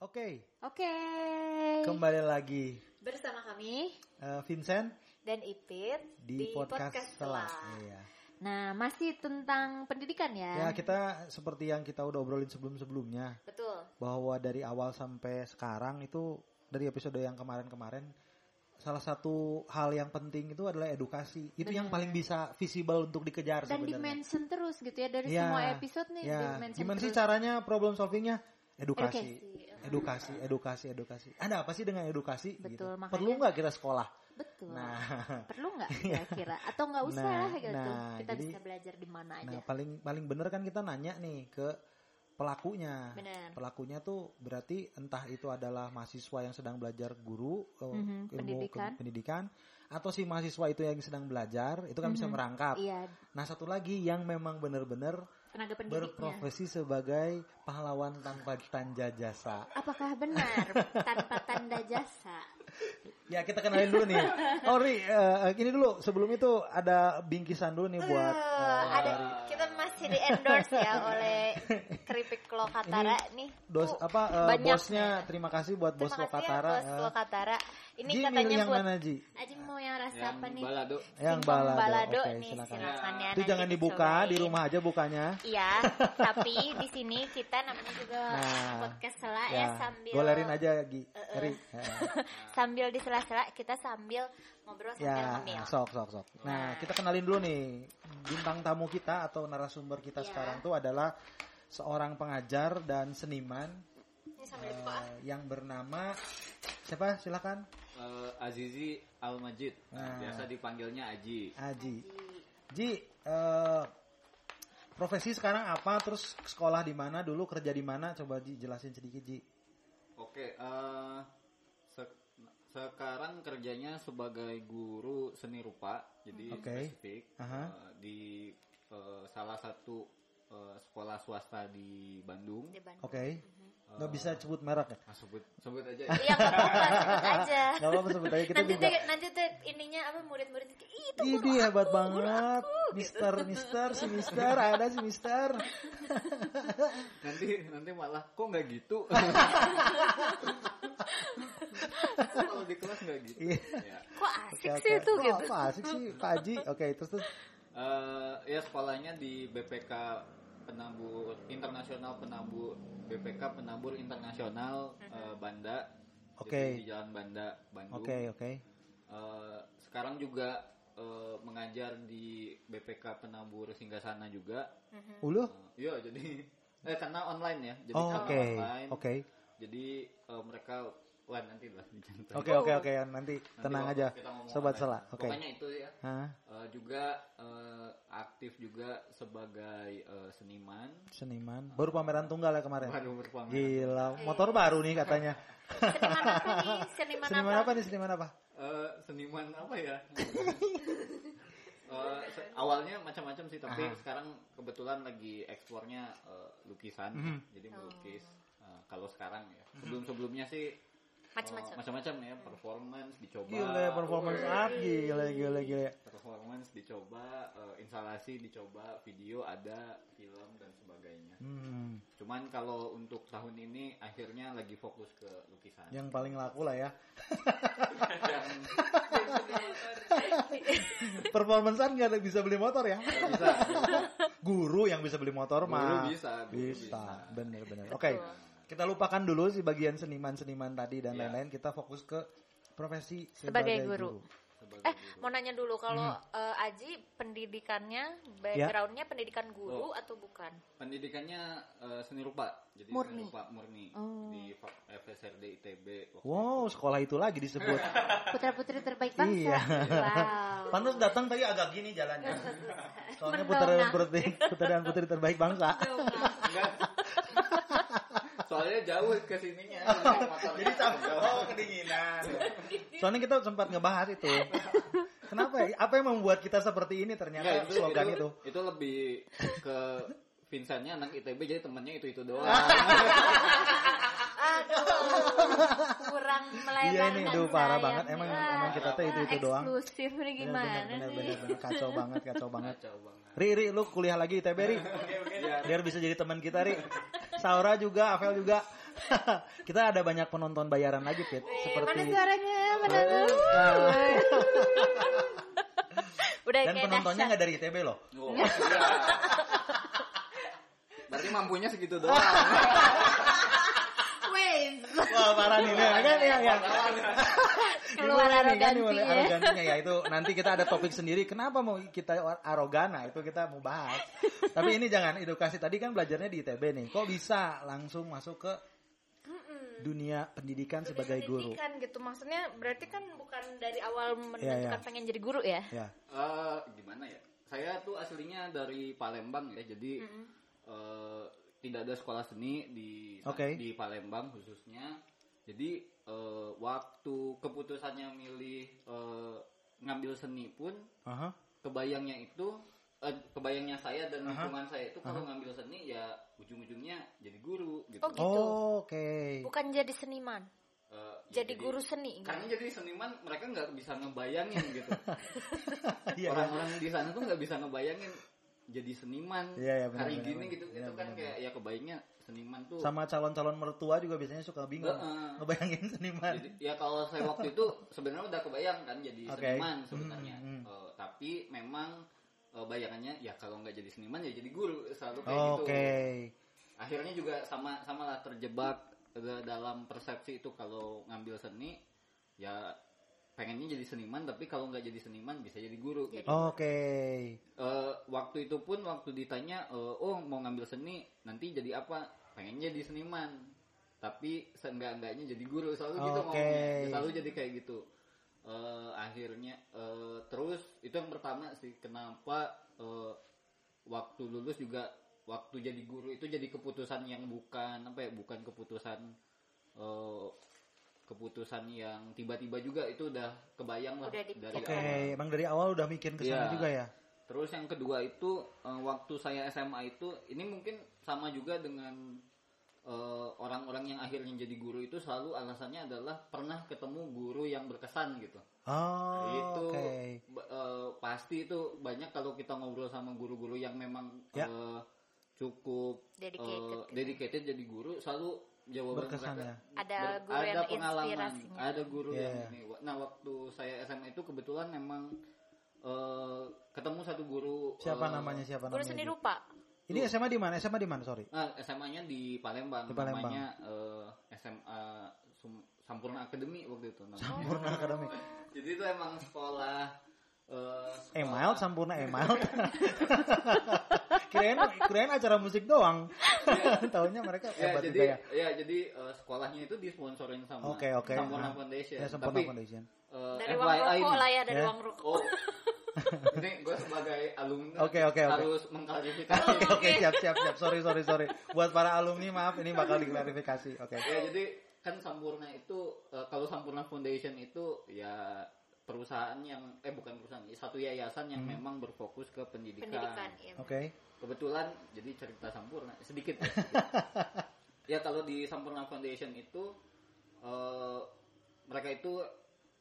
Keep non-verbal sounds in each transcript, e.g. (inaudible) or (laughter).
Oke, Oke. kembali lagi Bersama kami Eh, Vincent dan Ipit di, podcast, setelah. Iya. Nah, masih tentang pendidikan ya. Ya kita seperti yang kita udah obrolin sebelum-sebelumnya Betul. bahwa dari awal sampai sekarang itu dari episode yang kemarin-kemarin salah satu hal yang penting itu adalah edukasi. Itu yang paling bisa visible untuk dikejar Dan di sebenarnya. mention terus gitu ya dari Iya, semua episode nih iya. di mention Gimana sih terus. caranya problem solvingnya? Edukasi. Edukasi, edukasi, edukasi. Ada apa sih dengan edukasi? Gitu. Betul, makanya- Perlu nggak kita sekolah? Betul. Nah, (laughs) Perlu (laughs) nggak kira-kira atau nggak usah Nah, gitu. nah, Kita jadi- bisa belajar di mana aja. Nah, paling paling bener kan kita nanya nih ke pelakunya. Bener. Pelakunya tuh berarti entah itu adalah mahasiswa yang sedang belajar guru eh, Mhm, ilmu pendidikan. ke- pendidikan atau si mahasiswa itu yang sedang belajar, itu kan bisa merangkap. Iya, Nah, satu lagi yang memang bener-bener tenaga pendidiknya. berprofesi sebagai pahlawan tanpa tanda jasa. Apakah benar tanpa tanda jasa? Ya, kita kenalin dulu nih. Oh, Ri, eh, ini dulu sebelum itu ada bingkisan dulu nih buat Eh, eh, ada kita masih di endorse ya oleh keripik Lokatara nih. dos Tuh, apa eh, banyak bosnya terima kasih buat Terima bos kasih Lokatara. ya, bos eh. Lokatara. Ini Ji, katanya milih yang buat mana Ji? Aji mau yang rasa yang apa nih? balado Yang singkong balado. balado Oke, nih silakan. silakan ya. Itu nanti jangan dibuka, dicobain. di rumah aja bukanya. (laughs) Iya, tapi di sini kita namanya juga Nah, podcast sela ya, ya, sambil golerin aja Gi. Ri. Ya, (laughs) sambil di sela-sela kita sambil ngobrol Ya, sambil ngemil. sok sok sok. Nah, kita kenalin dulu nih bintang tamu kita atau narasumber Iya. kita sekarang tuh adalah seorang pengajar dan seniman Ini eh, sambil dibuka. yang bernama siapa? Silakan. eh, Azizi Al Majid Nah. biasa dipanggilnya Aji Aji. Ah, Ji, eh, profesi sekarang apa? Terus sekolah di mana dulu? Kerja di mana? Coba Ji jelasin sedikit Ji. oke eh, se- sekarang kerjanya sebagai guru seni rupa jadi Oke. spesifik Aha. eh, di eh, salah satu eh, sekolah swasta di Bandung Di Bandung. Oke. Nggak bisa sebut merek ya? Ah, sebut sebut aja (laughs) ya. Iya, nggak apa-apa, (laughs) sebut aja. Gak apa-apa sebut aja kita nanti juga. deh, nanti deh ininya apa murid-murid kayak, "Ih, itu Ini guru hebat aku, gitu. guru banget. Mister, mister, si mister, ada si mister. nanti nanti malah kok nggak gitu kalau di kelas nggak gitu Iya. ya. kok Oke, asik oke. sih itu Wah, gitu apa asik sih Pak Haji. Oke, terus terus. Eh, ya sekolahnya di BPK Penabur Internasional Penabur BPK Penabur Internasional eh, Banda. Oke. Jadi Di Jalan Banda Bandung. Oke, oke. Eh, sekarang juga eh, mengajar di BPK Penabur Singgasana juga. Ulu? Eh, Iya jadi (laughs) eh karena online ya. Jadi Oh, karena oke. online. Oke. Jadi eh, mereka wah nanti lah (laughs) dicantum. Oke, oke, oke. Nanti Nanti tenang waktu aja. kita ngomong Sobat online. Sela. Oke. Pokoknya itu ya. Hah? Eh, juga eh, aktif juga sebagai eh, seniman Iya. Seniman. Baru pameran tunggal ya kemarin. baru berpamer. Iya. Gila, motor baru nih katanya. seniman apa nih seniman, Seniman apa apa nih? Seniman apa? Eh, seniman apa ya? Eh, se- awalnya macam-macam sih tapi sekarang kebetulan lagi eksplornya eh, lukisan jadi melukis Eh, kalau sekarang ya sebelum-sebelumnya sih eh, Macam-macam. macam-macam ya performance dicoba Gila, performance art gila, gila, gila. performance dicoba eh, instalasi dicoba video ada film dan sebagainya Hmm, Cuman kalau untuk tahun ini akhirnya lagi fokus ke lukisan. yang paling laku lah ya. (laughs) Yang Performance art nggak ada bisa beli motor ya? bisa. Guru yang bisa beli motor Guru mah bisa, guru bisa, bisa. bener-bener. Oke, kita lupakan dulu si bagian seniman-seniman tadi dan Iya. lain-lain. Kita fokus ke profesi sebagai, Sebagai guru. guru. Sebagai eh guru. mau nanya dulu kalau Hmm. eh, Aji pendidikannya Ya. backgroundnya pendidikan Oh. guru atau bukan Pendidikannya eh, seni rupa. Jadi Murni. seni rupa murni Oh. di Fa- FSRD ITB. waktu Wow, sekolah itu lagi disebut. Putra-putri terbaik bangsa. Iya. Wow. Pantas datang tadi agak gini jalannya. Soalnya Mendongak. putaran putri, putaran putri terbaik bangsa. itu. Enggak. Soalnya jauh ke sininya. (laughs) Jadi sama oh, kedinginan. Soalnya kita sempat ngebahas itu. Kenapa? ya? Apa yang membuat kita seperti ini ternyata slogan Ya, itu? Itu lebih ke Vincentnya anak ITB jadi temannya itu-itu doang. Ah. kurang (laughs) Iya melebar ini, dan aduh parah sayang. banget. Emang Wah, emang kita teh itu itu doang. Eksklusif nih Iya, gimana bener, nih? bener, bener. kacau banget, kacau banget. Kacau banget. Ri, Ri, lu kuliah lagi ITB, Ri. Iya, Biar bisa jadi teman kita, Ri. Saura juga, (laughs) Avel juga. kita ada banyak penonton bayaran lagi, Pit. Mana Seperti suaranya? Mana? Nah, Udah dan kayak penontonnya dahsyat. nggak dari ITB loh. Oh, iya. (laughs) Berarti mampunya segitu doang. Wait. Wah, parah nih. Nah, kan, ya, ya. Keluar Dimulai nih, kan, dimulai arogansinya. arogansinya ya itu nanti kita ada topik sendiri kenapa mau kita arogana itu kita mau bahas. Tapi ini jangan edukasi tadi kan belajarnya di ITB nih. Kok bisa langsung masuk ke dunia pendidikan sebagai guru? Pendidikan gitu maksudnya berarti kan bukan dari awal menentukan Iya, iya. pengen jadi guru ya Ya. Eh, gimana ya? Saya tuh aslinya dari Palembang ya, jadi eh, tidak ada sekolah seni di Oke. di Palembang khususnya. Jadi eh, waktu keputusannya milih eh, ngambil seni pun Aha. kebayangnya itu eh, kebayangnya saya dan lingkungan saya itu kalau ngambil seni ya ujung-ujungnya jadi guru gitu. Oh, gitu. Oh, Iya, Oke. bukan jadi seniman Eh, ya jadi guru seni gitu. Karena jadi seniman mereka nggak bisa ngebayangin (laughs) gitu. Iya. Orang-orang di sana tuh nggak bisa ngebayangin jadi seniman Iya, iya, benar, hari benar, gini benar. gitu. Benar, itu kan benar, kayak ya kebaiknya seniman tuh. Sama calon-calon mertua juga biasanya suka bingung Heeh. ngebayangin seniman. Jadi ya kalau saya waktu itu sebenarnya udah kebayang kan jadi Oke. seniman sebenarnya. Hmm, hmm, Eh, tapi memang eh, bayangannya ya kalau nggak jadi seniman ya jadi guru selalu kayak Oke. gitu. Akhirnya juga sama samalah terjebak da- dalam persepsi itu kalau ngambil seni ya pengennya jadi seniman tapi kalau nggak jadi seniman bisa jadi guru gitu. Oke. Eh, waktu itu pun waktu ditanya eh, oh mau ngambil seni nanti jadi apa pengen jadi seniman tapi seenggak-enggaknya jadi guru selalu gitu Oke. ngomongnya Dia selalu jadi kayak gitu Eh, akhirnya eh, terus itu yang pertama sih kenapa eh, waktu lulus juga waktu jadi guru itu jadi keputusan yang bukan apa ya bukan keputusan eh, keputusan yang tiba-tiba juga itu udah kebayang lah Udah dari Oke, awal emang dari awal udah mikirin ke sana Iya. juga ya? Terus yang kedua itu eh, waktu saya SMA itu ini mungkin sama juga dengan eh, orang-orang yang akhirnya jadi guru itu selalu alasannya adalah pernah ketemu guru yang berkesan gitu. Oh, itu oke. ba- eh, pasti itu banyak kalau kita ngobrol sama guru-guru yang memang Ya. eh, cukup eh, Dedicated gitu. dedicated jadi guru selalu jawaban Berkesan ya? Ada ber- guru yang ada pengalaman, inspirasinya. ada guru yang Yeah. ini. Nah, waktu saya SMA itu kebetulan memang eh, ketemu satu guru Siapa eh, namanya? Siapa guru namanya? seni rupa Ini SMA di mana? SMA di mana? Sorry. Nah, SMA-nya di Palembang, Di Palembang. namanya eh, SMA Sum- Sampurna Akademi waktu itu. Oh. namanya. Sampurna Akademi. Jadi itu emang sekolah eh, Email, Sampurna Email. kirain, kirain acara musik doang. (laughs) Taunya mereka ya hebat jadi juga ya, ya. jadi eh, sekolahnya itu disponsorin sama Oke, oke. Sampurna Nah, Foundation. Ya, Sampurna Tapi, Foundation. eh, dari uang FYI rokok nih. lah ya dari Ya. uang rokok Oh. (laughs) ini gue sebagai alumni Oke, oke, oke. harus Oh, mengklarifikasi. Oke, siap, siap, siap. Sorry, sorry, sorry. Buat para alumni, maaf. Ini bakal diklarifikasi. Oke. ya jadi kan Sampurna itu eh, kalau Sampurna Foundation itu ya perusahaan yang eh bukan perusahaan satu yayasan Hmm. yang memang berfokus ke pendidikan. pendidikan ya. Oke. Kebetulan jadi cerita Sampurna (laughs) sedikit. ya, ya kalau di Sampurna Foundation itu eh, mereka itu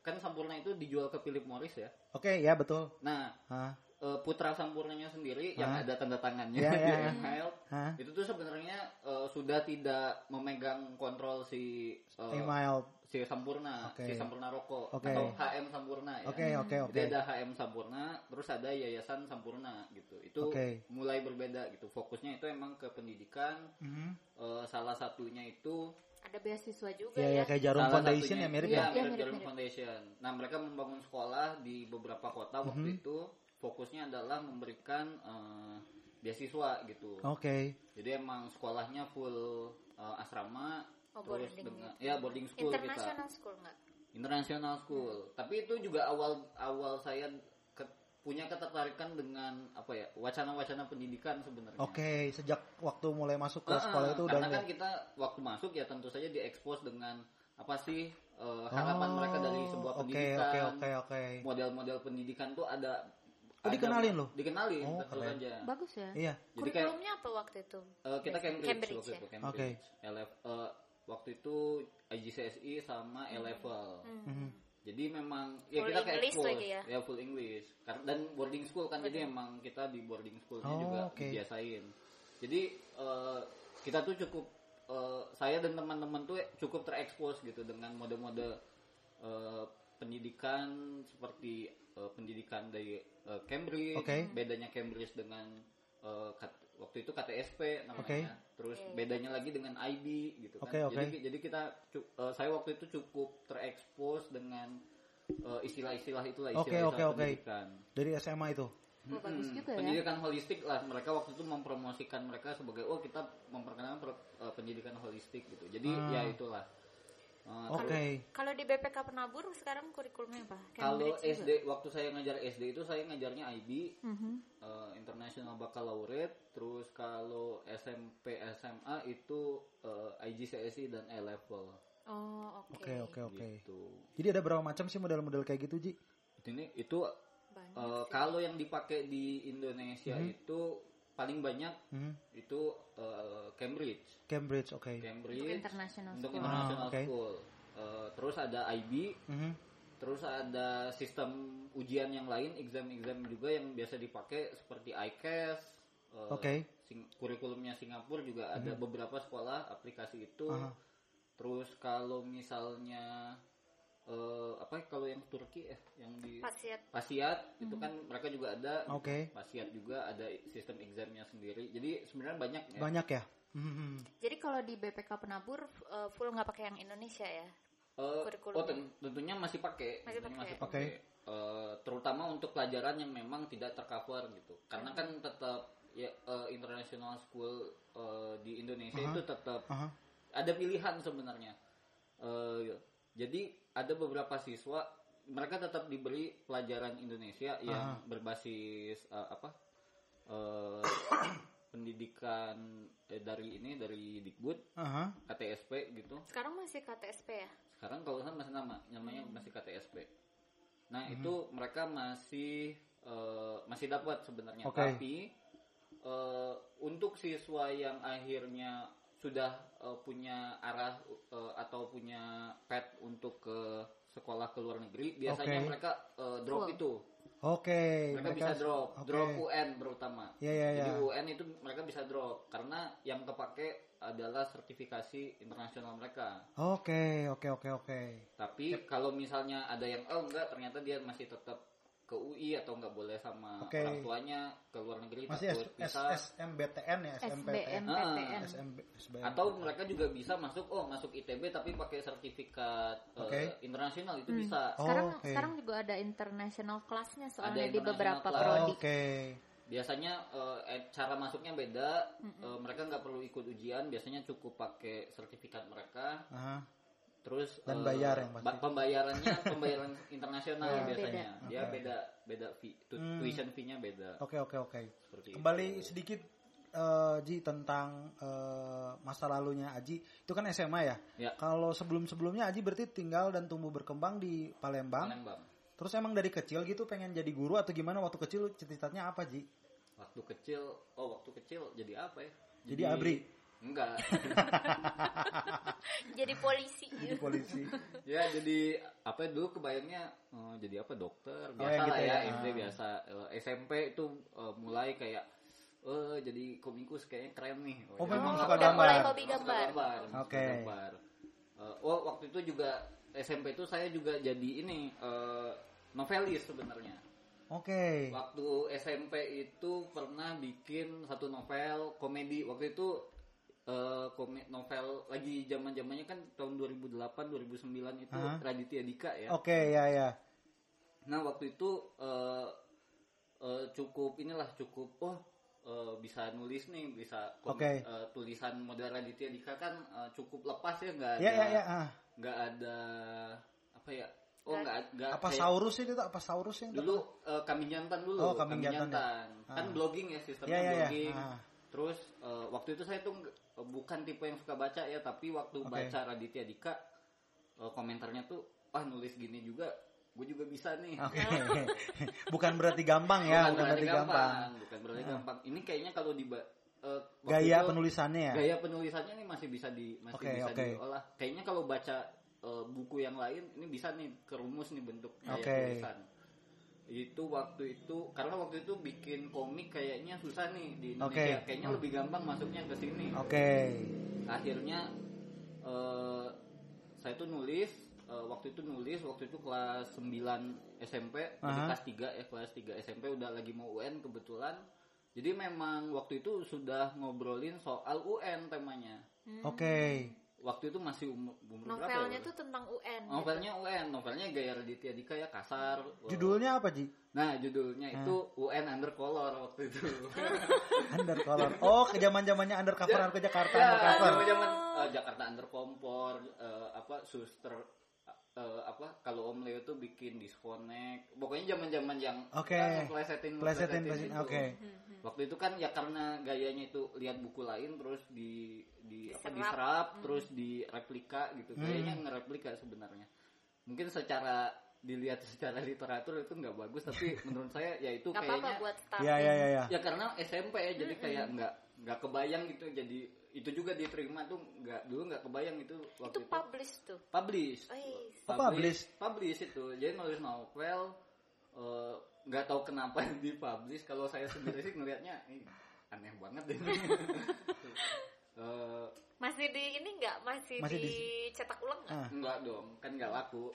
kan Sampurna itu dijual ke Philip Morris ya. Oke, ya betul. Nah, Hah? eh, putra Sampurnanya sendiri yang Hah? ada tanda tangannya (laughs) Ya, di ya, ya. email Hah? itu tuh sebenarnya eh, sudah tidak memegang kontrol si eh, Email. si Sampurna, Oke. si Sampurna Rokok Oke. atau HM Sampurna ya. Oke, oke, Jadi oke. ada HM Sampurna, terus ada Yayasan Sampurna gitu. Itu Oke. mulai berbeda gitu. Fokusnya itu emang ke pendidikan. Mhm. Eh, salah satunya itu Ada beasiswa juga Ya, ya, ya. kayak jarum salah foundation satunya- ya mirip Iya, ya. Iya, mirip mirip, Jarum mirip. Foundation. Nah, mereka membangun sekolah di beberapa kota waktu Mhm. itu fokusnya adalah memberikan eh, beasiswa gitu. Oke. Jadi emang sekolahnya full eh, asrama Oh, terus boarding dengan ya boarding school kita. international school nggak International School. Tapi itu juga awal awal saya ke- punya ketertarikan dengan apa ya wacana-wacana pendidikan sebenarnya. Oke, sejak waktu mulai masuk ke Heeh, sekolah itu udah karena kan kita waktu masuk ya tentu saja diekspos dengan apa sih eh, harapan Oh, mereka dari sebuah oke, pendidikan. Oke, oke, oke. Model-model pendidikan tuh ada. Oh, ada- dikenalin loh? Dikenalin Oh, tentu keren. saja. Bagus ya. Iya. Jadi kayak kurikulumnya apa waktu itu eh, kita Cambridge, Cambridge, waktu ya? itu Cambridge. LF, eh, waktu itu IGCSE sama A Hmm. level. Mhm. Jadi memang ya Full kita kayak English expose, lagi ya? full English. Karena dan boarding school kan jadi emang kita di boarding schoolnya Oh, juga oke. dibiasain. Jadi eh, kita tuh cukup eh, saya dan teman-teman tuh cukup terekspos gitu dengan mode-mode eh, pendidikan seperti eh, pendidikan dari eh, Cambridge, Oke. bedanya Cambridge dengan eh, kat- waktu itu KTSP namanya, Oke. terus bedanya lagi dengan IB gitu kan. Oke, oke. Jadi jadi kita cu- eh, saya waktu itu cukup terekspos dengan eh, istilah-istilah itulah Oke, oke, istilah-istilah oke. pendidikan. dari SMA itu. Oh, bagus juga ya. Pendidikan holistik lah mereka waktu itu mempromosikan mereka sebagai oh kita memperkenalkan pro- eh, pendidikan holistik gitu. Jadi Hmm. ya itulah. Eh, Oke. Kalau di BPK Penabur sekarang kurikulumnya apa? gitu. Kalau Cambridge juga? SD waktu saya ngajar SD itu saya ngajarnya IB Mhm. eh, International Baccalaureate, terus kalau SMP SMA itu eh, IGCSE dan A level Oh oke. Oke, oke, oke. gitu. Jadi ada berapa macam sih model-model kayak gitu, Ji? Ini itu Banyak. eh, kalau yang dipakai di Indonesia itu paling banyak Hmm, itu eh, Cambridge. Cambridge, oke. Cambridge Untuk international untuk school. international Ah, oke. school. Eh, terus ada IB, Mhm. Terus ada sistem ujian yang lain, exam-exam juga yang biasa dipakai seperti ICAS. eh, Oke. Hmm. Sing- kurikulumnya Singapura juga ada beberapa sekolah aplikasi itu. Aha. Terus kalau misalnya eh, apa kalau yang Turki eh yang di Pasiat. Pasiat itu kan mereka juga ada. Hmm. Oke. Pasiat juga ada sistem examnya sendiri. Jadi sebenarnya banyak ya. Banyak ya? Mhm. Jadi kalau di BPK Penabur eh, full nggak pakai yang Indonesia ya? Eh, Kurikulum. oh ten- tentunya masih pakai, Masih Tentunya pakai. Oke. Eh, terutama untuk pelajaran yang memang tidak tercover gitu, Hmm. karena kan tetap ya eh, international school eh, di Indonesia itu tetap Aha. ada pilihan sebenarnya. Eh, jadi ada beberapa siswa mereka tetap diberi pelajaran Indonesia yang berbasis eh, apa eh, (coughs) pendidikan eh, dari ini dari Dikbud Aha. KTSP gitu Sekarang masih KTSP ya? sekarang kalau saya masih nama namanya Hmm. masih KTSP nah itu mereka masih eh, masih dapat sebenarnya Oke. tapi eh, untuk siswa yang akhirnya sudah eh, punya arah eh, atau punya pet untuk ke sekolah ke luar negeri biasanya Oke. mereka eh, drop Full. itu Oke. mereka, bisa drop Oke. drop UN terutama Iya, iya, jadi iya. UN itu mereka bisa drop karena yang kepake adalah sertifikasi internasional mereka Oke, oke, oke, oke. tapi kalau misalnya ada yang oh enggak ternyata dia masih tetap ke UI atau enggak boleh sama Oke. orang tuanya ke luar negeri Masih takut S- S- bisa SMBTN ya, SMPTN. SBMPTN. Ah, SMB, SBM. atau mereka juga bisa masuk oh masuk ITB tapi pakai sertifikat eh, Oke. internasional itu bisa Oh, Sekarang oke. sekarang juga ada international class-nya soalnya di Ada international beberapa class. prodi. Oh, Oke. biasanya eh, eh, cara masuknya beda Eh, mereka nggak perlu ikut ujian biasanya cukup pakai sertifikat mereka Aha. terus Dan eh, bayar yang pasti. ba- (laughs) pembayarannya pembayaran internasional Iya, biasanya beda. Oke. dia Hmm. beda beda fee, tu- tuition fee-nya beda Oke, oke, oke. Seperti Kembali sedikit eh, Ji tentang eh, masa lalunya Aji. Itu kan SMA ya. Ya. Kalau sebelum-sebelumnya Aji berarti tinggal dan tumbuh berkembang di Palembang. Palembang. Terus emang dari kecil gitu pengen jadi guru atau gimana waktu kecil cita-citanya apa Ji? waktu kecil oh waktu kecil jadi apa ya Jadi abri. enggak (laughs) Jadi (laughs) polisi. (laughs) Jadi polisi. ya jadi apa ya, dulu kebayangnya eh, jadi apa dokter biasa yang gitu lah ya, ya. SD biasa Eh, SMP itu eh, mulai kayak eh jadi komikus kayaknya keren nih Oh, ya. memang Memang suka suka gambar. Mulai hobi gambar. memang suka Oke. gambar. Eh, oh waktu itu juga SMP itu saya juga jadi ini eh, novelis sebenarnya Oke. waktu SMP itu pernah bikin satu novel komedi waktu itu eh, kome- novel lagi zaman zamannya kan tahun 2008 2009 itu Hah? Raditya Dika ya Oke, ya ya. nah waktu itu eh, eh, cukup inilah cukup oh eh, bisa nulis nih bisa kom- Oke. eh, tulisan model Raditya Dika kan eh, cukup lepas ya nggak ada Ya ya ya. ah. nggak ada apa ya oh nggak nggak Apa kayak- saurus itu tak apa saurus yang dulu eh, kambing jantan dulu Oh, kambing jantan ya. kan Ah. blogging ya sistemnya Iya, iya, iya. blogging Ah. terus eh, waktu itu saya tuh nggak- eh, bukan tipe yang suka baca ya tapi waktu Oke. baca Raditya Dika eh, komentarnya tuh wah nulis gini juga gue juga bisa nih Oke. (laughs) bukan berarti gampang Ah, ya, bukan, berarti gampang. Ah. bukan berarti gampang ini kayaknya kalau eh, di Gaya penulisannya ya. gaya penulisannya ini masih bisa di masih Oke, bisa oke. diolah kayaknya kalau baca eh, buku yang lain ini bisa nih kerumus nih bentuk gaya Oke. tulisan itu waktu itu karena waktu itu bikin komik kayaknya susah nih di Indonesia Oke. kayaknya lebih gampang masuknya ke sini Oke. akhirnya eh, saya tuh nulis eh, waktu itu nulis waktu itu kelas 9 SMP jadi Aha. kelas 3 ya kelas 3 SMP udah lagi mau UN kebetulan jadi memang waktu itu sudah ngobrolin soal UN temanya Oke. waktu itu masih umur, umur berapa Novelnya ya? tuh tentang UN. gitu. novelnya UN novelnya gaya Raditya Dika ya kasar Judulnya apa, Ji? nah judulnya itu UN undercolor waktu itu (laughs) Undercover. Oh, ke zaman-zamannya undercover aku Jakarta undercover. zaman zaman eh, Jakarta underkompor eh, apa suster eh, apa kalau Om Leo tuh bikin disconnect pokoknya zaman zaman yang Oke. plesetin Plesetin, plesetin. Oke. waktu itu kan ya karena gayanya itu lihat buku lain terus di di apa Diserap. Hmm. diserap terus direplika gitu gayanya Hmm. ngereplika sebenarnya mungkin secara dilihat (laughs) secara literatur itu nggak bagus tapi menurut saya ya itu Gak apa-apa kayaknya buat starting. Iya, iya, iya, iya. ya karena SMP ya jadi kayak nggak nggak kebayang gitu jadi itu juga diterima tuh nggak dulu nggak kebayang itu waktu Itu iya. itu, publish tuh. publish Oi. Oh, publish publish itu jadi nulis novel eh, nggak tahu kenapa (laughs) di publish kalau saya sendiri sih ngelihatnya "Ih, aneh banget deh (laughs) Eh, Masih di ini nggak? Masih, Masih di- dicetak ulang Ah. nggak? enggak dong kan nggak laku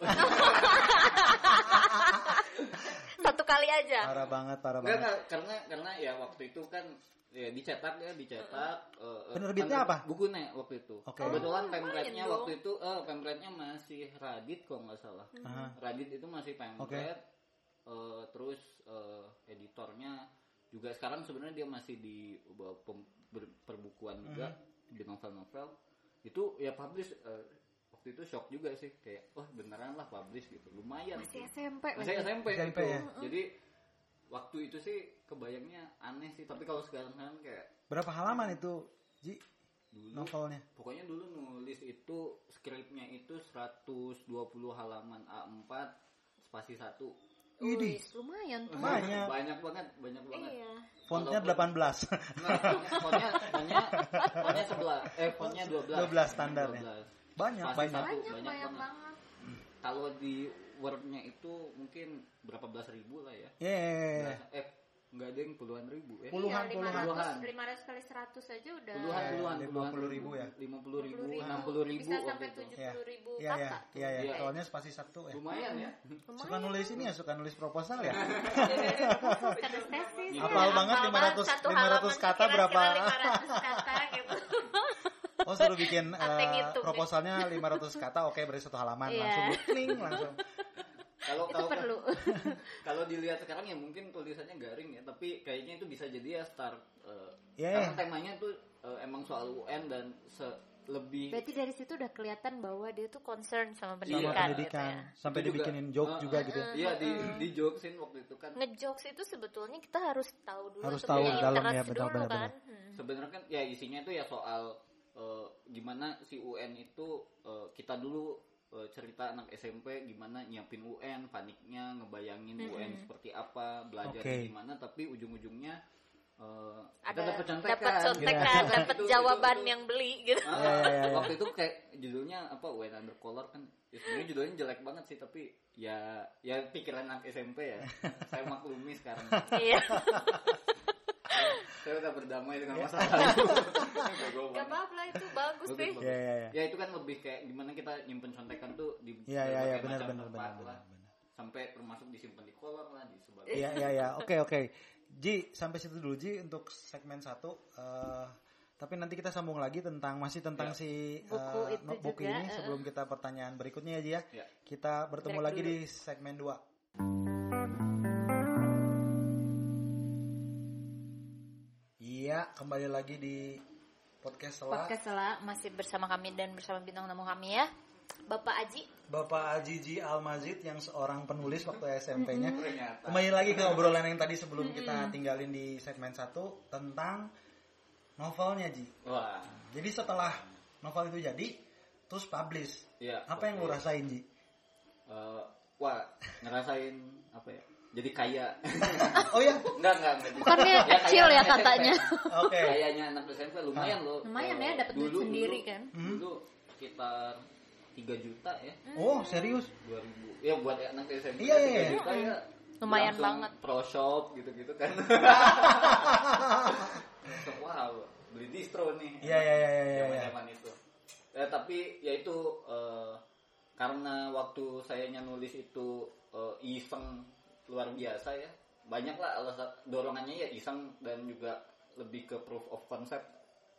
(laughs) Satu kali aja. Parah banget, parah Enggak, banget. enggak, karena karena ya waktu itu kan ya dicetak ya dicetak eh, eh, Penerbitnya penerbit- apa? bukunya waktu itu Oke. kebetulan Oh, pemretnya lumayan waktu itu eh pemretnya masih Radit kalau nggak salah Aha. Radit itu masih Hmm. pemret Oke. eh, terus eh, editornya juga sekarang sebenarnya dia masih di eh, pem- ber- perbukuan juga Hmm. di novel-novel itu ya publish eh, waktu itu shock juga sih kayak wah beneran lah publish gitu lumayan Masih tuh. SMP. Masih berarti. SMP, SMP, gitu. ya. Jadi waktu itu sih kebayangnya aneh sih, tapi kalau sekarang kan kayak Berapa halaman itu, Ji? dulu Novelnya. pokoknya dulu nulis itu skripnya itu 120 halaman A4 spasi 1. Widih. Wih, lumayan tuh. Banyak. banyak banget, banyak banget. Iya. Fontnya 18. Nah, fontnya fontnya fontnya 11, eh fontnya 12. 12 standarnya. 12. (laughs) banyak, Pasti banyak. Satu, Banyak, banyak banyak, banget. banget. Kalau di Word-nya itu mungkin berapa belas ribu lah ya. Iya, Yeah. Eh, enggak ada yang puluhan ribu ya. Puluhan, Iya, puluhan. 500, Puluhan. 500 kali 100 aja udah. puluhan Iya, puluhan lima puluhan puluh ribu ya? lima puluh ribu 50.000, enam puluh ribu Bisa waktu sampai itu. 70 Iya. ribu Iya, iya, (laughs) kakak tuh. iya, iya. Iya. Soalnya spasi satu ya. lumayan (laughs) Iya. ya Suka nulis ini ya, suka nulis proposal ya. Terus tesis. Hafal Hafal banget 500 satu 500 halaman kata kira-kira berapa? 500 kata (laughs) gitu. Oh suruh bikin Ate eh, ngitung. proposalnya 500 kata, oke berarti satu halaman Iya. langsung bling langsung. kalau Itu kalau perlu. (laughs) kalau dilihat sekarang ya mungkin tulisannya garing ya tapi kayaknya itu bisa jadi ya start eh, Iya, karena iya. temanya tuh eh, emang soal UN dan se- lebih Berarti dari situ udah kelihatan bahwa dia tuh concern sama Sama pendidikan pendidikan, gitu ya. sampai Itu juga- dibikinin joke Ah, eh, juga eh, gitu. ya. iya di di jokesin waktu itu kan Ngejokes itu sebetulnya kita harus tahu dulu Harus tuh tahu punya dalam interest ya, benar, dulu benar, kan. benar. Hmm. sebenarnya kan ya isinya tuh ya soal eh, gimana si UN itu eh, kita dulu eh, cerita anak SMP gimana nyiapin UN, paniknya ngebayangin UN seperti apa, belajar Oke. gimana tapi ujung-ujungnya eh, kita Ada dapat kan? contekan. dapat Iya. contekan, dapat Itu- itu- jawaban itu- yang beli gitu. Ah, Iya, iya, iya. waktu itu kayak judulnya apa UN Undercolor kan ya sebenarnya judulnya jelek banget sih tapi ya ya pikiran anak SMP (laughs) ya saya maklumi sekarang Iya. saya udah berdamai dengan Iya. masa (laughs) lalu (laughs) Bego Gak banget. apa-apa lah, itu bagus Bagus, sih. bagus. Iya, iya, iya. ya itu kan lebih kayak gimana kita nyimpen contekan tuh di Iya, iya, iya, berbagai macam benar, benar, tempat benar, lah. benar. sampai termasuk disimpan di kolam lah di Eh. sebagainya Iya, iya, iya. Oke, oke. Ji, sampai situ dulu Ji untuk segmen satu. Eh, tapi nanti kita sambung lagi tentang masih tentang Ya. si eh, Iya. Buku itu no- buku juga, ini eh. Iya. sebelum kita pertanyaan berikutnya ya Ji ya. Ya. Kita bertemu Break lagi dulu. di segmen 2. Iya, kembali lagi di podcast setelah Podcast Sela masih bersama kami dan bersama bintang tamu kami ya. Bapak Aji, Bapak Ajiji Almazid yang seorang penulis waktu SMP-nya. ternyata Kembali lagi ke obrolan yang tadi sebelum kita tinggalin di segmen 1 tentang novelnya Ji. wah Jadi setelah novel itu jadi terus publish. Iya, Apa yang lu publish. rasain Ji? eh, wah ngerasain apa ya jadi kaya (laughs) Oh ya. enggak enggak enggak Bukannya kayak kecil ya anak katanya. SMP. Oke. kayaknya anak SMP lumayan loh Lumayan ya, dapat duit sendiri kan. dulu Hmm. sekitar 3 juta ya Oh, serius. 2000 ya buat anak SMP Iya, iya, 3 iya. juta ya Hmm. Lumayan langsung banget. (laughs) pro shop gitu-gitu kan Langsung, wow beli distro nih. Iya, iya, iya, iya, iya. Zaman-zaman itu. Ya, tapi ya itu eh, karena waktu sayanya nulis itu eh, iseng luar biasa ya. Banyak lah alasan dorongannya ya iseng dan juga lebih ke proof of concept.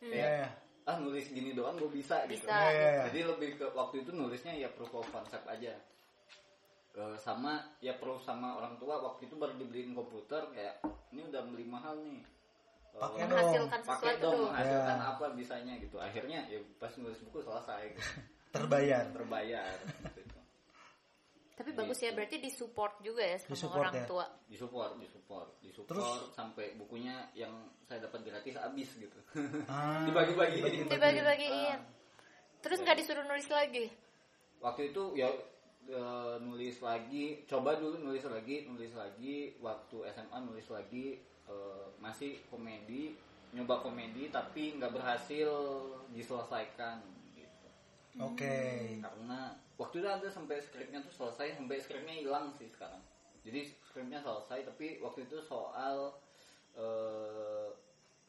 Hmm. Iya, Kayak, iya. ah nulis gini doang gue bisa, gitu. Bisa. Iya, iya, Jadi lebih ke waktu itu nulisnya ya proof of concept aja. Eh, sama ya proof sama orang tua waktu itu baru dibeliin komputer kayak ini udah beli mahal nih. Eh, Pakai dong. menghasilkan pakai sesuatu dong tuh. menghasilkan Ya. apa bisanya gitu. Akhirnya ya pas nulis buku selesai (laughs) gitu. Terbayar. terbayar gitu. Tapi bagus ya berarti disupport juga ya sama Disupport orang ya. tua. Disupport, disupport, disupport Terus? sampai bukunya yang saya dapat gratis habis gitu. (laughs) Ah, Dibagi-bagi. Dibagi-bagiin. Terus nggak disuruh nulis lagi. waktu itu ya eh, nulis lagi coba dulu nulis lagi nulis lagi waktu SMA nulis lagi eh, masih komedi nyoba komedi tapi nggak berhasil diselesaikan gitu Oke. karena waktu itu ada sampai skripnya tuh selesai sampai skripnya hilang sih sekarang jadi skripnya selesai tapi waktu itu soal eh,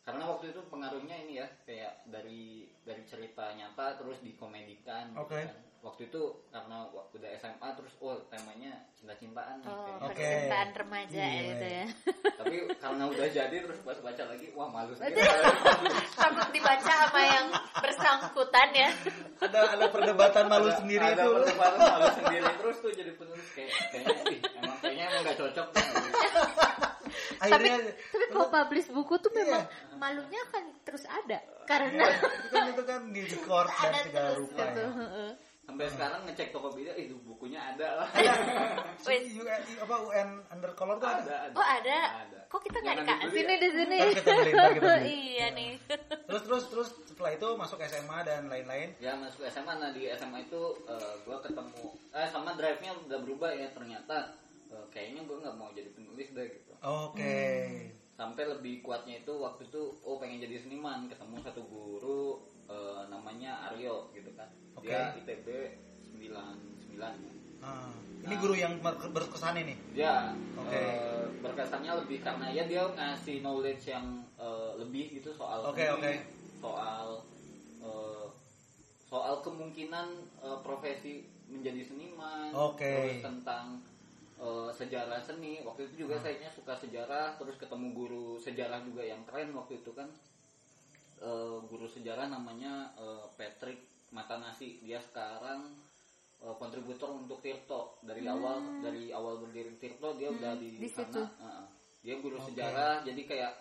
karena waktu itu pengaruhnya ini ya kayak dari dari cerita nyata terus dikomedikan gitu Oke. kan. waktu itu karena waktu udah SMA terus oh temanya cinta-cintaan nih Oh, kayaknya. Oke. percintaan remaja Iya, gitu iya. ya. (laughs) tapi karena udah jadi terus pas baca lagi wah malu sih Takut dibaca sama yang bersangkutan (laughs) ya. Ada ada perdebatan malu Ada- sendiri ada itu. perdebatan malu sendiri terus tuh jadi penulis kayak kayaknya ih, emang kayaknya emang nggak cocok Akhirnya Tapi kalau publish buku tuh memang malunya akan terus ada karena (laughs) Iya, itu kan itu kan di record dan segala rupa gitu. ya. Heeh. sampai Hmm. sekarang ngecek Tokopedia itu bukunya ada lah Si UN apa UN undercolor tuh Ah, ada. (laughs) ada ada Oh ada. Ada. Kok kita nggak Jangan ya. dikasih Sini di sini. Ntar kita beli, ntar (laughs) kita beli. Iya (laughs) nih. gitu. Terus terus terus setelah itu masuk SMA dan lain-lain. ya masuk SMA nah di SMA itu eh, gua ketemu eh sama drive nya udah berubah ya ternyata eh, kayaknya gua nggak mau jadi penulis deh gitu Oke. sampai lebih kuatnya itu waktu itu oh pengen jadi seniman ketemu satu guru eh, namanya Aryo gitu kan Oke. dia ITB 99 ya. Hmm. Ah, ini guru yang ber- berkesan ini. dia Oke. eh, berkesannya lebih karena ya dia ngasih knowledge yang eh, lebih gitu soal Oke, ini, oke. soal eh, soal kemungkinan eh, profesi menjadi seniman Oke. terus tentang eh, sejarah seni waktu itu Hmm. juga sayanya suka sejarah terus ketemu guru sejarah juga yang keren waktu itu kan Eh, guru sejarah namanya eh, Patrick Matanasi dia sekarang eh, kontributor untuk Tirto dari Hmm. awal dari awal berdiri Tirto dia udah di, di sana situ. Heeh. dia guru sejarah jadi kayak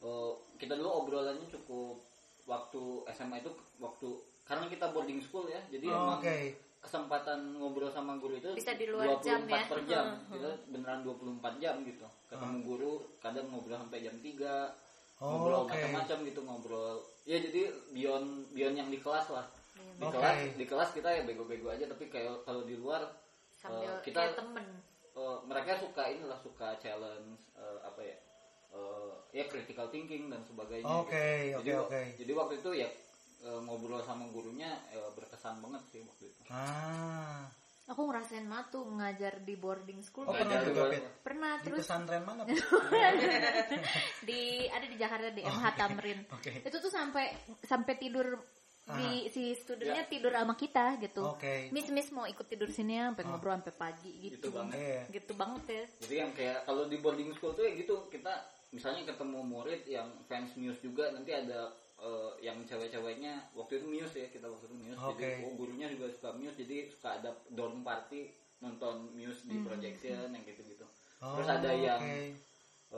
eh, kita dulu obrolannya cukup waktu SMA itu waktu karena kita boarding school ya jadi emang Oke. kesempatan ngobrol sama guru itu Oh, Bisa di luar jam ya. Hmm. per jam kita beneran 24 jam gitu ketemu guru kadang ngobrol sampai jam 3 Oh, ngobrol oke. macam-macam gitu ngobrol ya jadi beyond beyond yang di kelas lah di Oke. kelas di kelas kita ya bego-bego aja tapi kayak kalau di luar Oh, Sambil eh, kita kita temen. eh, mereka suka inilah suka challenge eh, apa ya eh, ya critical thinking dan sebagainya Oke, oke, gitu. jadi, wa- oke. jadi waktu itu ya eh, ngobrol sama gurunya eh, berkesan banget sih waktu itu Ah. Aku ngerasain banget tuh ngajar di boarding school. Oh, Nggak pernah Gitu. ada juga, luar- Pit? Pernah Di (laughs) terus pesantren (laughs) mana? Pit? di ada di Jakarta Oh, di iya. MH Tamrin. Oke. Itu tuh sampai sampai tidur di si studentnya tidur sama kita gitu. Ah. Ya. Oke. Ah. Miss Miss mau ikut tidur sini ya, sampai ngobrol sampai pagi gitu. gitu banget Iya. Gitu banget ya. Jadi yang kayak kalau di boarding school tuh ya gitu kita misalnya ketemu murid yang fans news juga nanti ada eh, yang cewek-ceweknya waktu itu news ya kita waktu itu news Oke. jadi oh, gurunya juga suka news jadi suka ada dorm party nonton news di Hmm. projection yang gitu-gitu. Terus ada Oh, yang oke.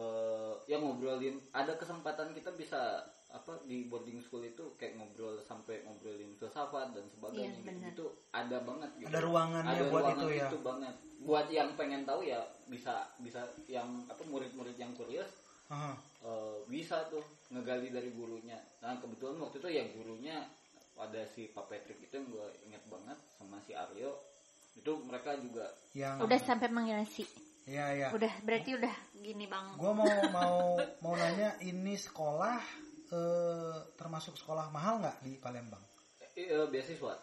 eh, yang ngobrolin ada kesempatan kita bisa apa di boarding school itu kayak ngobrol sampai ngobrolin filsafat dan sebagainya Iya, gitu, benar. itu ada banget gitu. Ada ruangannya buat itu ya. banget. Buat yang pengen tahu ya bisa bisa yang apa murid-murid yang kurios Aha. eh, bisa tuh ngegali dari gurunya. Nah kebetulan waktu itu ya gurunya ada si Pak Patrick itu yang gue inget banget sama si Aryo itu mereka juga Yang Udah sampai manggil si. Iya, iya. Udah berarti udah gini bang. Gue mau mau mau nanya ini sekolah eh, termasuk sekolah mahal nggak di Palembang? eh, eh, beasiswa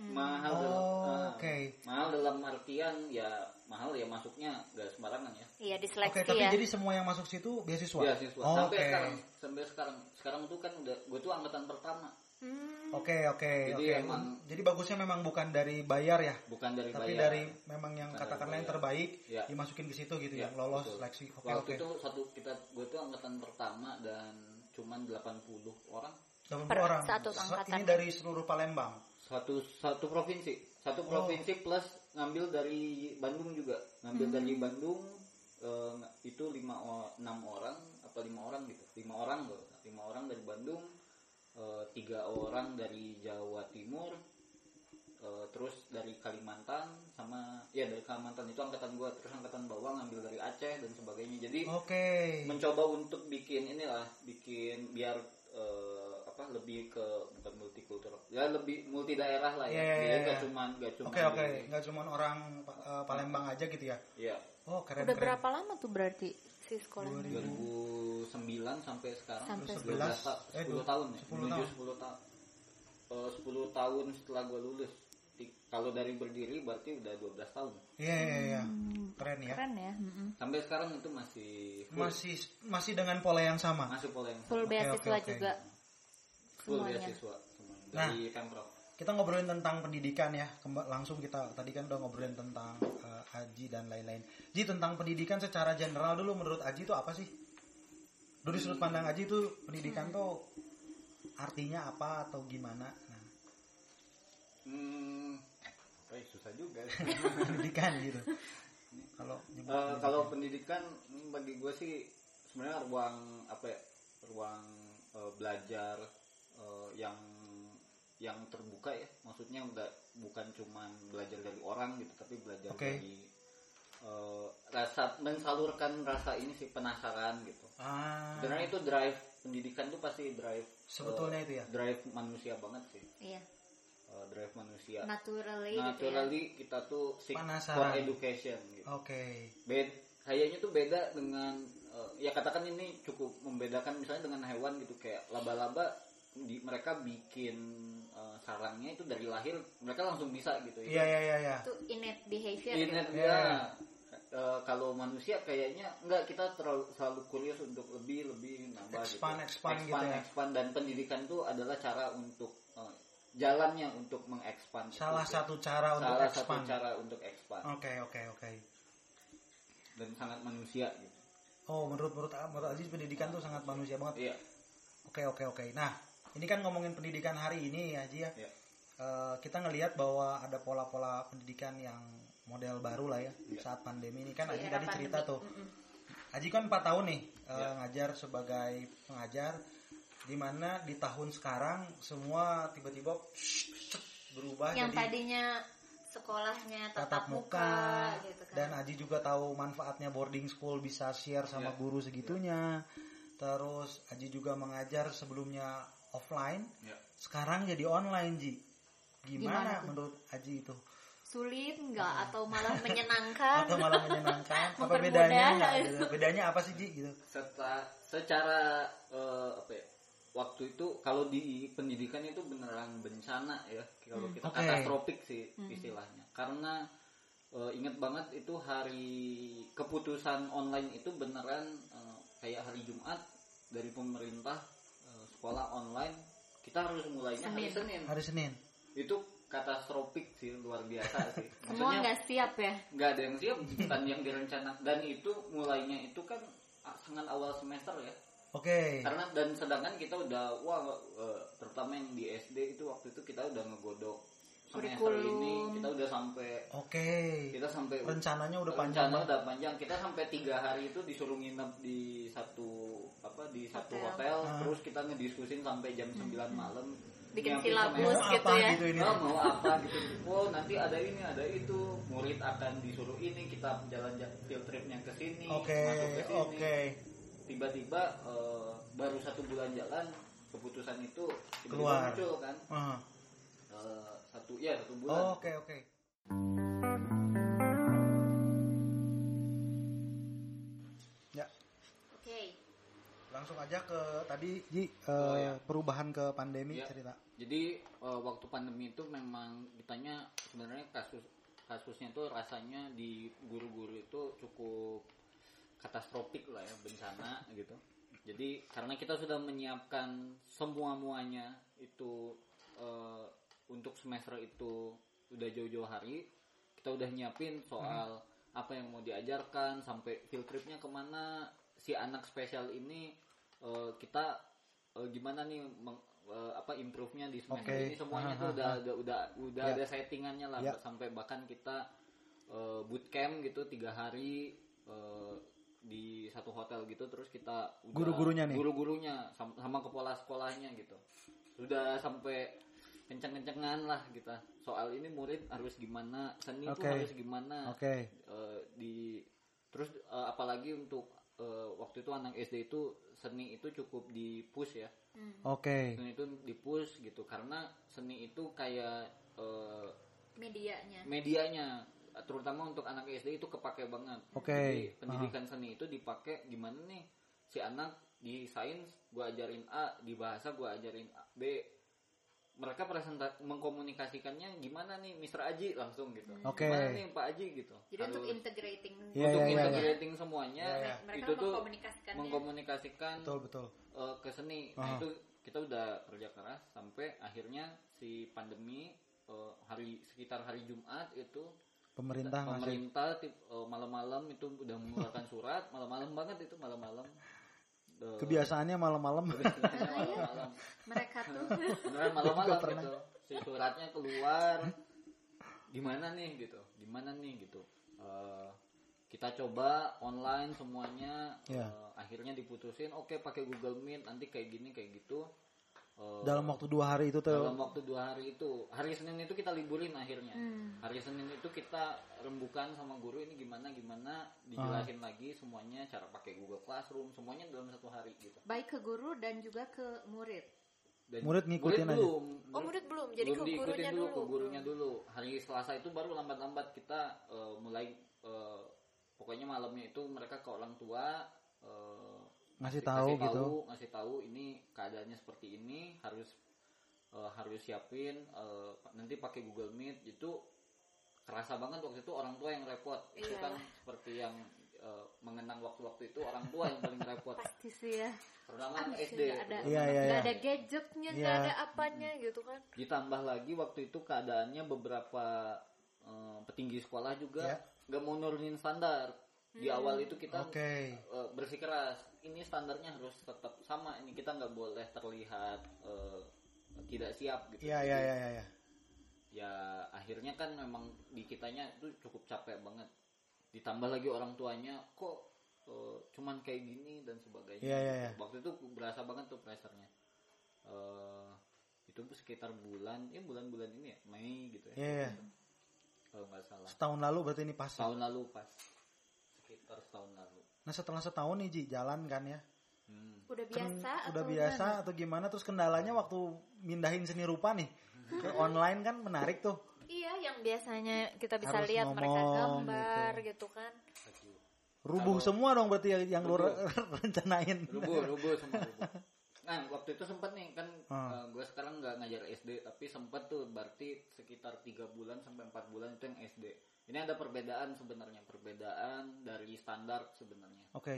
mahal Oh, dalam ah, oke. mahal dalam artian ya mahal ya masuknya gak sembarangan ya Iya Oke, diseleksi tapi ya. jadi semua yang masuk situ beasiswa. Beasiswa. Oh, sampai Oke. sekarang sampai sekarang sekarang tuh kan udah gue tuh angkatan pertama Hmm. Oke, oke, Jadi oke. emang- Jadi bagusnya memang bukan dari bayar ya, bukan dari tapi bayar. dari memang yang Bukan dari katakanlah yang bayar. terbaik Iya. dimasukin ke situ gitu Iya, yang lolos betul. seleksi. Oke, waktu oke. itu satu kita gue tuh angkatan pertama dan cuman 80 orang 80 per- orang. satu Se- Ini angkatan. ya. dari seluruh Palembang. satu satu provinsi satu provinsi plus ngambil dari Bandung juga ngambil dari Bandung eh, itu lima o- enam orang apa lima orang gitu lima orang loh lima orang dari Bandung eh, tiga orang dari Jawa Timur eh, terus dari Kalimantan sama ya dari Kalimantan itu angkatan gua terus angkatan bawah ngambil dari Aceh dan sebagainya jadi Oke. mencoba untuk bikin inilah bikin biar eh, apa lebih ke bukan multikultural ya lebih multi daerah lah ya Iya, iya, Jadi iya, nggak iya. cuman nggak cuman Iya. Oke, oke. di- Nggak cuma orang eh, Palembang aja gitu ya. iya Oh, keren Udah keren. berapa lama tuh berarti si sekolah? 2009 sampai sekarang Sampai sekarang. 12 ta- Eh, 10 tahun ya 10 menuju tahun. 10 tahun Eh, 10 tahun setelah gue lulus Di- kalau dari berdiri berarti udah 12 tahun Iya, iya, iya. Keren ya. Keren ya. mm-mm. sampai sekarang itu masih full, Masih masih dengan pola yang sama. masih pola yang Full Oke, beasiswa oke, oke. juga. full Semuanya. beasiswa semuanya. Nah. dari pemprov kita ngobrolin tentang pendidikan ya Kemba- langsung kita tadi kan udah ngobrolin tentang eh, Aji dan lain-lain Ji tentang pendidikan secara general dulu menurut Aji itu apa sih dari sudut pandang Aji itu Hmm. pendidikan tuh artinya apa atau gimana nah, (laughs) hmm, eh, susah juga (laughs) pendidikan gitu kalau nyebut Eh, pendidikan. kalau pendidikan hmm, bagi gue sih sebenarnya ruang apa ya ruang eh, belajar eh, yang yang terbuka ya maksudnya nggak bukan cuman belajar dari orang gitu tapi belajar Oke. dari eh, rasa mensalurkan rasa ini sih penasaran gitu ah, sebenarnya itu drive pendidikan tuh pasti drive eh, sebetulnya itu ya drive manusia banget sih Iya. Eh, drive Ya. manusia Naturally, gitu ya. naturally kita tuh seek for Penasaran. education gitu oke beda kayaknya tuh beda dengan eh, ya katakan ini cukup membedakan misalnya dengan hewan gitu kayak laba-laba di mereka bikin eh, sarangnya itu dari lahir mereka langsung bisa gitu iya iya iya iya Itu eh, innate behavior. Ini gitu. dia, eh, kalau manusia kayaknya enggak kita terlalu selalu kurios untuk lebih lebih nambah Expand, gitu. expand gitu ya. expand. dan pendidikan tuh adalah cara untuk eh, jalannya untuk mengekspand itu salah sih. satu cara untuk salah satu expand cara untuk expand oke oke oke dan sangat manusia gitu oh menurut menurut menurut Aji pendidikan tuh sangat manusia banget ya? iya Oke oke oke. Nah ini kan ngomongin pendidikan hari ini ya Ji ya. iya Eh, kita ngelihat bahwa ada pola-pola pendidikan yang model baru lah ya saat pandemi ini kan Aji era tadi cerita tuh. Aji kan 4 tahun nih eh, ngajar sebagai pengajar di mana di tahun sekarang semua tiba-tiba berubah Yang Ah, jadi tadinya sekolahnya tatap muka, gitu kan. dan Aji juga tahu manfaatnya boarding school bisa share sama guru segitunya. Terus Aji juga mengajar sebelumnya offline, iya sekarang jadi online Ji. Gimana Gimana tuh? menurut Aji itu? Sulit nggak atau malah menyenangkan? Hmm. Atau malah menyenangkan? apa Mempermudah. bedanya nggak? Gitu. Bedanya apa sih Ji gitu? serta secara eh, apa ya waktu itu kalau di pendidikan itu beneran bencana ya kalau kita Oke. katastrofik sih Hmm. istilahnya karena eh, ingat banget itu hari keputusan online itu beneran eh, kayak hari Jumat dari pemerintah eh, sekolah online kita harus mulainya hari Senin Hari Senin. itu katastrofik sih luar biasa (laughs) sih (laughs) Semua maksudnya nggak siap ya. nggak ada yang siap dan yang direncana dan itu mulainya itu kan ah, sangat awal semester ya Oke. karena dan sedangkan kita udah wah eh, terutama yang di SD itu waktu itu kita udah ngegodok semester ini kita udah sampai Oke. kita sampai Rencananya udah panjang. rencana udah panjang kita sampai tiga hari itu disuruh nginep di satu apa di satu hotel, Ah. terus kita ngediskusin sampai jam 9 malam Bikin Nyiapin Mau silabus semester. Iya, apa gitu ya. gitu ini? Oh, mau apa gitu oh nanti ada ini ada itu murid akan disuruh ini kita jalan jalan field tripnya ke sini Oke, masuk ke sini oke. tiba-tiba eh, baru satu bulan jalan keputusan itu tiba-tiba Keluar. muncul kan Ah. Eh, satu ya satu bulan Oh, Oke, oke. Ya, Oke. Langsung aja ke tadi Ji, eh, Oh, iya. perubahan ke pandemi Iya. cerita. Jadi eh, waktu pandemi itu memang ditanya sebenarnya kasus kasusnya itu rasanya di guru-guru itu cukup katastrofik lah ya bencana gitu. Jadi karena kita sudah menyiapkan semua muanya itu eh, untuk semester itu udah jauh-jauh hari kita udah nyiapin soal Hmm. apa yang mau diajarkan sampai field tripnya kemana si anak spesial ini eh, kita eh, gimana nih meng- eh, apa improve-nya di semester Oke. ini semuanya Aha, tuh aha. udah udah udah udah Ya. ada settingannya lah Ya. sampai bahkan kita eh, bootcamp gitu tiga hari eh, di satu hotel gitu terus kita udah- Guru-gurunya nih? guru-gurunya sam- sama, kepala sekolahnya gitu sudah sampai kenceng-kencengan lah kita soal ini murid harus gimana seni tuh Oke. harus gimana Oke. Eh, di terus eh, apalagi untuk eh, waktu itu anak SD itu seni itu cukup di push ya Hmm, Oke. seni itu di push gitu karena seni itu kayak eh, medianya. medianya terutama untuk anak SD itu kepake banget. Oke. Jadi pendidikan seni itu dipakai gimana nih si anak di sains gua ajarin A, di bahasa gua ajarin A- B. Mereka presenta mengkomunikasikannya gimana nih Mr. Aji langsung gitu. Oke. Gimana nih Pak Aji gitu. Jadi untuk Harus- integrating Iya, untuk iya, iya, iya. integrating semuanya Iya, iya. mereka itu tuh mengkomunikasikannya. ya. mengkomunikasikan Betul, betul. eh, ke seni. Nah, Ah. itu kita udah kerja keras sampai akhirnya si pandemi eh, hari sekitar hari Jumat itu Pemerintah masih pemerintah tip- eh, malam-malam itu udah mengeluarkan surat malam-malam banget itu malam-malam Eh, kebiasaannya malam-malam. kebiasaannya (laughs) malam-malam mereka (laughs) tuh beneran Gua malam-malam pernah. gitu si suratnya keluar gimana nih gitu gimana nih gitu Eh, kita coba online semuanya Iya. Eh, akhirnya diputusin oke pakai Google Meet nanti kayak gini kayak gitu Eh, dalam waktu dua hari itu tuh. dalam waktu dua hari itu hari Senin itu kita liburin akhirnya Hmm. hari Senin itu kita rembukan sama guru ini gimana gimana dijelasin Ah. lagi semuanya cara pakai Google Classroom semuanya dalam satu hari gitu baik ke guru dan juga ke murid. dan Murid ngikutin aja? belum Oh murid belum, jadi belum ke diikutin gurunya dulu, dulu. ke gurunya dulu hari Selasa itu baru lambat-lambat kita eh, mulai eh, pokoknya malamnya itu mereka ke orang tua eh, Ngasih kasih tahu kasih gitu. ngasih tahu ini keadaannya seperti ini harus eh, harus siapin eh, nanti pakai Google Meet itu kerasa banget waktu itu orang tua yang repot itu kan seperti yang eh, mengenang waktu-waktu itu orang tua yang paling repot Pasti sih ya. terutama anak Pasti SD nggak ada, Iya, iya, nggak iya. ada gadgetnya, Iya. nggak ada apanya gitu kan. ditambah lagi waktu itu keadaannya beberapa eh, petinggi sekolah Ya. juga nggak mau nurunin standar di awal itu kita Oke. eh, bersikeras ini standarnya harus tetap sama ini kita nggak boleh terlihat eh, tidak siap gitu Iya, iya, iya, iya, iya. ya akhirnya kan memang di kitanya itu cukup capek banget ditambah lagi orang tuanya kok eh, cuman kayak gini dan sebagainya Iya, iya, iya. waktu itu berasa banget tuh pressure-nya Eh, itu sekitar bulan ya bulan-bulan ini ya Mei gitu ya Iya, iya. kalau nggak salah Setahun lalu berarti ini pas. tahun lalu pas sekitar setahun lalu Nah, setelah setahun nih Ji jalan kan ya. Hmm. Udah Ken- biasa Kan udah atau biasa gimana? atau gimana terus kendalanya waktu mindahin seni rupa nih ke online kan menarik tuh Iya, yang biasanya kita bisa Harus lihat mereka ngomong gambar gitu, kan. Aduh. rubuh Kalau- semua dong berarti yang- yang lu Rubuh. re- (laughs) rencanain rubuh rubuh semua rubuh nah waktu itu sempat nih kan Ah. gue sekarang nggak ngajar SD tapi sempat tuh berarti sekitar tiga bulan sampai empat bulan itu yang SD ini ada perbedaan sebenarnya perbedaan dari standar sebenarnya oke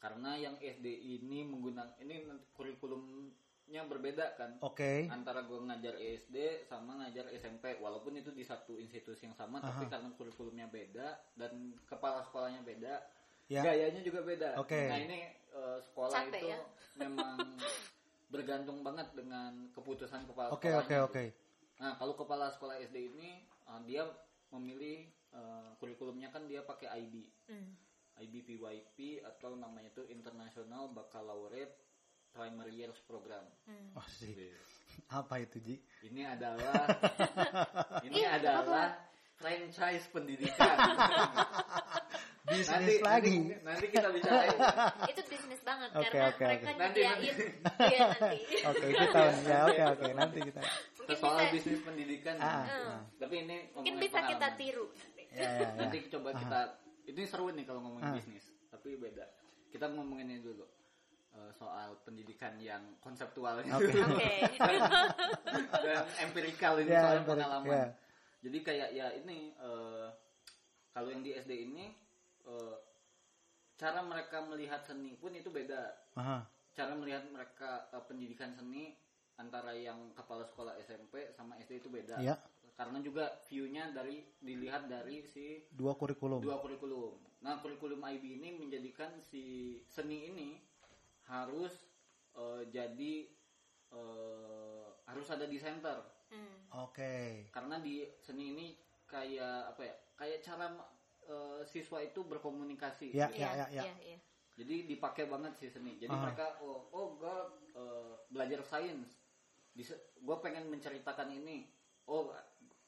karena yang SD ini menggunakan ini nanti kurikulumnya berbeda kan oke antara gue ngajar SD sama ngajar SMP walaupun itu di satu institusi yang sama tapi karena kurikulumnya beda dan kepala sekolahnya beda Ya. gayanya juga beda Oke. nah ini eh, sekolah Capek itu ya? memang bergantung banget dengan keputusan kepala oke sekolahnya oke oke gitu. nah kalau kepala sekolah SD ini eh, dia memilih eh, kurikulumnya kan dia pakai IB Hmm. IBPYP atau namanya itu International Baccalaureate Primary Years (laughs) Program (laughs) hmm. Wah, sih. apa itu Ji Ini adalah (laughs) ini adalah franchise pendidikan. nanti, (laughs) bisnis lagi (laughs) nanti nanti kita bicarain. ya. (laughs) Itu bisnis banget Oke, karena oke, mereka oke. Nanti, nyediain (laughs) nanti. Iya, dia nanti. oke kita ya oke oke nanti kita Mungkin Soal bisa- bisnis pendidikan. ah, ah. Tapi ini Mungkin ngomongin bisa kita pengalaman. tiru. (laughs) nanti. ya ya Ah. ya Nanti coba kita ini seru nih kalau ngomongin bisnis, tapi beda. Kita ngomonginnya dulu. Eh, eh, soal pendidikan yang konseptual gitu. Oke. Oke. (laughs) dan empirikal ini Ya, soal empirik, pengalaman. ya. Jadi kayak ya ini eh, kalau yang di SD ini eh, cara mereka melihat seni pun itu beda. Aha. Cara melihat mereka eh, pendidikan seni antara yang kepala sekolah SMP sama SD itu beda. Iya. Karena juga view-nya dari dilihat dari si Dua kurikulum. dua kurikulum. Nah, kurikulum IB ini menjadikan si seni ini harus eh, jadi eh, harus ada di center Hmm. Oke. karena di seni ini kayak apa ya? Kayak cara eh, siswa itu berkomunikasi. Ya, ya, Iya, ya, iya, iya. Jadi dipakai banget sih seni. Jadi Aha. mereka oh, oh gue eh, belajar sains. Gue pengen menceritakan ini. Oh,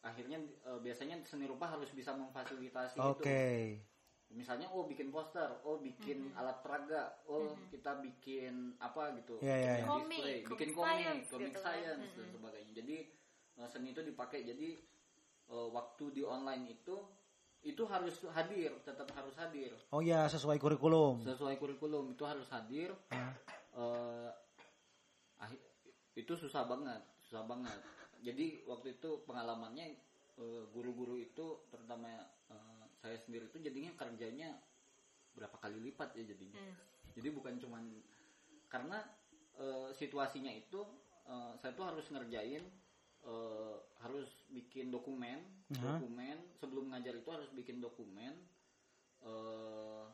akhirnya eh, biasanya seni rupa harus bisa memfasilitasi gitu. itu Oke. misalnya oh bikin poster, oh bikin alat peraga, oh kita bikin apa gitu, Iya, iya, iya. Bikin display, Komik, bikin komik komik, science komik gitu kan. science dan sebagainya. Jadi eh, seni itu dipakai. Jadi eh, waktu di online itu itu harus hadir, tetap harus hadir Oh ya, sesuai kurikulum. sesuai kurikulum itu harus hadir. Eh, ahi- itu susah banget, susah banget. Jadi waktu itu pengalamannya eh, guru-guru itu terutama eh, saya sendiri itu jadinya kerjanya berapa kali lipat ya jadinya. Jadi bukan cuman karena eh, situasinya itu eh, saya tuh harus ngerjain eh, harus bikin dokumen, dokumen sebelum ngajar itu harus bikin dokumen eh,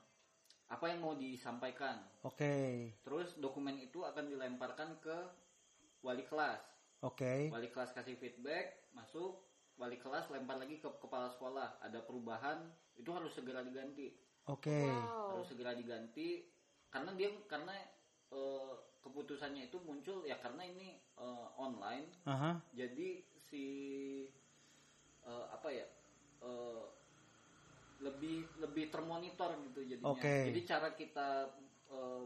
apa yang mau disampaikan. Oke. Terus dokumen itu akan dilemparkan ke wali kelas. Oke. Wali kelas kasih feedback, masuk wali kelas lempar lagi ke kepala sekolah. Ada perubahan, itu harus segera diganti. Oke. Wow. Harus segera diganti karena dia karena eh, keputusannya itu muncul ya karena ini eh, online. Aha. Jadi si eh, apa ya? eh, lebih lebih termonitor gitu jadinya. Oke. Jadi cara kita eh,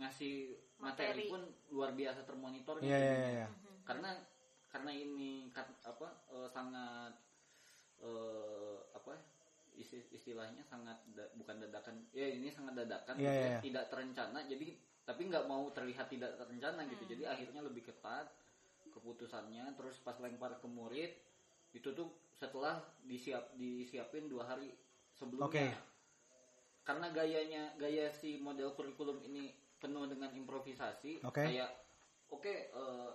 ngasih materi, Materi. pun luar biasa termonitor gitu Iya, iya, jadinya. iya. Karena karena ini kat- apa eh, sangat eh, apa isti- istilahnya sangat da- bukan dadakan. Ya ini sangat dadakan Iya, gitu iya, ya, iya. tidak terencana. Jadi tapi nggak mau terlihat tidak terencana gitu. Jadi akhirnya lebih ketat keputusannya terus pas lempar ke murid itu tuh setelah disiap disiapin dua hari sebelumnya Oke. karena gayanya gaya si model kurikulum ini penuh dengan improvisasi Oke. kayak oke eh,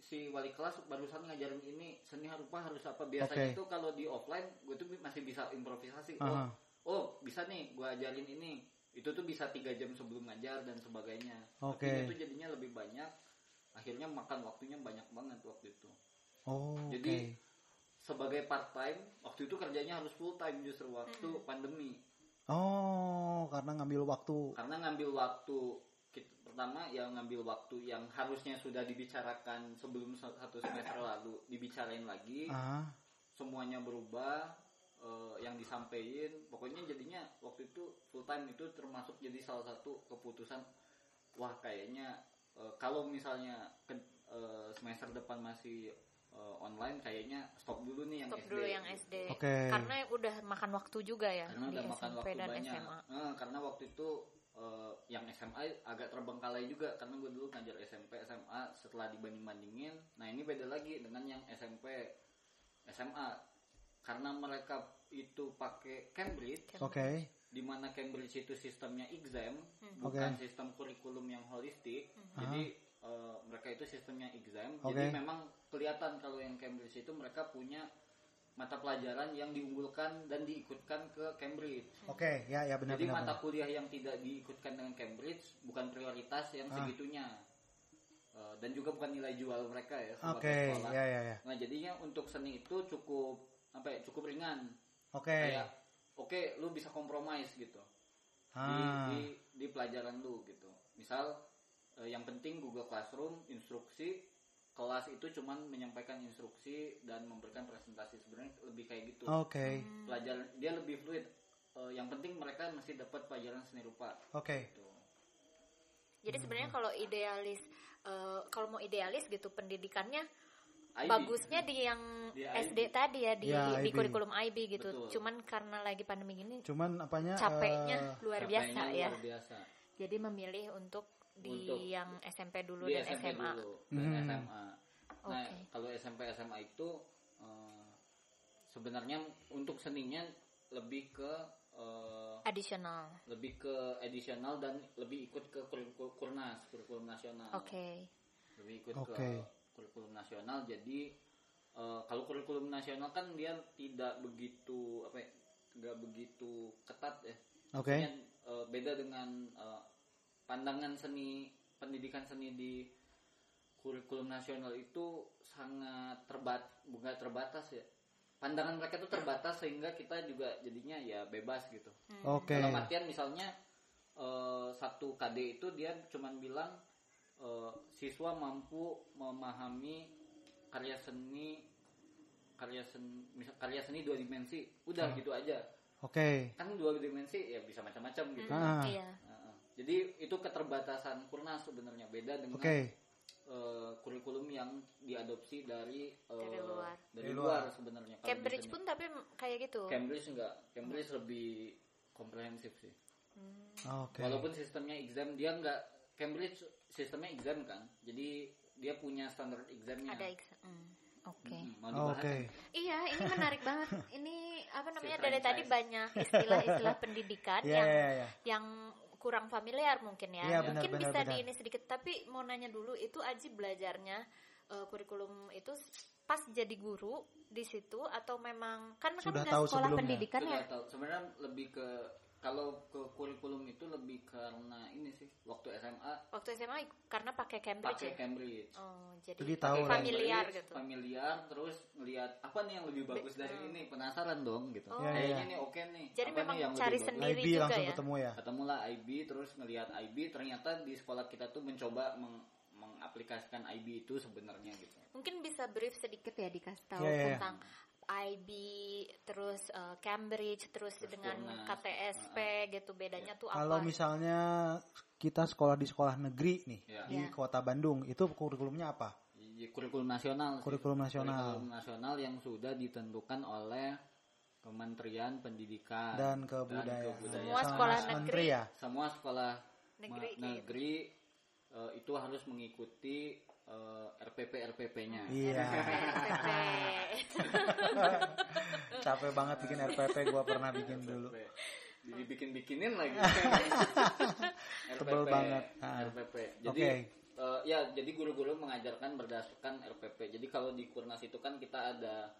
si wali kelas barusan ngajarin ini seni rupa harus apa biasanya Oke. itu kalau di offline gue tuh bi- masih bisa improvisasi Aha. oh oh bisa nih gue ajarin ini itu tuh bisa tiga jam sebelum ngajar dan sebagainya Oke. tapi itu jadinya lebih banyak akhirnya makan waktunya banyak banget waktu itu Oh, oke. jadi sebagai part time waktu itu kerjanya harus full time justru waktu pandemi Oh, karena ngambil waktu. karena ngambil waktu kit- pertama ya ngambil waktu yang harusnya sudah dibicarakan sebelum sa- satu semester lalu dibicarain lagi Ah, semuanya berubah eh, yang disampaikan pokoknya jadinya waktu itu full time itu termasuk jadi salah satu keputusan wah kayaknya eh, kalau misalnya ke- eh, semester depan masih eh, online kayaknya stop dulu nih yang Stop SD dulu yang SD. Oke. Karena udah makan waktu juga ya karena di udah makan SMP waktu dan banyak SMA. Hmm, Eh, karena waktu itu eh, yang SMA agak terbengkalai juga karena gue dulu ngajar SMP SMA setelah dibanding bandingin nah ini beda lagi dengan yang SMP SMA karena mereka itu pakai Cambridge oke. di mana Cambridge itu sistemnya exam Oke. bukan sistem kurikulum yang holistik jadi eh, mereka itu sistemnya exam jadi Oke. memang kelihatan kalau yang Cambridge itu mereka punya mata pelajaran yang diunggulkan dan diikutkan ke Cambridge Oke, ya ya benar jadi benar. mata benar. kuliah yang tidak diikutkan dengan Cambridge bukan prioritas yang Ah. segitunya Eh, dan juga bukan nilai jual mereka ya sebagai Oke, sekolah. ya ya ya. Nah jadinya untuk seni itu cukup apa ya cukup ringan Oke. kayak oke lu bisa kompromis gitu di, Ah, di di pelajaran lu gitu. Misal eh, yang penting Google Classroom instruksi kelas itu cuman menyampaikan instruksi dan memberikan presentasi sebenarnya lebih kayak gitu. oke. Pelajaran dia lebih fluid. Eh, yang penting mereka mesti dapat pelajaran seni rupa. Oke. Gitu. Jadi sebenarnya hmm. kalau idealis eh, kalau mau idealis gitu pendidikannya IB. bagusnya di yang Di SD tadi ya di, Ya, di IB. kurikulum IB gitu. Betul. Cuman karena lagi pandemi gini Cuman apanya capeknya Ya, eh, luar Capainya biasa ya. Luar biasa. Jadi memilih untuk di Untuk- yang SMP dulu di dan SMP SMA. dulu dan Hmm. SMA. Nah, Oke. kalau SMP SMA itu eh, sebenarnya untuk seninya lebih ke eh, Additional. lebih ke additional dan lebih ikut ke kurikulum kurnas, kurikulum nasional. Oke. Lebih ikut Oke. ke kurikulum nasional. Jadi eh, kalau kurikulum nasional kan dia tidak begitu apa ya, nggak begitu ketat ya. Oke. Mungkin, eh, beda dengan eh, pandangan seni pendidikan seni di kurikulum nasional itu sangat terbat bukan terbatas ya. Pandangan mereka itu terbatas sehingga kita juga jadinya ya bebas gitu. Oke. Dalam artian misalnya eh, satu KD itu dia cuman bilang eh, siswa mampu memahami karya seni karya seni misal karya seni dua dimensi udah Hmm. gitu aja Oke. kan dua dimensi ya bisa macam-macam gitu Hmm. Ah. Iya. Nah, jadi itu keterbatasan kurna sebenarnya beda dengan Oke. eh, kurikulum yang diadopsi dari eh, Dari luar. dari Dari luar luar. sebenarnya kalau di Cambridge Hmm. sini. pun tapi kayak gitu. Cambridge enggak Cambridge lebih komprehensif sih Hmm, Oke. Walaupun sistemnya exam dia nggak Cambridge sistemnya exam kan, jadi dia punya standar examnya. Ada ex- hmm, Oke. Iya. Hmm, mau dibahas? Oke. Iya, ini menarik (laughs) banget. Ini apa namanya Filter dari insight. tadi banyak (laughs) istilah-istilah pendidikan Ya yang ya ya. yang kurang familiar mungkin ya. Iya, benar, mungkin benar, bisa di benar. ini sedikit. Tapi mau nanya dulu itu Aji belajarnya eh, kurikulum itu pas jadi guru di situ atau memang kan kan Sudah nggak tahu sekolah sebelumnya. pendidikan ya? Sudah tahu. Sebenarnya lebih ke kalau ke kurikulum itu lebih karena ini sih waktu SMA Waktu SMA karena pakai Cambridge ya. pakai Cambridge. Oh, jadi, Jadi tahu pakai lah. familiar Cambridge, gitu. Familiar terus ngelihat apa nih yang lebih bagus dari ini penasaran dong gitu. Oh. Ya, ya, Kayaknya ya. nih oke nih. Jadi apa nih memang yang lebih cari bagus? sendiri. IB juga langsung ya. ketemu ya. ketemulah IB terus ngelihat IB ternyata di sekolah kita tuh mencoba meng- mengaplikasikan IB itu sebenarnya gitu. Mungkin bisa brief sedikit ya dikasih Iya, tahu iya, iya. tentang IB, terus eh, Cambridge, terus, dengan Kurnas. KTSP Ah, gitu bedanya Iya. tuh Kalau apa? misalnya kita sekolah di sekolah negeri nih Iya. Ya. di kota Bandung itu kurikulumnya apa? Di Iya, kurikulum nasional. sih. Kurikulum nasional Kurikulum nasional yang sudah ditentukan oleh Kementerian Pendidikan dan kebudayaan. kebudayaan. Semua Sama sekolah menteri negeri. ya. Semua sekolah Negeri gitu. ma- negeri eh, itu harus mengikuti eh, RPP RPP-nya. (laughs) Iya. KTSP. (laughs) Capek banget bikin RPP gua pernah bikin dulu. Jadi bikin-bikinin (laughs) lagi. Tebel banget. Ah. RPP. Jadi Oke. eh, ya jadi guru-guru mengajarkan berdasarkan RPP. Jadi kalau di Kurnas itu kan kita ada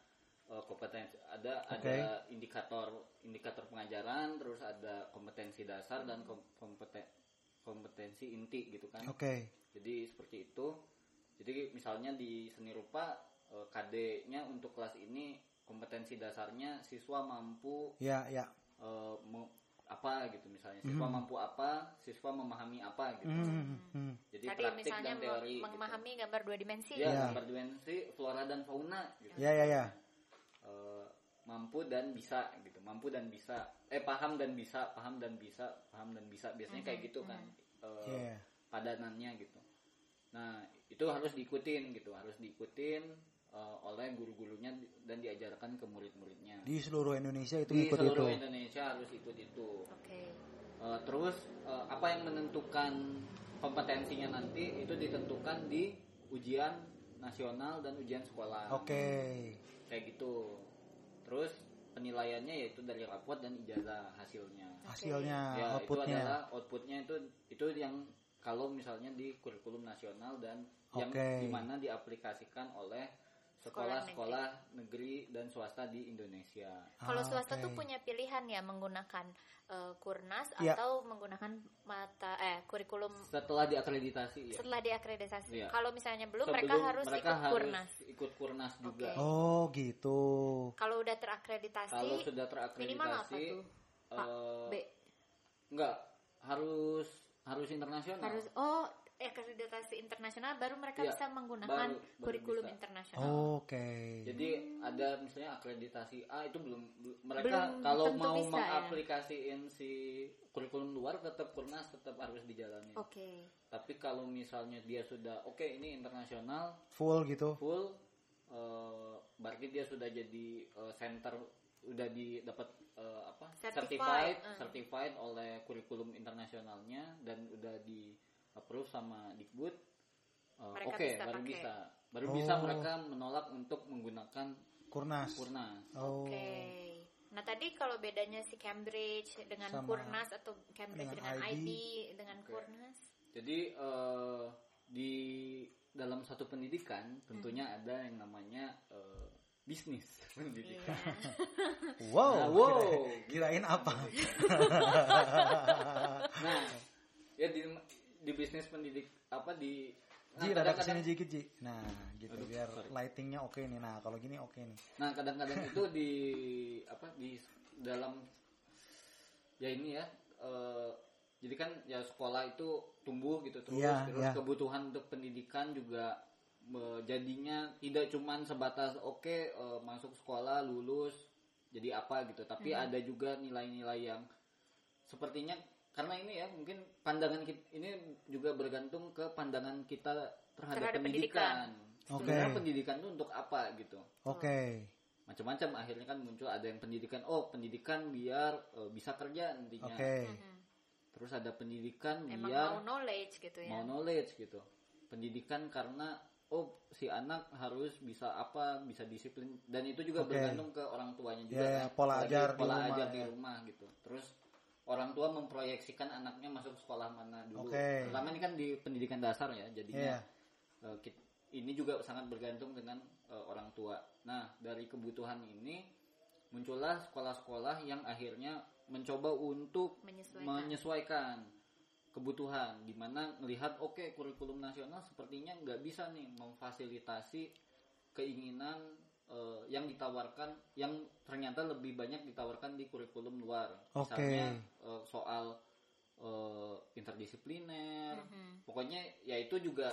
eh, kompetensi, ada Oke. ada indikator indikator pengajaran, terus ada kompetensi dasar dan kom- kompeten- kompetensi inti gitu kan. Oke. Jadi seperti itu. Jadi misalnya di seni rupa eh, KD-nya untuk kelas ini kompetensi dasarnya siswa mampu Ya ya. eh, me- apa gitu misalnya siswa mampu apa siswa memahami apa gitu Hmm, hmm. jadi Tadi praktik misalnya dan teori mem- gitu. memahami gambar dua dimensi. ya Iya. gambar dimensi flora dan fauna gitu Iya. Ya ya ya. Eh, mampu dan bisa gitu mampu dan bisa eh paham dan bisa paham dan bisa paham dan bisa biasanya Hmm. kayak gitu kan Eh, Iya. padanannya gitu nah itu harus diikutin gitu harus diikutin eh, oleh guru-gurunya dan diajarkan ke murid-muridnya Di seluruh Indonesia itu di ikut itu. seluruh Indonesia harus ikut itu Oke. Uh, terus uh, apa yang menentukan kompetensinya nanti itu ditentukan di ujian nasional dan ujian sekolah. Oke. Kayak gitu. Terus penilaiannya yaitu dari rapot dan ijazah hasilnya. Hasilnya, ya itu adalah Ah, outputnya. outputnya itu itu yang kalau misalnya di kurikulum nasional dan yang Oke. dimana diaplikasikan oleh Sekolah negeri. sekolah-sekolah negeri dan swasta di Indonesia. Kalau Ah, swasta oke. tuh punya pilihan ya menggunakan eh, Kurnas Iya. atau menggunakan mata eh kurikulum Setelah diakreditasi ya. setelah diakreditasi. Iya. Kalau misalnya belum Sebelum mereka harus ikut harus Kurnas. ikut Kurnas juga. Oke. Oh gitu. Kalau udah terakreditasi Kalau sudah terakreditasi, minimal apa tuh? A, eh, B. enggak harus harus internasional. harus oh akreditasi internasional baru mereka Hmm. Iya, bisa menggunakan baru- baru kurikulum bisa. internasional. Oh. Oke. Jadi ada misalnya akreditasi A itu belum bel- mereka Belum kalau tentu mau bisa, ya? mengaplikasiin si kurikulum luar tetap Kurnas tetap harus dijalani. Oke. Tapi kalau misalnya dia sudah oke ini internasional Full gitu. full eh, berarti dia sudah jadi eh, center udah di dapat eh, apa Certified, certified eh. certified oleh kurikulum internasionalnya dan udah di approve sama Dikbud eh, Mereka oke bisa baru pakai. bisa baru bisa Oh. mereka menolak untuk menggunakan Kurnas. Purnas Oh. Oke. Nah tadi kalau bedanya si Cambridge dengan Sama Kurnas atau Cambridge dengan dengan, IB. IB dengan Oke. Kurnas. Jadi eh, di dalam satu pendidikan tentunya Hmm. ada yang namanya eh, bisnis (laughs) pendidikan. Iya. Wow. Nah, wow. Kirain apa? Nah, ya di di bisnis pendidik apa di nah, Ji, rada kadang-kadang- kesini dikit, Ji. Nah, gitu. Aduh, biar sorry. lightingnya oke nih. Nah, kalau gini oke nih. Nah, kadang-kadang itu di apa di dalam ya ini ya eh, jadi kan ya sekolah itu tumbuh gitu terus Iya, terus iya. kebutuhan untuk pendidikan juga eh, jadinya tidak cuman sebatas oke eh, masuk sekolah lulus jadi apa gitu tapi ada juga nilai-nilai yang sepertinya karena ini ya mungkin pandangan kita, ini juga bergantung ke pandangan kita terhadap, Terhadap pendidikan. pendidikan. Oke. Sebenarnya pendidikan itu untuk apa gitu? Oke. macam-macam akhirnya kan muncul ada yang pendidikan oh pendidikan biar eh, bisa Oke. kerja nantinya terus ada pendidikan Emang biar mau knowledge gitu ya. Iya. mau knowledge gitu pendidikan karena oh si anak harus bisa apa bisa disiplin dan itu juga Oke. bergantung ke orang tuanya juga Ya, ya, kan. pola Apalagi ajar di pola rumah, ajar di ya. rumah gitu terus orang tua memproyeksikan anaknya masuk sekolah mana dulu Oke. terutama ini kan di pendidikan dasar ya jadinya Iya. Eh, kit- ini juga sangat bergantung dengan eh, orang tua. Nah, dari kebutuhan ini muncullah sekolah-sekolah yang akhirnya mencoba untuk Menyesuaikan. menyesuaikan kebutuhan di mana melihat oke kurikulum nasional sepertinya nggak bisa nih memfasilitasi keinginan eh, yang ditawarkan yang ternyata lebih banyak ditawarkan di kurikulum luar Oke. misalnya eh, soal eh, interdisipliner pokoknya ya itu juga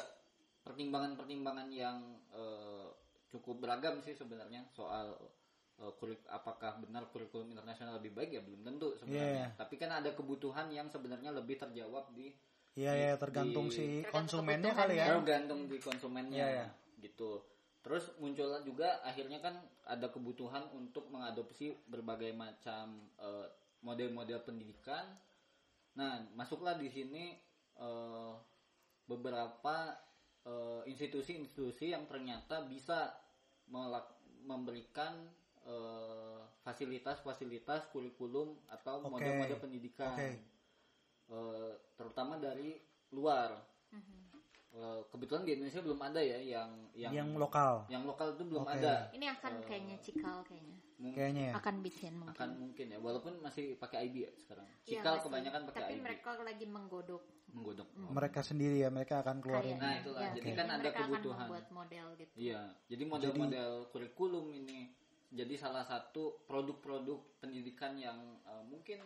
pertimbangan-pertimbangan yang eh, cukup beragam sih sebenarnya soal eh, kurik apakah benar kurikulum internasional lebih baik ya belum tentu sebenarnya Iya. tapi kan ada kebutuhan yang sebenarnya lebih terjawab di Iya, ya, tergantung Di- si Tergantung konsumennya kali ya. tergantung di konsumennya Iya, iya. gitu terus muncul juga akhirnya kan ada kebutuhan untuk mengadopsi berbagai macam eh, model-model pendidikan nah masuklah di sini eh, beberapa eh, institusi-institusi yang ternyata bisa melak- memberikan eh, fasilitas-fasilitas kurikulum atau Oke. model-model pendidikan Oke. Eh, terutama dari luar Mhm. Eh, kebetulan di Indonesia belum ada ya yang yang Yang lokal. yang lokal itu belum Oke. ada Ini akan kayaknya cikal kayaknya. Mung- Kayaknya ya. Akan bikin mungkin. Eh, akan mungkin ya walaupun masih pakai ID ya sekarang Iya, cikal pasti. kebanyakan pakai Tapi ID mereka lagi menggodok menggodok Mereka sendiri ya, mereka akan keluarin. kayaknya. Nah, itulah. Jadi kayaknya kan ada Iya. mereka kebutuhan. Akan membuat model gitu. iya jadi model-model kurikulum ini jadi salah satu produk-produk pendidikan yang eh, mungkin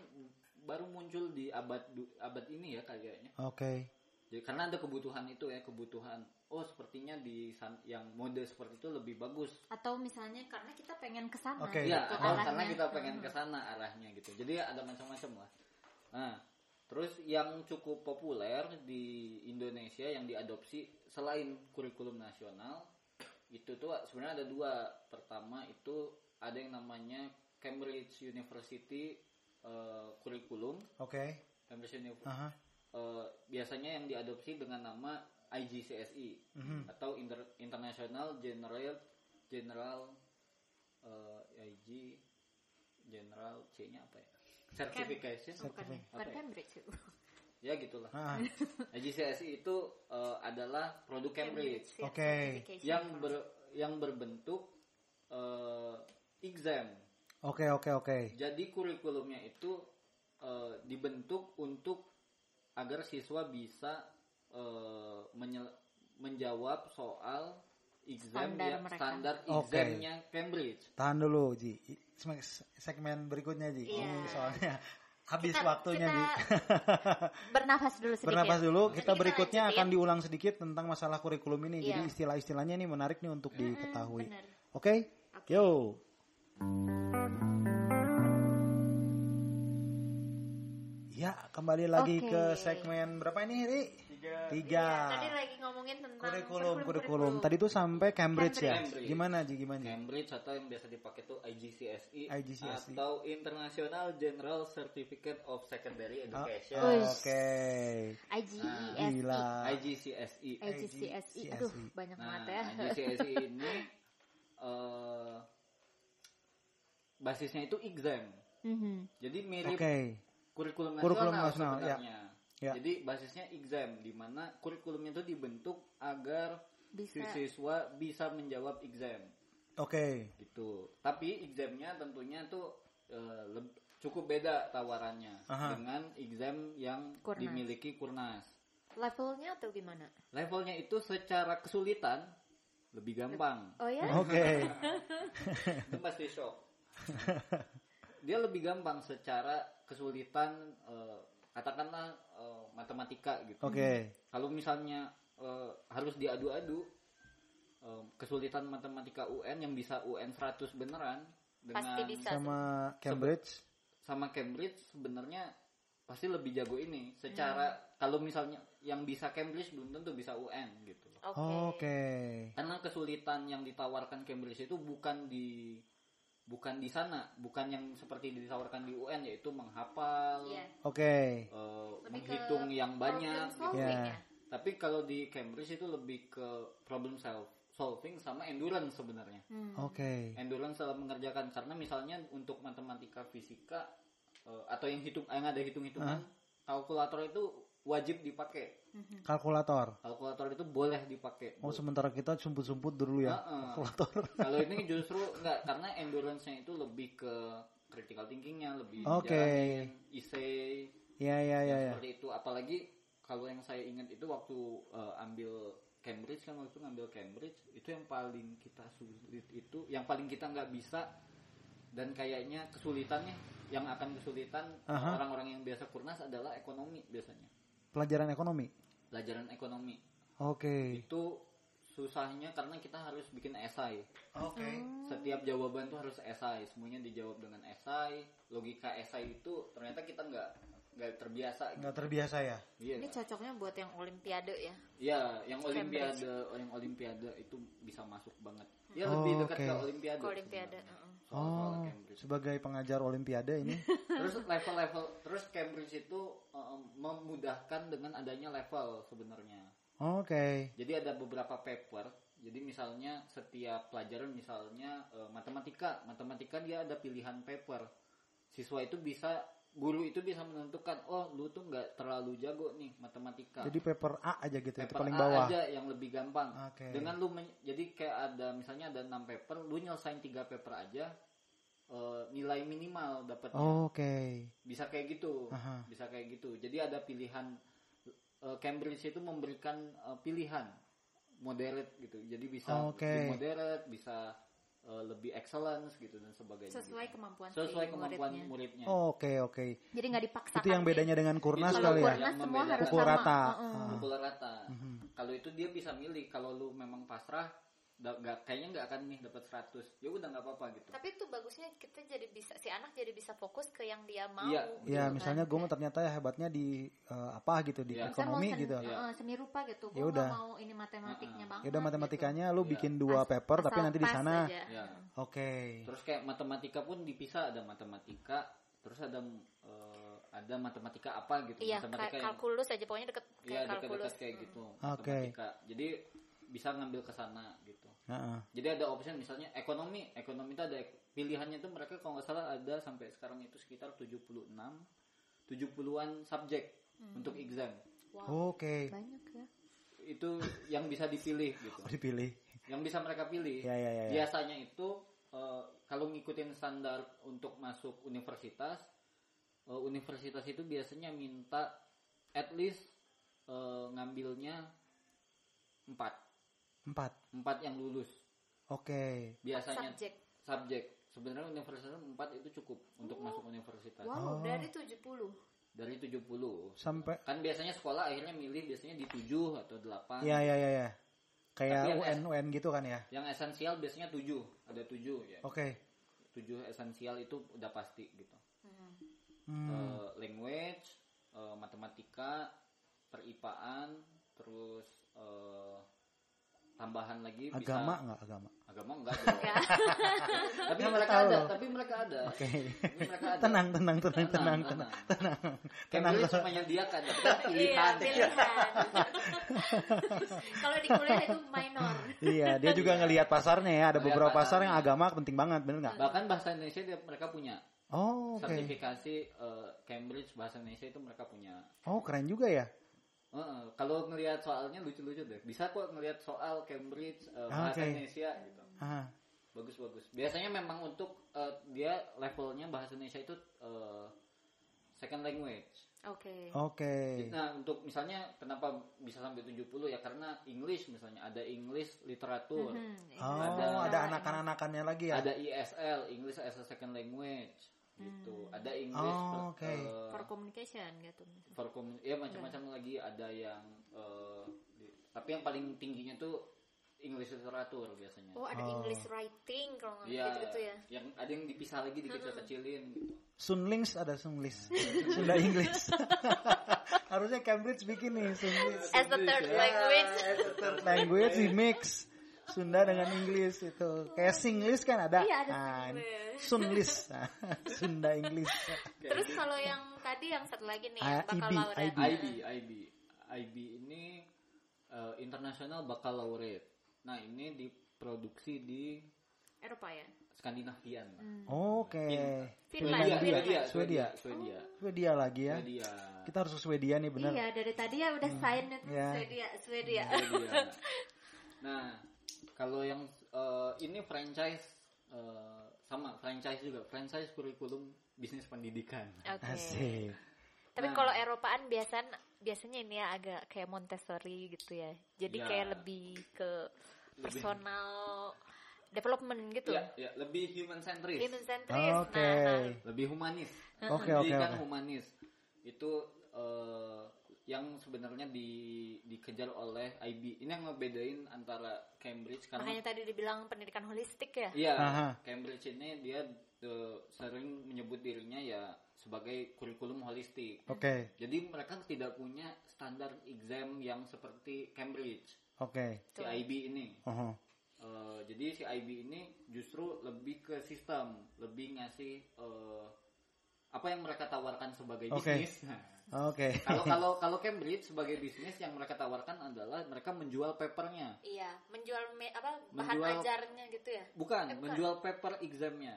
baru muncul di abad du- abad ini ya kayaknya Oke. Jadi karena ada kebutuhan itu ya kebutuhan. Oh sepertinya di san- yang mode seperti itu lebih bagus. Atau misalnya karena kita pengen kesana Oke. Iya, gitu karena- karena arahnya. kita pengen ke sana arahnya gitu. Jadi ada macam-macam lah. Nah, terus yang cukup populer di Indonesia yang diadopsi selain kurikulum nasional itu tuh sebenarnya ada dua. Pertama itu ada yang namanya Cambridge University eh, kurikulum Oke. Cambridge University Aha. eh, biasanya yang diadopsi dengan nama IGCSE atau Inter- International General General eh, IG General C-nya apa ya? Certification Bukan, bukan Apa ya? Cambridge. (laughs) ya gitulah. Ah, IGCSE itu eh, adalah produk Iya, Cambridge Cambridge Oke. Certification yang for- ber- yang berbentuk eh, exam. Oke, oke, oke. Jadi kurikulumnya itu eh, dibentuk untuk agar siswa bisa eh, menyel- menjawab soal exam Standar yang mereka. standar Oke. examnya Cambridge. Tahan dulu, Ji. I- sem- Segmen berikutnya, Ji. Iya. Ini soalnya habis Kita- waktunya, kita Ji. (laughs) Bernafas dulu sedikit. ya? Bernapas dulu, Jadi kita kita berikutnya lanjutin. akan diulang sedikit tentang masalah kurikulum ini. Jadi Iya. istilah-istilahnya ini menarik nih untuk diketahui. benar. Oke? Yo. Ya, kembali lagi Oke. Ya, ke segmen berapa ini, Ri? tiga Tiga. Tadi lagi ngomongin tentang Kurikulum, kurikulum. Tadi tuh sampai Cambridge, ya. Cambridge. Gimana Ji? Gimana Ji? Cambridge atau yang biasa dipakai tuh IGCSE, IGCSE. E atau International General Certificate of Secondary Oh, Education. Oke. IGESE, Gila. IGCSE. E IGCSE, aduh banyak E. Nah, banget Eh, ya. IGCSE (laughs) ini eh, basisnya itu exam. Mhm. Jadi mirip Oke. kurikulum nasional, Kurikulum nasional, ya. sebenarnya. Ya. Jadi basisnya exam di mana kurikulumnya itu dibentuk agar Bisa. si siswa bisa menjawab exam Oke. gitu. Tapi examnya tentunya tuh eh, leb- cukup beda tawarannya Aha. dengan exam yang Kurnas. dimiliki Kurnas. levelnya atau gimana? Levelnya itu secara kesulitan lebih (laughs) gampang. Oh ya? Oke. Itu pasti shock. Dia lebih gampang secara kesulitan eh, katakanlah eh, matematika gitu. Oke. Kalau misalnya eh, harus diadu-adu eh, kesulitan matematika UN yang bisa UN 100 beneran dengan Pasti bisa. Sama Cambridge. sama Cambridge sebenarnya pasti lebih jago ini secara Hmm. kalau misalnya yang bisa Cambridge belum tentu bisa UN gitu loh. Oke. Oke. Karena kesulitan yang ditawarkan Cambridge itu bukan di bukan di sana, bukan yang seperti ditawarkan di UN yaitu menghafal, Iya. Oke. eh, Lebih ke menghitung yang banyak Problem gitu. solving Ya. ya. Tapi kalau di Cambridge itu lebih ke problem sol- solving sama endurance sebenarnya. Hmm. Oke. endurance dalam mengerjakan karena misalnya untuk matematika fisika eh, atau yang hitung yang ada hitung hitungan kalkulator itu wajib dipakai Mhm. Kalkulator. kalkulator itu boleh dipakai Oh sementara kita sumput-sumput dulu ya. Heeh. Kalkulator. (laughs) kalau ini justru enggak karena endurance-nya itu lebih ke critical thinking-nya lebih Oke. jalanin essay Iya iya iya. iya. seperti itu apalagi kalau yang saya ingat itu waktu eh, ambil Cambridge kan waktu ngambil Cambridge itu yang paling kita sulit itu yang paling kita nggak bisa dan kayaknya kesulitannya yang akan kesulitan Aha. orang-orang yang biasa kurnas adalah ekonomi biasanya Pelajaran ekonomi. pelajaran ekonomi Oke. itu susahnya karena kita harus bikin esai Oke. setiap jawaban tuh harus esai semuanya dijawab dengan esai logika esai itu ternyata kita nggak nggak terbiasa gitu. Nggak terbiasa ya. Iya. Ini cocoknya buat yang olimpiade ya. Ya, yang olimpiade, yang olimpiade itu bisa masuk banget. Ya Oh, lebih dekat oke. ke olimpiade. Ke olimpiade, sebenarnya. heeh. Soal-soal Oh, Cambridge. sebagai pengajar olimpiade (laughs) ini. Terus level-level, terus Cambridge itu eh, memudahkan dengan adanya level sebenarnya. Oke. Jadi ada beberapa paper. Jadi misalnya setiap pelajaran misalnya eh, matematika, matematika dia ada pilihan paper. Siswa itu bisa guru itu bisa menentukan, oh lu tuh nggak terlalu jago nih matematika. Jadi paper A aja gitu, itu Nah. paper paling A bawah. aja yang lebih gampang. Oke. Dengan lu men- jadi kayak ada misalnya ada 6 paper, lu nyelesain 3 paper aja eh, nilai minimal dapatnya. Oke. Bisa kayak gitu. Oh. Aha. Bisa kayak gitu. Jadi ada pilihan eh, Cambridge itu memberikan eh, pilihan moderate gitu. Jadi bisa Oh, Oke. lebih moderate, bisa eh, lebih excellence gitu dan sebagainya. Sesuai gitu. kemampuan si Sesuai kemampuan muridnya. muridnya. Oke, oke. Jadi nggak dipaksakan. Itu yang bedanya dengan Kurnas Kalau kali ya. ya? Kurnas Yang semua membedakan. harus Pukul sama. rata. Heeh. pukul rata. Mm-hmm. Kalau itu dia bisa milih. Kalau lu memang pasrah, da- nggak- kayaknya nggak akan nih dapat 100. Ya udah nggak apa-apa gitu. Tapi itu bagusnya kita jadi bisa si anak jadi bisa fokus ke yang dia mau. Iya. gitu Ya, kan. misalnya gue ternyata ya hebatnya di eh, apa gitu di Ya. Saya mau ekonomi sen- gitu. Iya. heeh, semi rupa gitu. Ya Gue udah. nggak mau ini matematiknya banget. Ya gitu. udah matematikanya lu Iya. bikin dua paper tapi nanti di sana. Ya. Oke. Terus kayak matematika pun dipisah ada matematika, terus ada eh, ada matematika apa gitu, Iya, matematika kayak yang kalkulus aja pokoknya deket iya kayak kalkulus. Hmm. dekat-dekat kayak gitu. Oke. Matematika. Jadi bisa ngambil ke sana gitu. Heeh. Jadi ada option misalnya ekonomi, ekonomi itu ada pilihannya itu mereka kalau nggak salah ada sampai sekarang itu sekitar 76 70-an subjek Hmm. untuk exam. Oke. Banyak ya. Itu yang bisa dipilih gitu. Dipilih. Yang bisa mereka pilih. Ya, ya, ya, ya. Biasanya itu eh, kalau ngikutin standar untuk masuk universitas, eh, universitas itu biasanya minta at least eh, ngambilnya 4. Empat. 4 yang lulus. Oke. Biasanya Subjek. subjek sebenarnya universitas 4 itu cukup untuk masuk universitas Oh. Wow, dari 70. dari 70 Sampai kan biasanya sekolah akhirnya milih biasanya di 7 atau 8 ya ya ya ya. Kayak Tapi yang UN UN gitu kan ya. yang esensial biasanya 7 ada 7 ya Oke. 7 esensial itu udah pasti gitu Hmm. Eh, language eh, matematika peripaan terus eh, tambahan lagi bisa- Eh. Agama nggak agama? agama enggak dong. (laughs) tapi Nggak mereka tahu ada loh. tapi mereka ada (laughs) Oke. (laughs) Tapi mereka ada tenang, tenang, tenang, tenang, Tenang, tenang, tenang. tenang, tenang. Cambridge cuma menyediakan tapi kan Iya, pilihan (laughs) pilihan. Kalau di kuliah itu minor. Iya, dia juga ngelihat pasarnya ya. Ada Ngelihat beberapa pasar. pasar yang agama penting banget, bener nggak? bahkan bahasa Indonesia dia, mereka punya Oh, oke. sertifikasi eh, Cambridge bahasa Indonesia itu mereka punya Oh, keren juga ya. Heeh, kalau ngelihat soalnya lucu-lucu deh bisa kok ngelihat soal Cambridge eh, Ah, bahasa oke. Indonesia gitu Ah, bagus-bagus biasanya memang untuk eh, dia levelnya bahasa Indonesia itu eh, second language Oke. oke. Nah, untuk misalnya kenapa bisa sampai 70 ya karena English misalnya ada English literatur, Mhm. Mhm, Oh, ada anak-anakannya lagi ya. ada ISL, English as a second language gitu. Ada English Oh, per- oke. eh, For communication gitu. for commu- ya macam-macam lagi ada yang eh, di- tapi yang paling tingginya tuh English literatur biasanya. Oh, ada English writing kalau nggak Iya, gitu-gitu ya. Hmm. yang ada yang dipisah lagi dikecil-kecilin gitu. Sunlings ada Sunlings. Sunda Inggris. (laughs) Harusnya Cambridge bikin nih Sunlings. As the third (laughs) language. Language di mix Sunda dengan Inggris itu. Kayak Singlish kan ada. Iya, ada Nah, Sunlis. Nah, (laughs) Sunda Inggris. Terus kalau yang tadi yang satu lagi nih Ah, bakal IB, laureat. IB. IB, IB, IB ini eh, International Baccalaureate. Nah ini diproduksi di Eropa ya. Skandinavian. Hmm. Oke. Finland, Swedia, Finland. Swedia, Swedia. Swedia, Swedia, Swedia lagi ya. Swedia, Kita harus ke Swedia nih bener. Iya, dari tadi ya Hmm. udah sign itu Iya. Swedia, Swedia. Swedia. Iya. Nah kalau yang eh, ini franchise eh, sama franchise juga franchise kurikulum bisnis pendidikan. Oke. Asik. Tapi Nah. kalau Eropaan biasan biasanya ini ya agak kayak Montessori gitu ya. Jadi Ya. kayak lebih ke personal development gitu. Ya, ya, lebih human centris, Human centris. Oke. Nah, nah. lebih humanis. Oke, oke, Pendidikan oke. humanis itu eh, yang sebenarnya di- dikejar oleh IB. Ini yang ngebedain antara Cambridge karena Makanya tadi dibilang pendidikan holistik ya. Iya, Aha. Cambridge ini dia eh, sering menyebut dirinya ya sebagai kurikulum holistik. Oke. Jadi mereka tidak punya standar exam yang seperti Cambridge, Oke. Uh-huh. si IB ini. Oho. Eh, jadi si IB ini justru lebih ke sistem, lebih ngasih eh, apa yang mereka tawarkan (laughs) sebagai Oke. bisnis. Nah, Oke. Kalau kalau kalau Cambridge sebagai bisnis yang mereka tawarkan adalah mereka menjual papernya, Iya, menjual me- apa bahan Menjual- ajarnya gitu ya. bukan menjual paper examnya.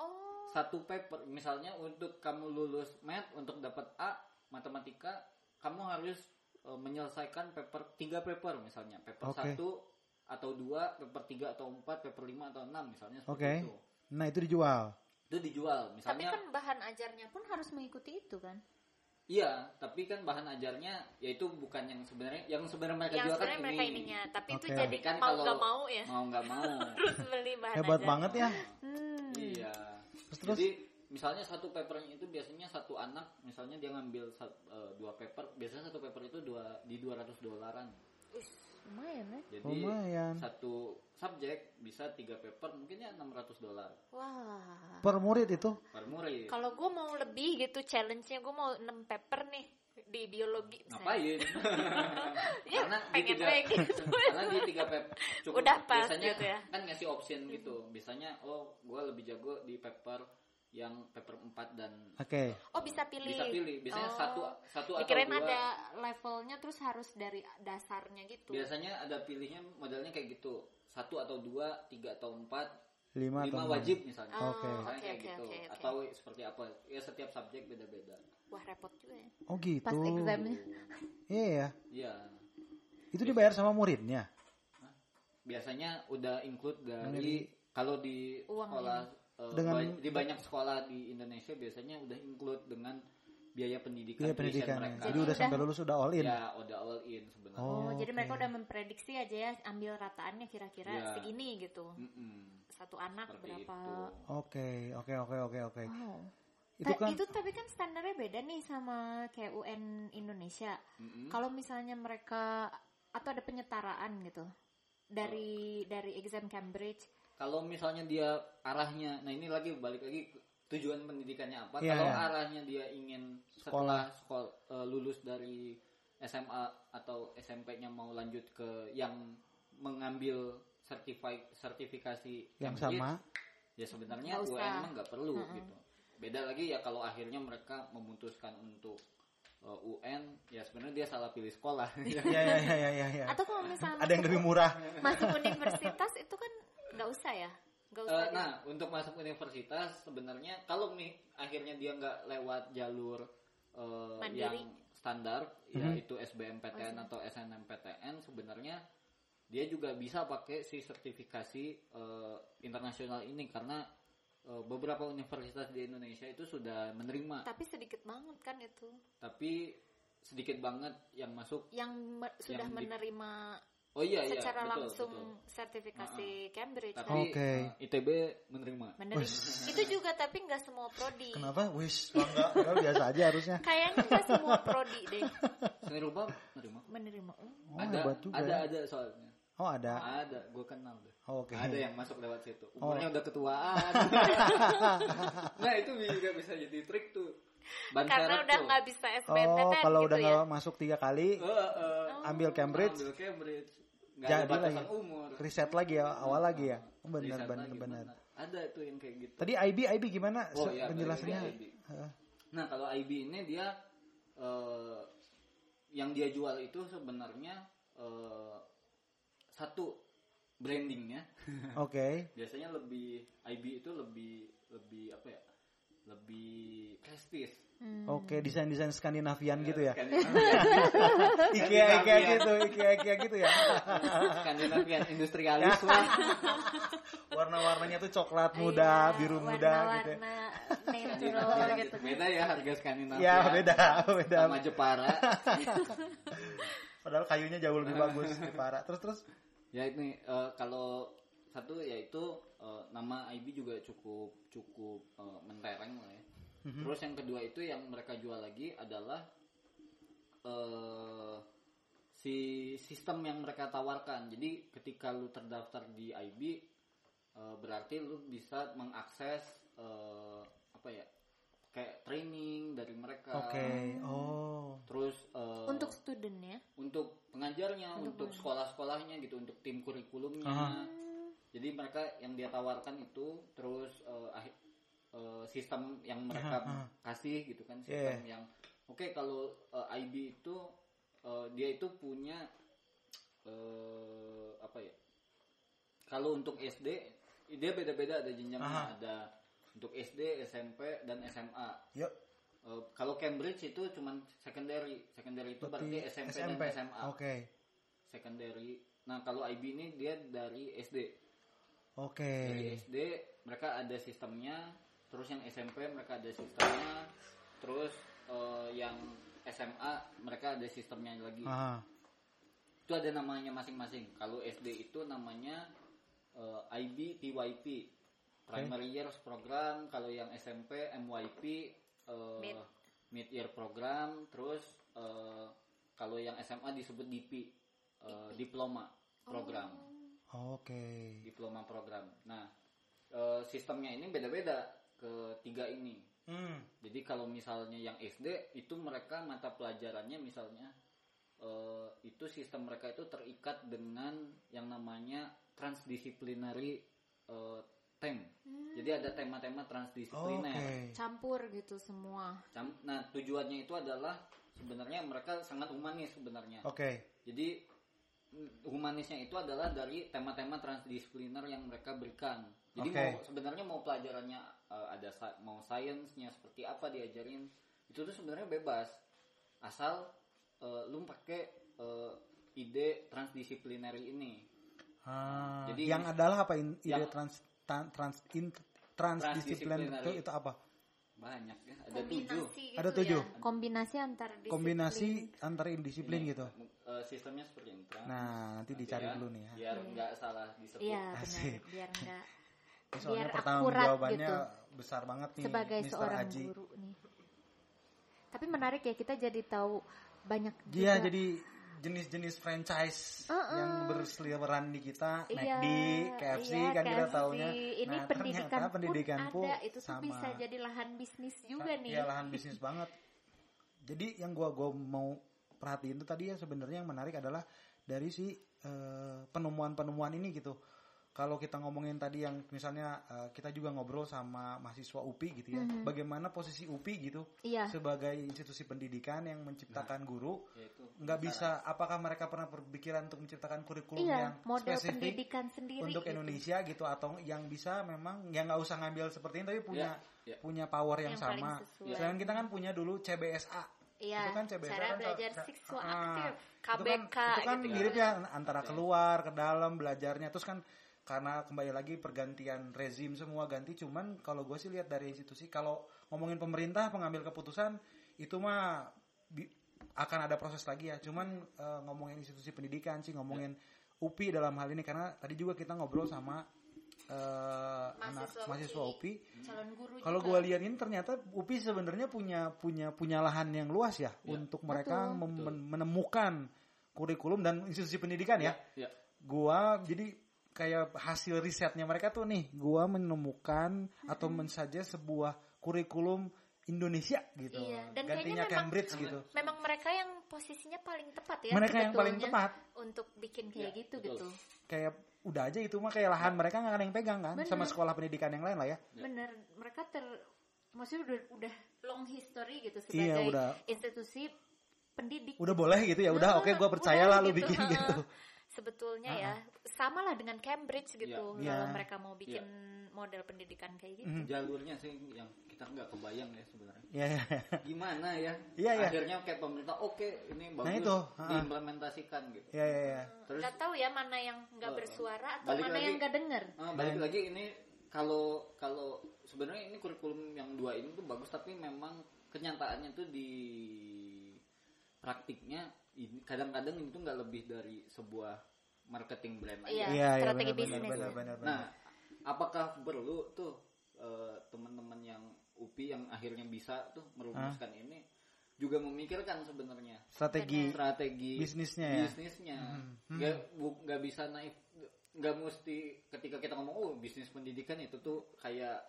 Oh, satu paper misalnya untuk kamu lulus math untuk dapat A matematika kamu harus eh, menyelesaikan paper tiga paper misalnya paper Oke. satu atau dua paper tiga atau empat paper lima atau enam misalnya Oke. seperti itu Nah itu dijual. itu dijual tapi misalnya kan bahan ajarnya pun harus mengikuti itu kan. iya tapi kan bahan ajarnya yaitu bukan yang sebenarnya yang sebenarnya mereka Yang jual kan sebenarnya ini mereka ininya, tapi itu Oke. jadi Tapi kan mau kalau- nggak mau ya. (laughs) mau nggak mau Terus beli bahan Hebat ajar. Hmm. banget ya. iya terus? jadi misalnya satu papernya itu biasanya satu anak misalnya dia ngambil sat- eh, dua paper biasanya satu paper itu dua di 200 dolaran Lumayan ya. Jadi Lumayan. satu subjek bisa tiga paper mungkin ya 600 dolar Wah. Per murid itu. per murid. Kalau gue mau lebih gitu challenge-nya gue mau 6 paper nih di biologi. misalnya. (laughs) Ngapain? Ya, karena di pengen tiga, kayak (laughs) gitu. karena di tiga paper cukup. Udah pas biasanya gitu ya. kan ngasih option gitu. Biasanya oh gue lebih jago di paper yang paper 4 dan Oke. Oh bisa pilih. bisa pilih. Biasanya Oh. satu satu Dikirain atau dua. ada levelnya terus harus dari dasarnya gitu. Biasanya ada pilihnya modelnya kayak gitu. Satu atau dua, tiga atau empat. Lima atau Lima enam? wajib misalnya. Oh, Oke. Misalnya oke, kayak oke, gitu. oke, oke. Atau seperti apa? Ya setiap subjek beda-beda. Wah repot juga ya. Oh gitu. Pas examnya. Iya ya. Iya. Itu dibayar sama muridnya. Biasanya udah include Dari- dari kalau di Uang sekolah eh, Dengan- ba- di banyak sekolah di Indonesia biasanya udah include dengan biaya Iya pendidikan, tuition pendidikannya. mereka. Jadi udah sampai lulus udah all in. ya udah all in sebenarnya. Oh, Oh, jadi mereka udah memprediksi aja ya ambil rataannya kira-kira Iya. segini gitu. Mm-mm. Satu Oh. anak Seperti berapa? itu. Oh. Oke, oke, oke, oke, oke. Nah, Wow. Itu, Itu kan itu tapi kan standarnya beda nih sama kayak UN Indonesia. Hmm? Mm-mm. Kalau misalnya mereka atau ada penyetaraan gitu dari dari exam Cambridge. Kalau misalnya dia arahnya, nah ini lagi balik lagi tujuan pendidikannya apa? Iya, Kalau iya. arahnya dia ingin Sekolah. setelah sekolah lulus dari SMA atau SMP-nya mau lanjut ke yang mengambil sertifi- sertifikasi yang Cambridge, sama ya sebenarnya Nggak usah. UAN mah nggak perlu gitu beda lagi ya kalau akhirnya mereka memutuskan untuk uh, UN ya sebenarnya dia salah pilih sekolah Iya, ya ya ya ya ya, ya, ya. Atau kalau misalnya ada yang masuk- lebih murah masuk universitas itu kan nggak usah ya nggak usah Eh, di- nah untuk masuk universitas sebenarnya kalau nih akhirnya dia nggak lewat jalur eh, Mandiri. Oh, yang standar Mhm. yaitu SBMPTN atau SNMPTN sebenarnya dia juga bisa pakai si sertifikasi eh, internasional ini karena eh, beberapa universitas di Indonesia itu sudah menerima tapi sedikit banget kan itu tapi sedikit banget yang masuk yang me- sudah di- menerima oh iya iya secara betul, langsung betul. sertifikasi Cambridge tapi kan? Oke. eh, ITB menerima Menerima. itu juga tapi nggak semua prodi kenapa wish Wah, enggak, enggak, biasa aja harusnya kayaknya nggak semua prodi deh seni rupa menerima menerima oh, oh ada hebat juga ada ya. ada soalnya oh ada Oh, ada gue kenal deh oke ada yang masuk lewat situ Oh. umurnya udah (laughs) ketuaan nah itu juga bisa jadi trik tuh Ban karena serep udah tuh. nggak bisa SBMPTN oh kalau gitu udah ya Oh. nggak masuk tiga kali Eh, eh, ambil Cambridge ambil Cambridge nggak ada jadi batasan lagi umur riset lagi ya awal lagi ya benar Riset ya. benar lagi, benar benar. ada tuh yang kayak gitu tadi IB IB gimana Oh, se- iya, penjelasannya IB. Heeh. Nah kalau IB ini dia eh, yang dia jual itu sebenarnya eh, satu (laughs) brandingnya oke biasanya lebih IB itu lebih lebih apa ya lebih prestis oke desain desain Skandinavian gitu ya Skandinavian, IKEA IKEA gitu IKEA IKEA gitu ya Skandinavian industrialisme (laughs) warna-warnanya tuh coklat muda Iya, biru muda gitu ya. Iya, warna-warna natural (laughs) Skandinavian. gitu beda ya harga Skandinavia ya beda beda sama Jepara padahal kayunya jauh lebih bagus Jepara terus terus ya ini eh, kalau satu yaitu eh, nama IB juga cukup cukup eh, mentereng lah ya terus yang kedua itu yang mereka jual lagi adalah eh si sistem yang mereka tawarkan jadi ketika lu terdaftar di IB eh, berarti lu bisa mengakses eh, apa ya kayak training dari mereka oke Hmm. oh terus eh, untuk student ya untuk pengajarnya, untuk sekolah-sekolahnya gitu, untuk tim kurikulumnya. Aha. Jadi mereka yang dia tawarkan itu terus eh, ahi- eh, sistem yang mereka kasih gitu kan, sistem yang oke kalau eh, IB itu eh, dia itu punya eh, apa ya? Kalau untuk SD dia beda-beda ada jenjangnya, ada untuk SD, SMP dan SMA. yuk Eh, kalau Cambridge itu cuman secondary, secondary itu berarti berarti SMP, SMP dan SMA. oke Secondary. Nah, kalau IB ini dia dari SD. oke Dari SD mereka ada sistemnya, terus yang SMP mereka ada sistemnya, terus eh, yang SMA mereka ada sistemnya lagi. Aha. Itu ada namanya masing-masing. Kalau SD itu namanya eh, IB PYP, Primary Years Program. Kalau yang SMP MYP eh, Mid. Mid Year Program. Terus eh, kalau yang SMA disebut DP, eh, Diploma Program, oke Diploma Program. Nah, eh, sistemnya ini beda-beda ketiga ini. Hmm. Jadi kalau misalnya yang SD itu mereka mata pelajarannya misalnya eh, itu sistem mereka itu terikat dengan yang namanya transdisciplinary eh, theme. Jadi ada tema-tema oke transdisipliner. campur gitu semua Cam- Nah tujuannya itu adalah sebenarnya mereka sangat humanis sebenarnya. oke Jadi mm, humanisnya itu adalah dari tema-tema transdisipliner yang mereka berikan. Jadi Oke. mau sebenarnya mau pelajarannya eh, ada sa- mau sainsnya seperti apa diajarin itu tuh sebenarnya bebas asal eh, lu pakai eh, ide transdisiplinary ini. Ah, Jadi- yang adalah apa in- ide Yang- trans tan- trans in- transdisiplin Transdisiplinary. itu, itu apa Banyak ya ada tujuh. kombinasi gitu Ada tujuh. ya kombinasi antar disiplin kombinasi antara indisiplin Iya. Ini, gitu eh, sistemnya seperti ini. Trans- nah nanti nanti dicari ya, dulu nih ya Biar nggak salah disebut. iya benar (laughs) Asik. biar (laughs) enggak Ini soalnya biar pertanggung akurat jawabannya gitu. besar banget nih sebagai Mr. seorang Aji Iya, guru nih tapi menarik ya kita jadi tahu banyak Iya, juga. jadi jenis-jenis franchise Uh-uh. yang berseliweran di kita, Iya, McD, KFC iya, kan kita KFC. taunya. Ini Nah, pendidikan, ternyata pun pendidikan pun ada, itu tuh sama. bisa jadi lahan bisnis juga nih. Iya, lahan bisnis banget. Jadi yang gua gua mau perhatiin tuh tadi ya sebenarnya yang menarik adalah dari si eh, penemuan-penemuan ini gitu. Kalau kita ngomongin tadi yang misalnya eh, kita juga ngobrol sama mahasiswa UPI gitu ya, Mhm. bagaimana posisi UPI gitu Iya. sebagai institusi pendidikan yang menciptakan guru yaitu nggak bisa apakah mereka pernah berpikiran untuk menciptakan kurikulum Iya, yang model spesifik pendidikan sendiri untuk gitu. Indonesia gitu atau yang bisa memang yang nggak usah ngambil seperti ini tapi punya Ya, ya. punya power yang, Yang paling sama. sesuai. Selain kita kan punya dulu CBSA. Iya, Itu kan CBSA cara kan kalau- belajar ka- seksual ah, aktif, Itu kan, KBK itu kan gitu ya. miripnya antara Ya. keluar ke dalam belajarnya terus kan karena kembali lagi pergantian rezim semua ganti cuman kalau gue sih lihat dari institusi kalau ngomongin pemerintah pengambil keputusan itu mah bi- akan ada proses lagi ya cuman eh, ngomongin institusi pendidikan sih ngomongin Ya. UPI dalam hal ini karena tadi juga kita ngobrol sama eh, anak Mahasiswa mahasiswa UPI calon guru kalau juga. gue lihat ini ternyata UPI sebenarnya punya punya punya lahan yang luas ya, Iya. untuk mereka Betul. mem- Betul. menemukan kurikulum dan institusi pendidikan ya. ya Gua jadi kayak hasil risetnya mereka tuh nih, gua menemukan atau mensaja sebuah kurikulum Indonesia gitu. Iya, Gantinya dan kayaknya memang- Cambridge gitu. Memang mereka yang posisinya paling tepat ya. mereka yang sebetulnya paling tepat untuk bikin kayak Ya, gitu betul. gitu. kayak udah aja itu mah kayak Iya. lahan mereka nggak ada yang pegang kan sama Bener. sekolah pendidikan yang lain lah ya. Ya. bener mereka ter maksudnya udah, udah long history gitu Iya, sebagai udah. institusi pendidik Udah boleh gitu ya, udah Nah, oke gua percaya udah lah lu bikin (laughs) heeh. gitu. Sebetulnya ya, sama lah dengan Cambridge gitu. Iya. Kalau Iya. mereka mau bikin model pendidikan kayak gitu. Mhm. jalurnya sih yang kita nggak kebayang ya sebenarnya Iya, iya. gimana ya Iya, iya. akhirnya kayak pemerintah oke ini bagus itu, ha-ha. diimplementasikan gitu Iya, iya, iya. terus Nggak tahu ya mana yang nggak Oh, bersuara atau balik mana lagi. yang yang gak denger Ah, balik lagi ini kalau kalau sebenarnya ini kurikulum yang dua ini tuh bagus tapi memang kenyataannya tuh di praktiknya ini kadang-kadang itu nggak lebih dari sebuah marketing brand aja. Iya, Iya, iya, strategi benar, bisnis. benar, benar, benar. Nah, apakah perlu tuh eh, teman-teman yang UPI yang akhirnya bisa tuh merumuskan ini juga memikirkan sebenarnya strategi strategi Bisnisnya ya? Hmm. bisnisnya nggak bu- nggak bisa naik nggak mesti ketika kita ngomong oh bisnis pendidikan itu tuh kayak